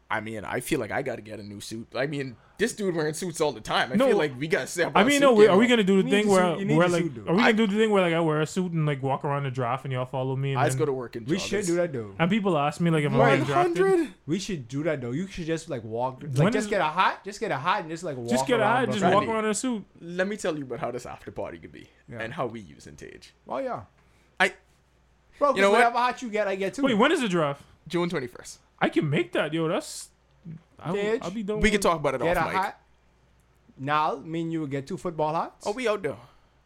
Speaker 5: I mean, I feel like I gotta get a new suit. I mean, this dude wearing suits all the time. I
Speaker 6: No.
Speaker 5: feel like we gotta step.
Speaker 6: I
Speaker 5: our
Speaker 6: mean,
Speaker 5: suit
Speaker 6: no. Wait,
Speaker 5: game
Speaker 6: are we
Speaker 5: up.
Speaker 6: gonna do the
Speaker 7: need
Speaker 6: thing
Speaker 7: to
Speaker 6: where,
Speaker 7: suit- you need
Speaker 6: where
Speaker 7: to
Speaker 6: like,
Speaker 7: suit, dude.
Speaker 6: are we gonna do the thing where like I wear a suit and like walk around the draft and y'all follow me? And
Speaker 5: I just
Speaker 6: then-
Speaker 5: go to work and
Speaker 7: We should do that though.
Speaker 6: And people ask me like, am I
Speaker 5: One
Speaker 6: getting drafted?
Speaker 5: hundred.
Speaker 7: We should do that though. You should just like walk,
Speaker 6: When
Speaker 7: like just
Speaker 6: is-
Speaker 7: get a hot, just get a hot and just like walk.
Speaker 6: Just get
Speaker 7: around
Speaker 6: out, just
Speaker 7: Brooklyn.
Speaker 6: walk
Speaker 5: Brandy.
Speaker 6: around in a suit.
Speaker 5: Let me tell you about how this after party could be
Speaker 7: Yeah.
Speaker 5: and how we using Tage.
Speaker 7: Oh yeah,
Speaker 5: I
Speaker 7: bro. 'cause
Speaker 5: You know what?
Speaker 7: whatever hot you get, I get too.
Speaker 6: Wait, when is the draft?
Speaker 5: June twenty first.
Speaker 6: I can make that, yo. That's I'll,
Speaker 7: Tage,
Speaker 6: I'll be done.
Speaker 5: We
Speaker 6: with-
Speaker 5: can talk about it
Speaker 7: get a
Speaker 5: off mic.
Speaker 7: hot. Now, me and you will get two football hots,
Speaker 5: Oh, we out there.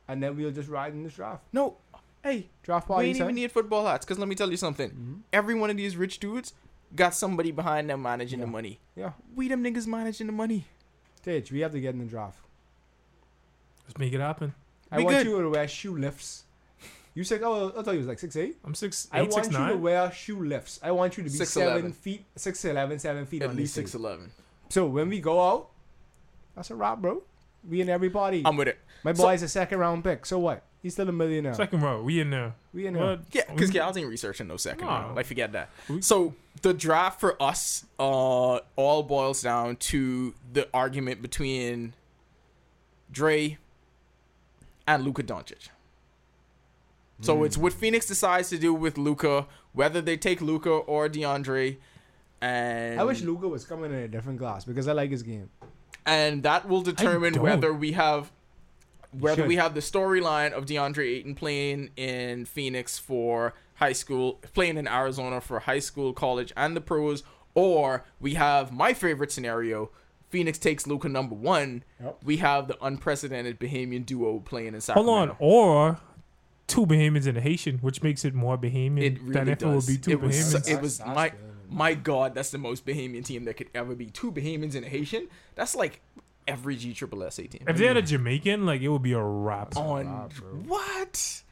Speaker 7: and then we'll just ride in this draft.
Speaker 5: No, hey,
Speaker 7: Draft
Speaker 5: we
Speaker 7: party.
Speaker 5: ain't even need football hats. Cause let me tell you something. Every one of these rich dudes got somebody behind them managing the money.
Speaker 7: yeah,
Speaker 5: We them niggas managing the money.
Speaker 7: Tage, we have to get in the draft.
Speaker 6: Let's make it happen.
Speaker 7: I
Speaker 5: We
Speaker 7: want
Speaker 5: good.
Speaker 7: you to wear shoe lifts. You said, oh, I thought you was like six eight.
Speaker 6: I'm six
Speaker 7: I
Speaker 6: eight,
Speaker 7: want
Speaker 6: six
Speaker 7: you to
Speaker 6: nine.
Speaker 7: wear shoe lifts. I want you to be
Speaker 5: 6'11.
Speaker 7: seven feet, six eleven, seven feet
Speaker 5: At
Speaker 7: on
Speaker 5: least
Speaker 7: this
Speaker 5: six
Speaker 7: thing.
Speaker 5: eleven.
Speaker 7: So when we go out, that's a wrap, bro. We in every party.
Speaker 5: I'm with it.
Speaker 7: My
Speaker 5: So-
Speaker 7: boy's a second round pick. So what? He's still a millionaire.
Speaker 6: Second row, we in there.
Speaker 7: we in here.
Speaker 6: What?
Speaker 5: Yeah, because gals ain't researching no second.
Speaker 6: No.
Speaker 5: round. Like forget that.
Speaker 6: We-
Speaker 5: So the draft for us uh, all boils down to the argument between Dre and Luka Doncic. So it's
Speaker 7: Mm.
Speaker 5: what Phoenix decides to do with Luka, whether they take Luka or DeAndre, and
Speaker 7: I wish Luca was coming in a different class because I like his game.
Speaker 5: and that will determine
Speaker 6: don't.
Speaker 5: whether we have whether
Speaker 7: should.
Speaker 5: we have the storyline of DeAndre Ayton playing in Phoenix for high school, playing in Arizona for high school, college, and the pros, or we have my favorite scenario: Phoenix takes Luca number one.
Speaker 7: Yep.
Speaker 5: We have the unprecedented Bahamian duo playing in
Speaker 6: Hold
Speaker 5: Sacramento.
Speaker 6: on, or two Bahamians and a Haitian, which makes it more Bahamian
Speaker 5: It
Speaker 6: than
Speaker 5: really
Speaker 6: if it would
Speaker 5: does.
Speaker 6: be two
Speaker 5: it was,
Speaker 6: Bahamians.
Speaker 5: so- it was
Speaker 7: That's-
Speaker 5: my
Speaker 7: that's good.
Speaker 5: my god. That's the most Bahamian team that could ever be. Two Bahamians and a Haitian. That's like every G Triple S A team.
Speaker 6: if they had a Jamaican, like it would be a wrap.
Speaker 5: on
Speaker 7: lot, bro.
Speaker 5: what?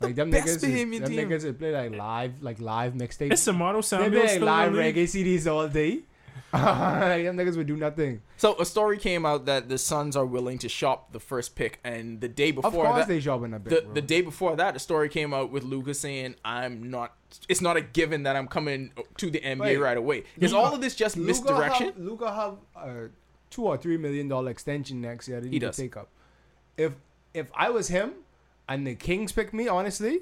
Speaker 7: Like them
Speaker 5: best
Speaker 7: niggas, is,
Speaker 5: Bahamian
Speaker 7: them
Speaker 5: team.
Speaker 7: niggas that play like live, like live mixtapes.
Speaker 6: It's Samato
Speaker 7: they
Speaker 6: Samuel
Speaker 7: play like
Speaker 6: still
Speaker 7: live
Speaker 6: in the league?
Speaker 7: reggae CDs all day. like them niggas would do nothing.
Speaker 5: So a story came out that the Suns are willing to shop the first pick, and the day
Speaker 7: Of
Speaker 5: before
Speaker 7: course
Speaker 5: that,
Speaker 7: they shopping a bit.
Speaker 5: the,
Speaker 7: bro.
Speaker 5: the day before that, a story came out with Luca saying, "I'm not. It's not a given that I'm coming to the NBA
Speaker 7: Wait.
Speaker 5: right away." Is
Speaker 7: Luka-
Speaker 5: all of this just misdirection?
Speaker 7: Luca have a two or three million dollar extension next year. That he, could
Speaker 5: does.
Speaker 7: take up. If if I was him and the Kings picked me, honestly,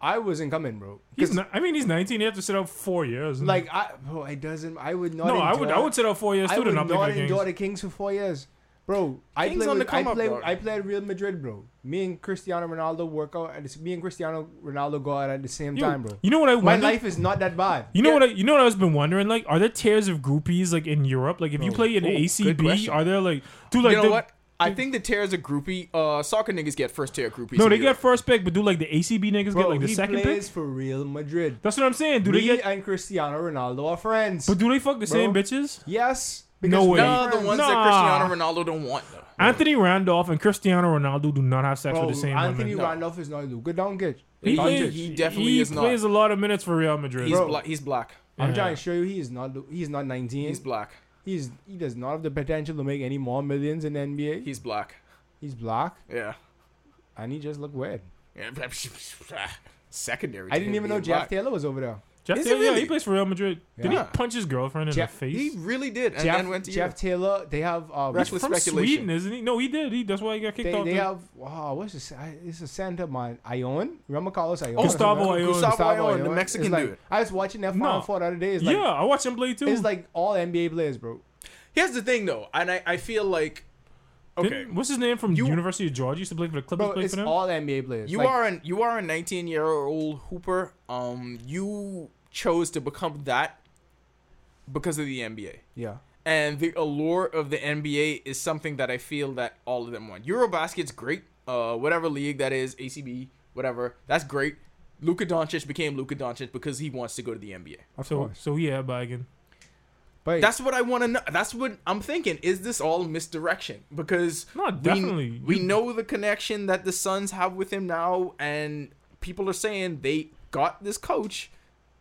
Speaker 7: I wasn't coming, bro.
Speaker 6: He's
Speaker 7: Because
Speaker 6: ni- I mean, he's 19. He has to sit out four years.
Speaker 7: like I, bro, it doesn't. I would not.
Speaker 6: no, I
Speaker 7: endure-
Speaker 6: would, I would sit out four years
Speaker 7: I
Speaker 6: too.
Speaker 7: would
Speaker 6: Then I'm
Speaker 7: not
Speaker 6: thinking
Speaker 7: endure
Speaker 6: games.
Speaker 7: the Kings for four years, bro. I
Speaker 5: Kings
Speaker 7: played.
Speaker 5: on
Speaker 7: With,
Speaker 5: the come
Speaker 7: I
Speaker 5: up,
Speaker 7: played.
Speaker 5: dog.
Speaker 7: I played Real Madrid, bro. Me and Cristiano Ronaldo work out. At the, s- me and Cristiano Ronaldo go out at the same
Speaker 6: Yo,
Speaker 7: time, bro.
Speaker 6: You know what I
Speaker 7: My
Speaker 6: wonder?
Speaker 7: life is not that bad.
Speaker 6: you know what I, you know what I've been wondering? Like, are there tiers of groupies like in Europe? Like, if you play in
Speaker 5: Ooh, Oh, good
Speaker 6: ACB,
Speaker 5: question.
Speaker 6: are there like, do like
Speaker 5: you know
Speaker 6: the,
Speaker 5: what? I think the tears are groupie. Uh, soccer niggas get first tier groupies.
Speaker 6: No,
Speaker 5: in
Speaker 6: they get
Speaker 5: Europe.
Speaker 6: first pick, but do like the ACB niggas
Speaker 7: Bro,
Speaker 6: get like the
Speaker 7: he
Speaker 6: second pick?
Speaker 7: plays for Real Madrid.
Speaker 6: That's what I'm saying. Do
Speaker 7: me
Speaker 6: they get?
Speaker 7: and Cristiano Ronaldo are friends.
Speaker 6: But do they fuck the same bitches?
Speaker 7: yes.
Speaker 6: No way.
Speaker 7: we're
Speaker 5: No, the
Speaker 7: friends.
Speaker 5: ones
Speaker 6: Nah.
Speaker 5: that Cristiano Ronaldo don't want. Though.
Speaker 6: Anthony Randolph and Cristiano Ronaldo do not have sex
Speaker 7: Bro,
Speaker 6: with the same
Speaker 7: Anthony
Speaker 6: women.
Speaker 5: No.
Speaker 7: Randolph is not Luka Doncic.
Speaker 5: He,
Speaker 7: Doncic.
Speaker 5: is- he definitely
Speaker 6: he
Speaker 5: is not.
Speaker 6: plays a lot of minutes for Real Madrid.
Speaker 5: he's,
Speaker 7: Bro.
Speaker 5: bla- he's black.
Speaker 7: I'm
Speaker 6: Yeah.
Speaker 7: trying to show you he is not Lu- he's not 19.
Speaker 5: He's
Speaker 7: He's,
Speaker 5: black.
Speaker 7: he does not have the potential to make any more millions in the NBA.
Speaker 5: He's black.
Speaker 7: he's black
Speaker 5: Yeah.
Speaker 7: and he just look weird.
Speaker 5: Secondary.
Speaker 7: I
Speaker 5: to
Speaker 7: didn't
Speaker 5: him
Speaker 7: even know
Speaker 5: being
Speaker 7: Jeff
Speaker 5: black.
Speaker 7: Taylor was over there.
Speaker 6: Jeff
Speaker 5: Is he
Speaker 6: Taylor, yeah, he
Speaker 5: really?
Speaker 6: plays for Real Madrid. Did he
Speaker 5: Yeah.
Speaker 6: punch his girlfriend in
Speaker 7: Jeff-
Speaker 6: the face?
Speaker 5: He really did, and
Speaker 7: Jeff,
Speaker 5: then went to
Speaker 7: Jeff
Speaker 5: Europe.
Speaker 7: Taylor, they have uh,
Speaker 5: Reckless
Speaker 6: from
Speaker 5: speculation.
Speaker 6: Sweden, isn't he? No, he did. He, that's why he got kicked
Speaker 7: they,
Speaker 6: off.
Speaker 7: they
Speaker 6: the-
Speaker 7: have wow, what's this? I- It's a center man, Ion. Remember Carlos Ion?
Speaker 6: Gustavo
Speaker 7: Remember?
Speaker 6: Ion.
Speaker 5: Gustavo Ayon, the
Speaker 7: It's
Speaker 5: Mexican
Speaker 7: like-
Speaker 5: dude.
Speaker 7: I was watching that final
Speaker 6: No.
Speaker 7: four the other day. It's like,
Speaker 6: yeah, I watched him play too.
Speaker 7: it's like all NBA players, bro.
Speaker 5: Here's the thing, though, and I, I feel like
Speaker 6: Didn't-
Speaker 5: okay,
Speaker 6: what's his name from
Speaker 5: You-
Speaker 6: University of Georgia? Used to play for the Clippers.
Speaker 7: Bro,
Speaker 6: played
Speaker 7: it's
Speaker 6: for them.
Speaker 7: all NBA players.
Speaker 5: you
Speaker 7: Like,
Speaker 5: are an you are a 19 year old hooper. Um, you chose to become that because of the NBA,
Speaker 7: yeah.
Speaker 5: and the allure of the NBA is something that I feel that all of them want. Eurobasket's great. Uh, whatever league that is, ACB, whatever, that's great. Luka Doncic became Luka Doncic because he wants to go to the NBA.
Speaker 7: Of
Speaker 6: so,
Speaker 7: course.
Speaker 6: so yeah, Baggin.
Speaker 7: But
Speaker 5: That's what I want to know. That's what I'm thinking. Is this all misdirection? Because
Speaker 6: No,
Speaker 5: we-
Speaker 6: definitely.
Speaker 5: we,
Speaker 6: You-
Speaker 5: know the connection that the Suns have with him now, and people are saying they got this coach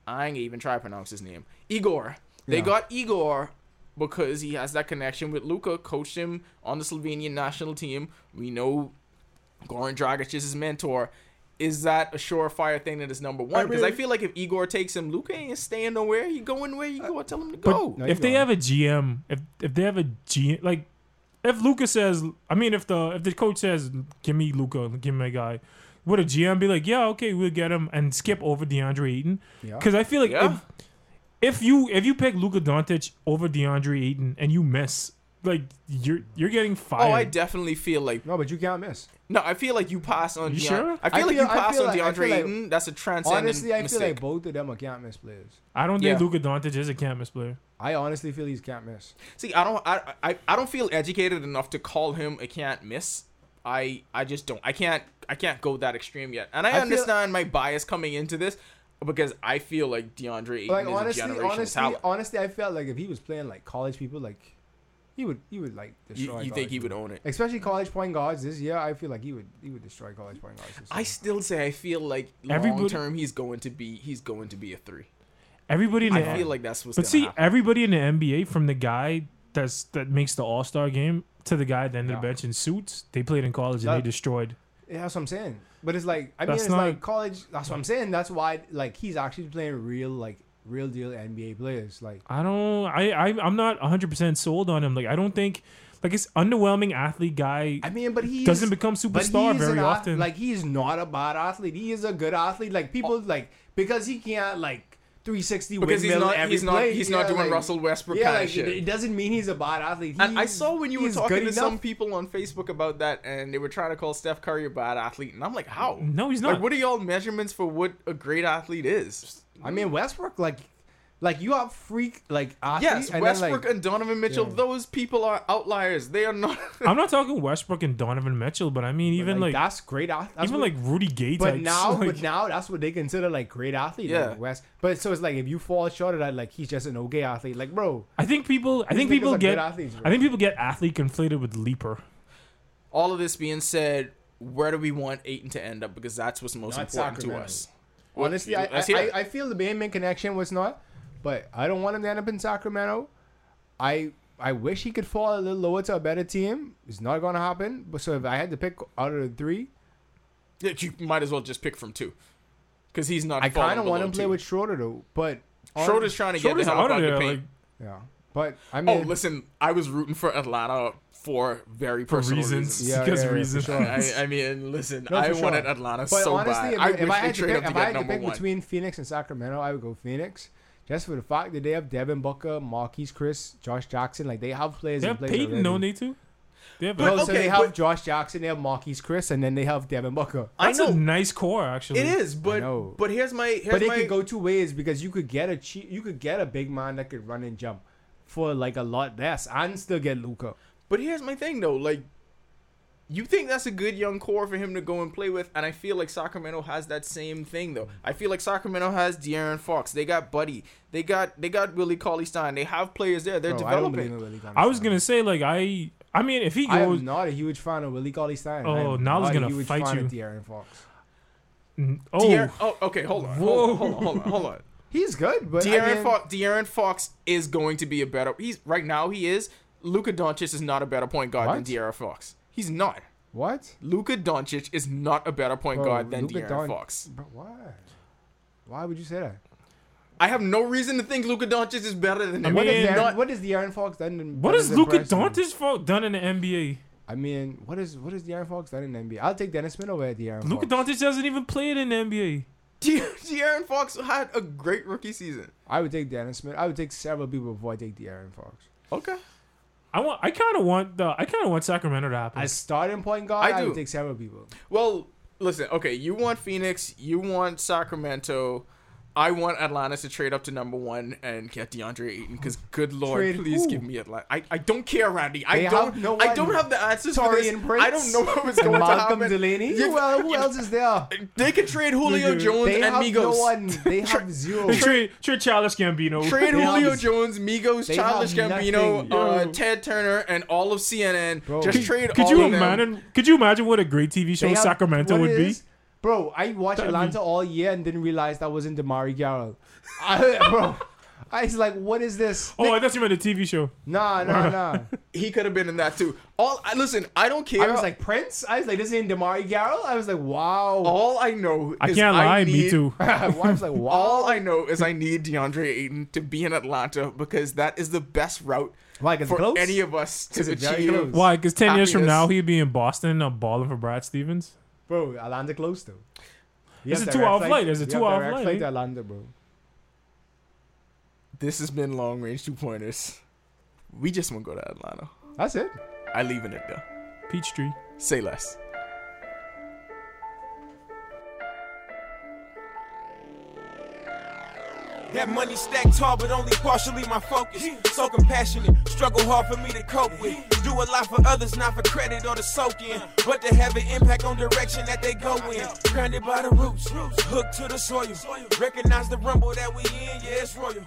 Speaker 5: I ain't even try to pronounce his name. Igor. They
Speaker 3: Yeah.
Speaker 5: got Igor because he has that connection with Luka, coached him on the Slovenian national team. We know Goran Dragic is his mentor. Is that a surefire thing that is number one? Because I,
Speaker 3: really-
Speaker 5: feel like if Igor takes him, Luka ain't staying nowhere. He going where Igor tell him to go.
Speaker 7: No, you
Speaker 6: if they
Speaker 7: go.
Speaker 6: have a GM, if if they have a GM, like if Luca says, I mean, if the if the coach says, "Give me Luca, give me my guy," would a GM be like, "Yeah, okay, we'll get him," and skip over DeAndre Ayton?
Speaker 7: Yeah.
Speaker 6: Because I feel like
Speaker 5: Yeah.
Speaker 6: if, if you if you pick Luca Doncic over DeAndre Ayton and you miss, like you're you're getting fired.
Speaker 5: Oh, I definitely feel like
Speaker 7: No, but you can't miss.
Speaker 5: no. I feel like you pass on.
Speaker 6: You
Speaker 5: Deon-
Speaker 6: sure?
Speaker 5: I
Speaker 7: I
Speaker 5: feel like
Speaker 7: feel-
Speaker 5: you
Speaker 7: I
Speaker 5: pass
Speaker 7: feel
Speaker 5: on
Speaker 7: like- I
Speaker 5: DeAndre
Speaker 7: feel like-
Speaker 5: Ayton. That's a transcendent
Speaker 7: Honestly, I
Speaker 5: mistake.
Speaker 7: feel like both of them are can't miss players.
Speaker 6: I don't
Speaker 5: Yeah.
Speaker 6: think Luca Doncic is a can't miss player.
Speaker 7: I honestly feel he's can't miss.
Speaker 5: See, I don't, I, I, I don't feel educated enough to call him a can't miss. I, I just don't. I can't, I can't go that extreme yet. And I,
Speaker 7: feel-
Speaker 5: understand my bias coming into this because I feel like DeAndre Ayton
Speaker 7: Like
Speaker 5: is a
Speaker 7: honestly,
Speaker 5: generational
Speaker 7: honestly,
Speaker 5: talent.
Speaker 7: honestly, I felt like if he was playing like college people, like he would, he would like
Speaker 5: You,
Speaker 7: destroy.
Speaker 5: you
Speaker 7: college
Speaker 5: think he would
Speaker 7: people.
Speaker 5: own it?
Speaker 7: Especially college point guards this year, I feel like he would, he would destroy college point guards. This year.
Speaker 5: I still say I feel like
Speaker 6: Everybody-
Speaker 5: long term he's going to be he's going to be a three.
Speaker 6: Everybody in the
Speaker 5: I feel like that's what's.
Speaker 6: But
Speaker 5: gonna
Speaker 6: see,
Speaker 5: happen.
Speaker 6: everybody in the NBA, from the guy that's that makes the All Star game to the guy at the end of the
Speaker 7: Yeah.
Speaker 6: bench in suits, they played in college and
Speaker 7: That-
Speaker 6: they destroyed.
Speaker 7: Yeah, that's what I'm saying. But it's like I mean,
Speaker 6: That's
Speaker 7: it's
Speaker 6: not-
Speaker 7: like college. That's what I'm saying. That's why like he's actually playing real like real deal NBA players. Like
Speaker 6: I don't. I, I I'm not 100 percent sold on him. Like I don't think like it's underwhelming athlete guy.
Speaker 7: I mean, but he
Speaker 6: Doesn't become superstar very often.
Speaker 7: Like he's not a bad athlete. He is a good athlete. Like people like because he can't like 360
Speaker 5: Oh. Because he's
Speaker 7: windmill
Speaker 5: not-
Speaker 7: every
Speaker 5: he's not-
Speaker 7: play.
Speaker 5: he's not doing Russell Westbrook
Speaker 7: Yeah,
Speaker 5: kinda
Speaker 7: like,
Speaker 5: shit.
Speaker 7: It, it doesn't mean he's a bad athlete.
Speaker 5: And I
Speaker 7: He's-
Speaker 5: saw when you were
Speaker 7: he's
Speaker 5: talking to
Speaker 7: good
Speaker 5: some
Speaker 7: enough.
Speaker 5: people on Facebook about that, and they were trying to call Steph Curry a bad athlete, and I'm like, how?
Speaker 6: No, he's
Speaker 5: Like,
Speaker 6: not.
Speaker 5: what are y'all measurements for what a great athlete is?
Speaker 7: I mean, Westbrook like. Like you have freak like athlete,
Speaker 5: Yes,
Speaker 7: and then,
Speaker 5: Westbrook
Speaker 7: like,
Speaker 5: and Donovan Mitchell,
Speaker 7: Yeah.
Speaker 5: those people are outliers. They are not.
Speaker 6: I'm not talking Westbrook and Donovan Mitchell, but I mean even like,
Speaker 7: that's great. ath- That's
Speaker 6: even
Speaker 7: what-
Speaker 6: like Rudy Gay
Speaker 7: But
Speaker 6: types,
Speaker 7: now,
Speaker 6: like,
Speaker 7: but now that's what they consider like great athlete. Yeah.
Speaker 5: Yeah.
Speaker 7: West. But so it's like if you fall short of that, like he's just an okay athlete. Like, bro,
Speaker 6: I think people. I think
Speaker 7: niggas
Speaker 6: people
Speaker 7: are good
Speaker 6: get.
Speaker 7: athletes, bro.
Speaker 6: I think people get athlete conflated with leaper.
Speaker 5: All of this being said, where do we want Aiton to end up? Because that's what's most
Speaker 7: Not
Speaker 5: important to
Speaker 7: Sacramento.
Speaker 5: us.
Speaker 7: honestly, I, I,
Speaker 5: let's hear
Speaker 7: I,
Speaker 5: it.
Speaker 7: I feel the Bateman connection was not, but I don't want him to end up in Sacramento. I I wish he could fall a little lower to a better team. It's not gonna happen. But so if I had to pick out of the three,
Speaker 5: Yeah, You might as well just pick from two, because he's not.
Speaker 7: I
Speaker 5: falling
Speaker 7: kind of want
Speaker 5: below
Speaker 7: him to play
Speaker 5: two.
Speaker 7: with Schroeder though. But
Speaker 5: Schroeder's trying to get the
Speaker 6: Schroeder's
Speaker 5: hell
Speaker 6: out
Speaker 5: up
Speaker 6: of
Speaker 5: out of the
Speaker 6: there,
Speaker 5: paint.
Speaker 6: like,
Speaker 7: yeah, but I
Speaker 5: Oh,
Speaker 7: mean,
Speaker 5: listen, I was rooting for Atlanta for very
Speaker 6: for
Speaker 5: personal
Speaker 6: reasons,
Speaker 5: reasons.
Speaker 7: Yeah,
Speaker 6: because
Speaker 7: yeah, yeah, for
Speaker 6: reasons.
Speaker 7: sure.
Speaker 5: I, I mean, listen,
Speaker 7: No,
Speaker 5: I
Speaker 7: for sure.
Speaker 5: wanted Atlanta
Speaker 7: But
Speaker 5: so
Speaker 7: honestly,
Speaker 5: bad. I
Speaker 7: if, if
Speaker 5: wish
Speaker 7: I
Speaker 5: they
Speaker 7: had to
Speaker 5: traded
Speaker 7: pick,
Speaker 5: up to
Speaker 7: if I
Speaker 5: get
Speaker 7: had to
Speaker 5: number
Speaker 7: pick
Speaker 5: one.
Speaker 7: between Phoenix and Sacramento, I would go Phoenix. Just for the fact that they have Devin Booker, Marquise Chris, Josh Jackson, like they have players.
Speaker 6: They
Speaker 7: in
Speaker 6: have
Speaker 7: place
Speaker 6: Peyton,
Speaker 7: already.
Speaker 6: no need to. They have
Speaker 7: No,
Speaker 5: But-
Speaker 7: so
Speaker 5: okay,
Speaker 7: they have
Speaker 5: but-
Speaker 7: Josh Jackson, they have Marquise Chris, and then they have Devin Booker.
Speaker 6: That's a nice core, actually.
Speaker 5: It is, but
Speaker 7: know.
Speaker 5: but here's my here's
Speaker 7: but it
Speaker 5: my
Speaker 7: could go two ways because you could get a cheap, you could get a big man that could run and jump for like a lot less and still get Luca.
Speaker 5: but here's my thing though, like you think that's a good young core for him to go and play with, and I feel like Sacramento has that same thing though. I feel like Sacramento has De'Aaron Fox, they got Buddy, they got they got Willie Cauley Stein, they have players there, they're
Speaker 7: Bro, I don't believe in Willie
Speaker 5: developing.
Speaker 7: Cauley
Speaker 6: I was
Speaker 7: Stein.
Speaker 6: gonna say like I. I mean, if he
Speaker 7: I
Speaker 6: goes,
Speaker 7: am not a huge fan of Willie Cauley Stein. I
Speaker 6: Oh,
Speaker 7: am
Speaker 6: Nala's
Speaker 7: not a
Speaker 6: gonna
Speaker 7: huge
Speaker 6: fight
Speaker 7: fan
Speaker 6: you.
Speaker 7: Of De'Aaron Fox.
Speaker 6: Mm,
Speaker 5: De'Aaron-
Speaker 6: oh,
Speaker 5: oh, okay, hold on, hold on,
Speaker 6: Whoa.
Speaker 5: hold on, hold on, hold on.
Speaker 7: He's good, but I
Speaker 5: De'Aaron,
Speaker 7: mean-
Speaker 5: Fox, De'Aaron Fox is going to be a better. He's right now. He is. Luka Doncic is not a better point guard than
Speaker 7: What?
Speaker 5: De'Aaron Fox. He's not.
Speaker 7: What?
Speaker 5: Luka Doncic is not a better point
Speaker 7: Bro,
Speaker 5: guard than
Speaker 7: Luka
Speaker 5: De'Aaron
Speaker 7: Don-
Speaker 5: Fox.
Speaker 7: But why? Why would you say that?
Speaker 5: I have no reason to think Luka Doncic is better than him.
Speaker 6: I
Speaker 7: What
Speaker 6: mean,
Speaker 7: is De'Aaron,
Speaker 5: not-
Speaker 7: what is De'Aaron Fox done? In,
Speaker 6: what
Speaker 7: done
Speaker 6: is
Speaker 7: in
Speaker 6: Luka
Speaker 7: person?
Speaker 6: Doncic's fault done in the NBA?
Speaker 7: I mean, what is what is De'Aaron Fox done in the NBA? I'll take Dennis Smith over De'Aaron.
Speaker 6: Luka
Speaker 7: Fox.
Speaker 6: Doncic doesn't even play it in the NBA.
Speaker 5: De- De'Aaron Fox had a great rookie season.
Speaker 7: I would take Dennis Smith. I would take several people before I take De'Aaron Fox.
Speaker 5: Okay.
Speaker 6: I want. I kind of want the. I kind of want Sacramento to happen.
Speaker 7: As starting point guard,
Speaker 5: I
Speaker 7: I,
Speaker 5: do.
Speaker 7: would take several people.
Speaker 5: Well, listen. Okay, you want Phoenix. You want Sacramento. I want Atlanta to trade up to number one and get DeAndre Ayton because, good lord,
Speaker 7: Trade
Speaker 5: please
Speaker 7: who?
Speaker 5: give me Atlanta. I, I don't care, Randy. I
Speaker 7: They
Speaker 5: don't
Speaker 7: have no
Speaker 5: I
Speaker 7: one.
Speaker 5: don't have the answers for this.
Speaker 7: Torian Prince.
Speaker 5: I don't know what was going to
Speaker 7: Malcolm
Speaker 5: happen.
Speaker 7: Delaney.
Speaker 5: You-
Speaker 7: Who, el- who else is there?
Speaker 5: They could trade Julio Jones
Speaker 7: They
Speaker 5: and
Speaker 7: have
Speaker 5: Migos.
Speaker 7: no one. They have zero.
Speaker 6: They trade trade Chalice Gambino.
Speaker 5: Trade
Speaker 7: They have-
Speaker 5: Julio Jones, Migos,
Speaker 7: they
Speaker 5: Childish
Speaker 7: have
Speaker 5: Gambino,
Speaker 7: nothing.
Speaker 5: uh,
Speaker 6: Yo.
Speaker 5: Ted Turner, and all of CNN.
Speaker 7: Bro.
Speaker 5: Just
Speaker 7: Could-
Speaker 5: trade
Speaker 6: Could
Speaker 5: all
Speaker 6: you
Speaker 5: of them.
Speaker 6: imagine? Could you imagine what a great TV show
Speaker 7: They have-
Speaker 6: Sacramento
Speaker 7: what
Speaker 6: would
Speaker 7: it
Speaker 6: be?
Speaker 7: is, Bro, I watched Atlanta all year and didn't realize that wasn't Damari Garrell. I, bro, I was like, what is this?
Speaker 6: Oh, I thought you meant a TV show.
Speaker 7: Nah, nah, nah.
Speaker 5: He could have been in that too. All I listen, I don't care.
Speaker 7: I was like, Prince? I was like, this ain't Damari Garrell? I was like, wow.
Speaker 5: all I know.
Speaker 6: I
Speaker 5: is
Speaker 6: can't lie. me
Speaker 5: need-
Speaker 6: too.
Speaker 7: I was like, wow.
Speaker 5: All I know is I need DeAndre Ayton to be in Atlanta because that is the best route
Speaker 7: Why, 'cause
Speaker 5: for
Speaker 7: close?
Speaker 5: any of us to
Speaker 7: Is it very
Speaker 5: achieve.
Speaker 7: close?
Speaker 6: Why? Because ten years from
Speaker 5: Happiness.
Speaker 6: now, he'd be in Boston, uh, balling for Brad Stevens.
Speaker 7: Bro, Atlanta close though. You
Speaker 6: It's
Speaker 7: have
Speaker 6: a
Speaker 7: direct
Speaker 6: two-hour flight. It's a
Speaker 7: You have
Speaker 6: two-hour
Speaker 7: direct
Speaker 6: flight,
Speaker 7: flight
Speaker 6: eh?
Speaker 7: to Atlanta, bro.
Speaker 5: This has been long range two pointers. We just won't go to Atlanta.
Speaker 7: That's it.
Speaker 5: I leave in it though.
Speaker 6: Peachtree.
Speaker 5: Say less. oh.
Speaker 1: That money stacked tall, but only partially my focus. So compassionate, struggle hard for me to cope with. Do a lot for others, not for credit or to soak in, but to have an impact on direction that they go in. Grounded by the roots, hooked to the soil. Recognize the rumble that we in, yeah, it's royal.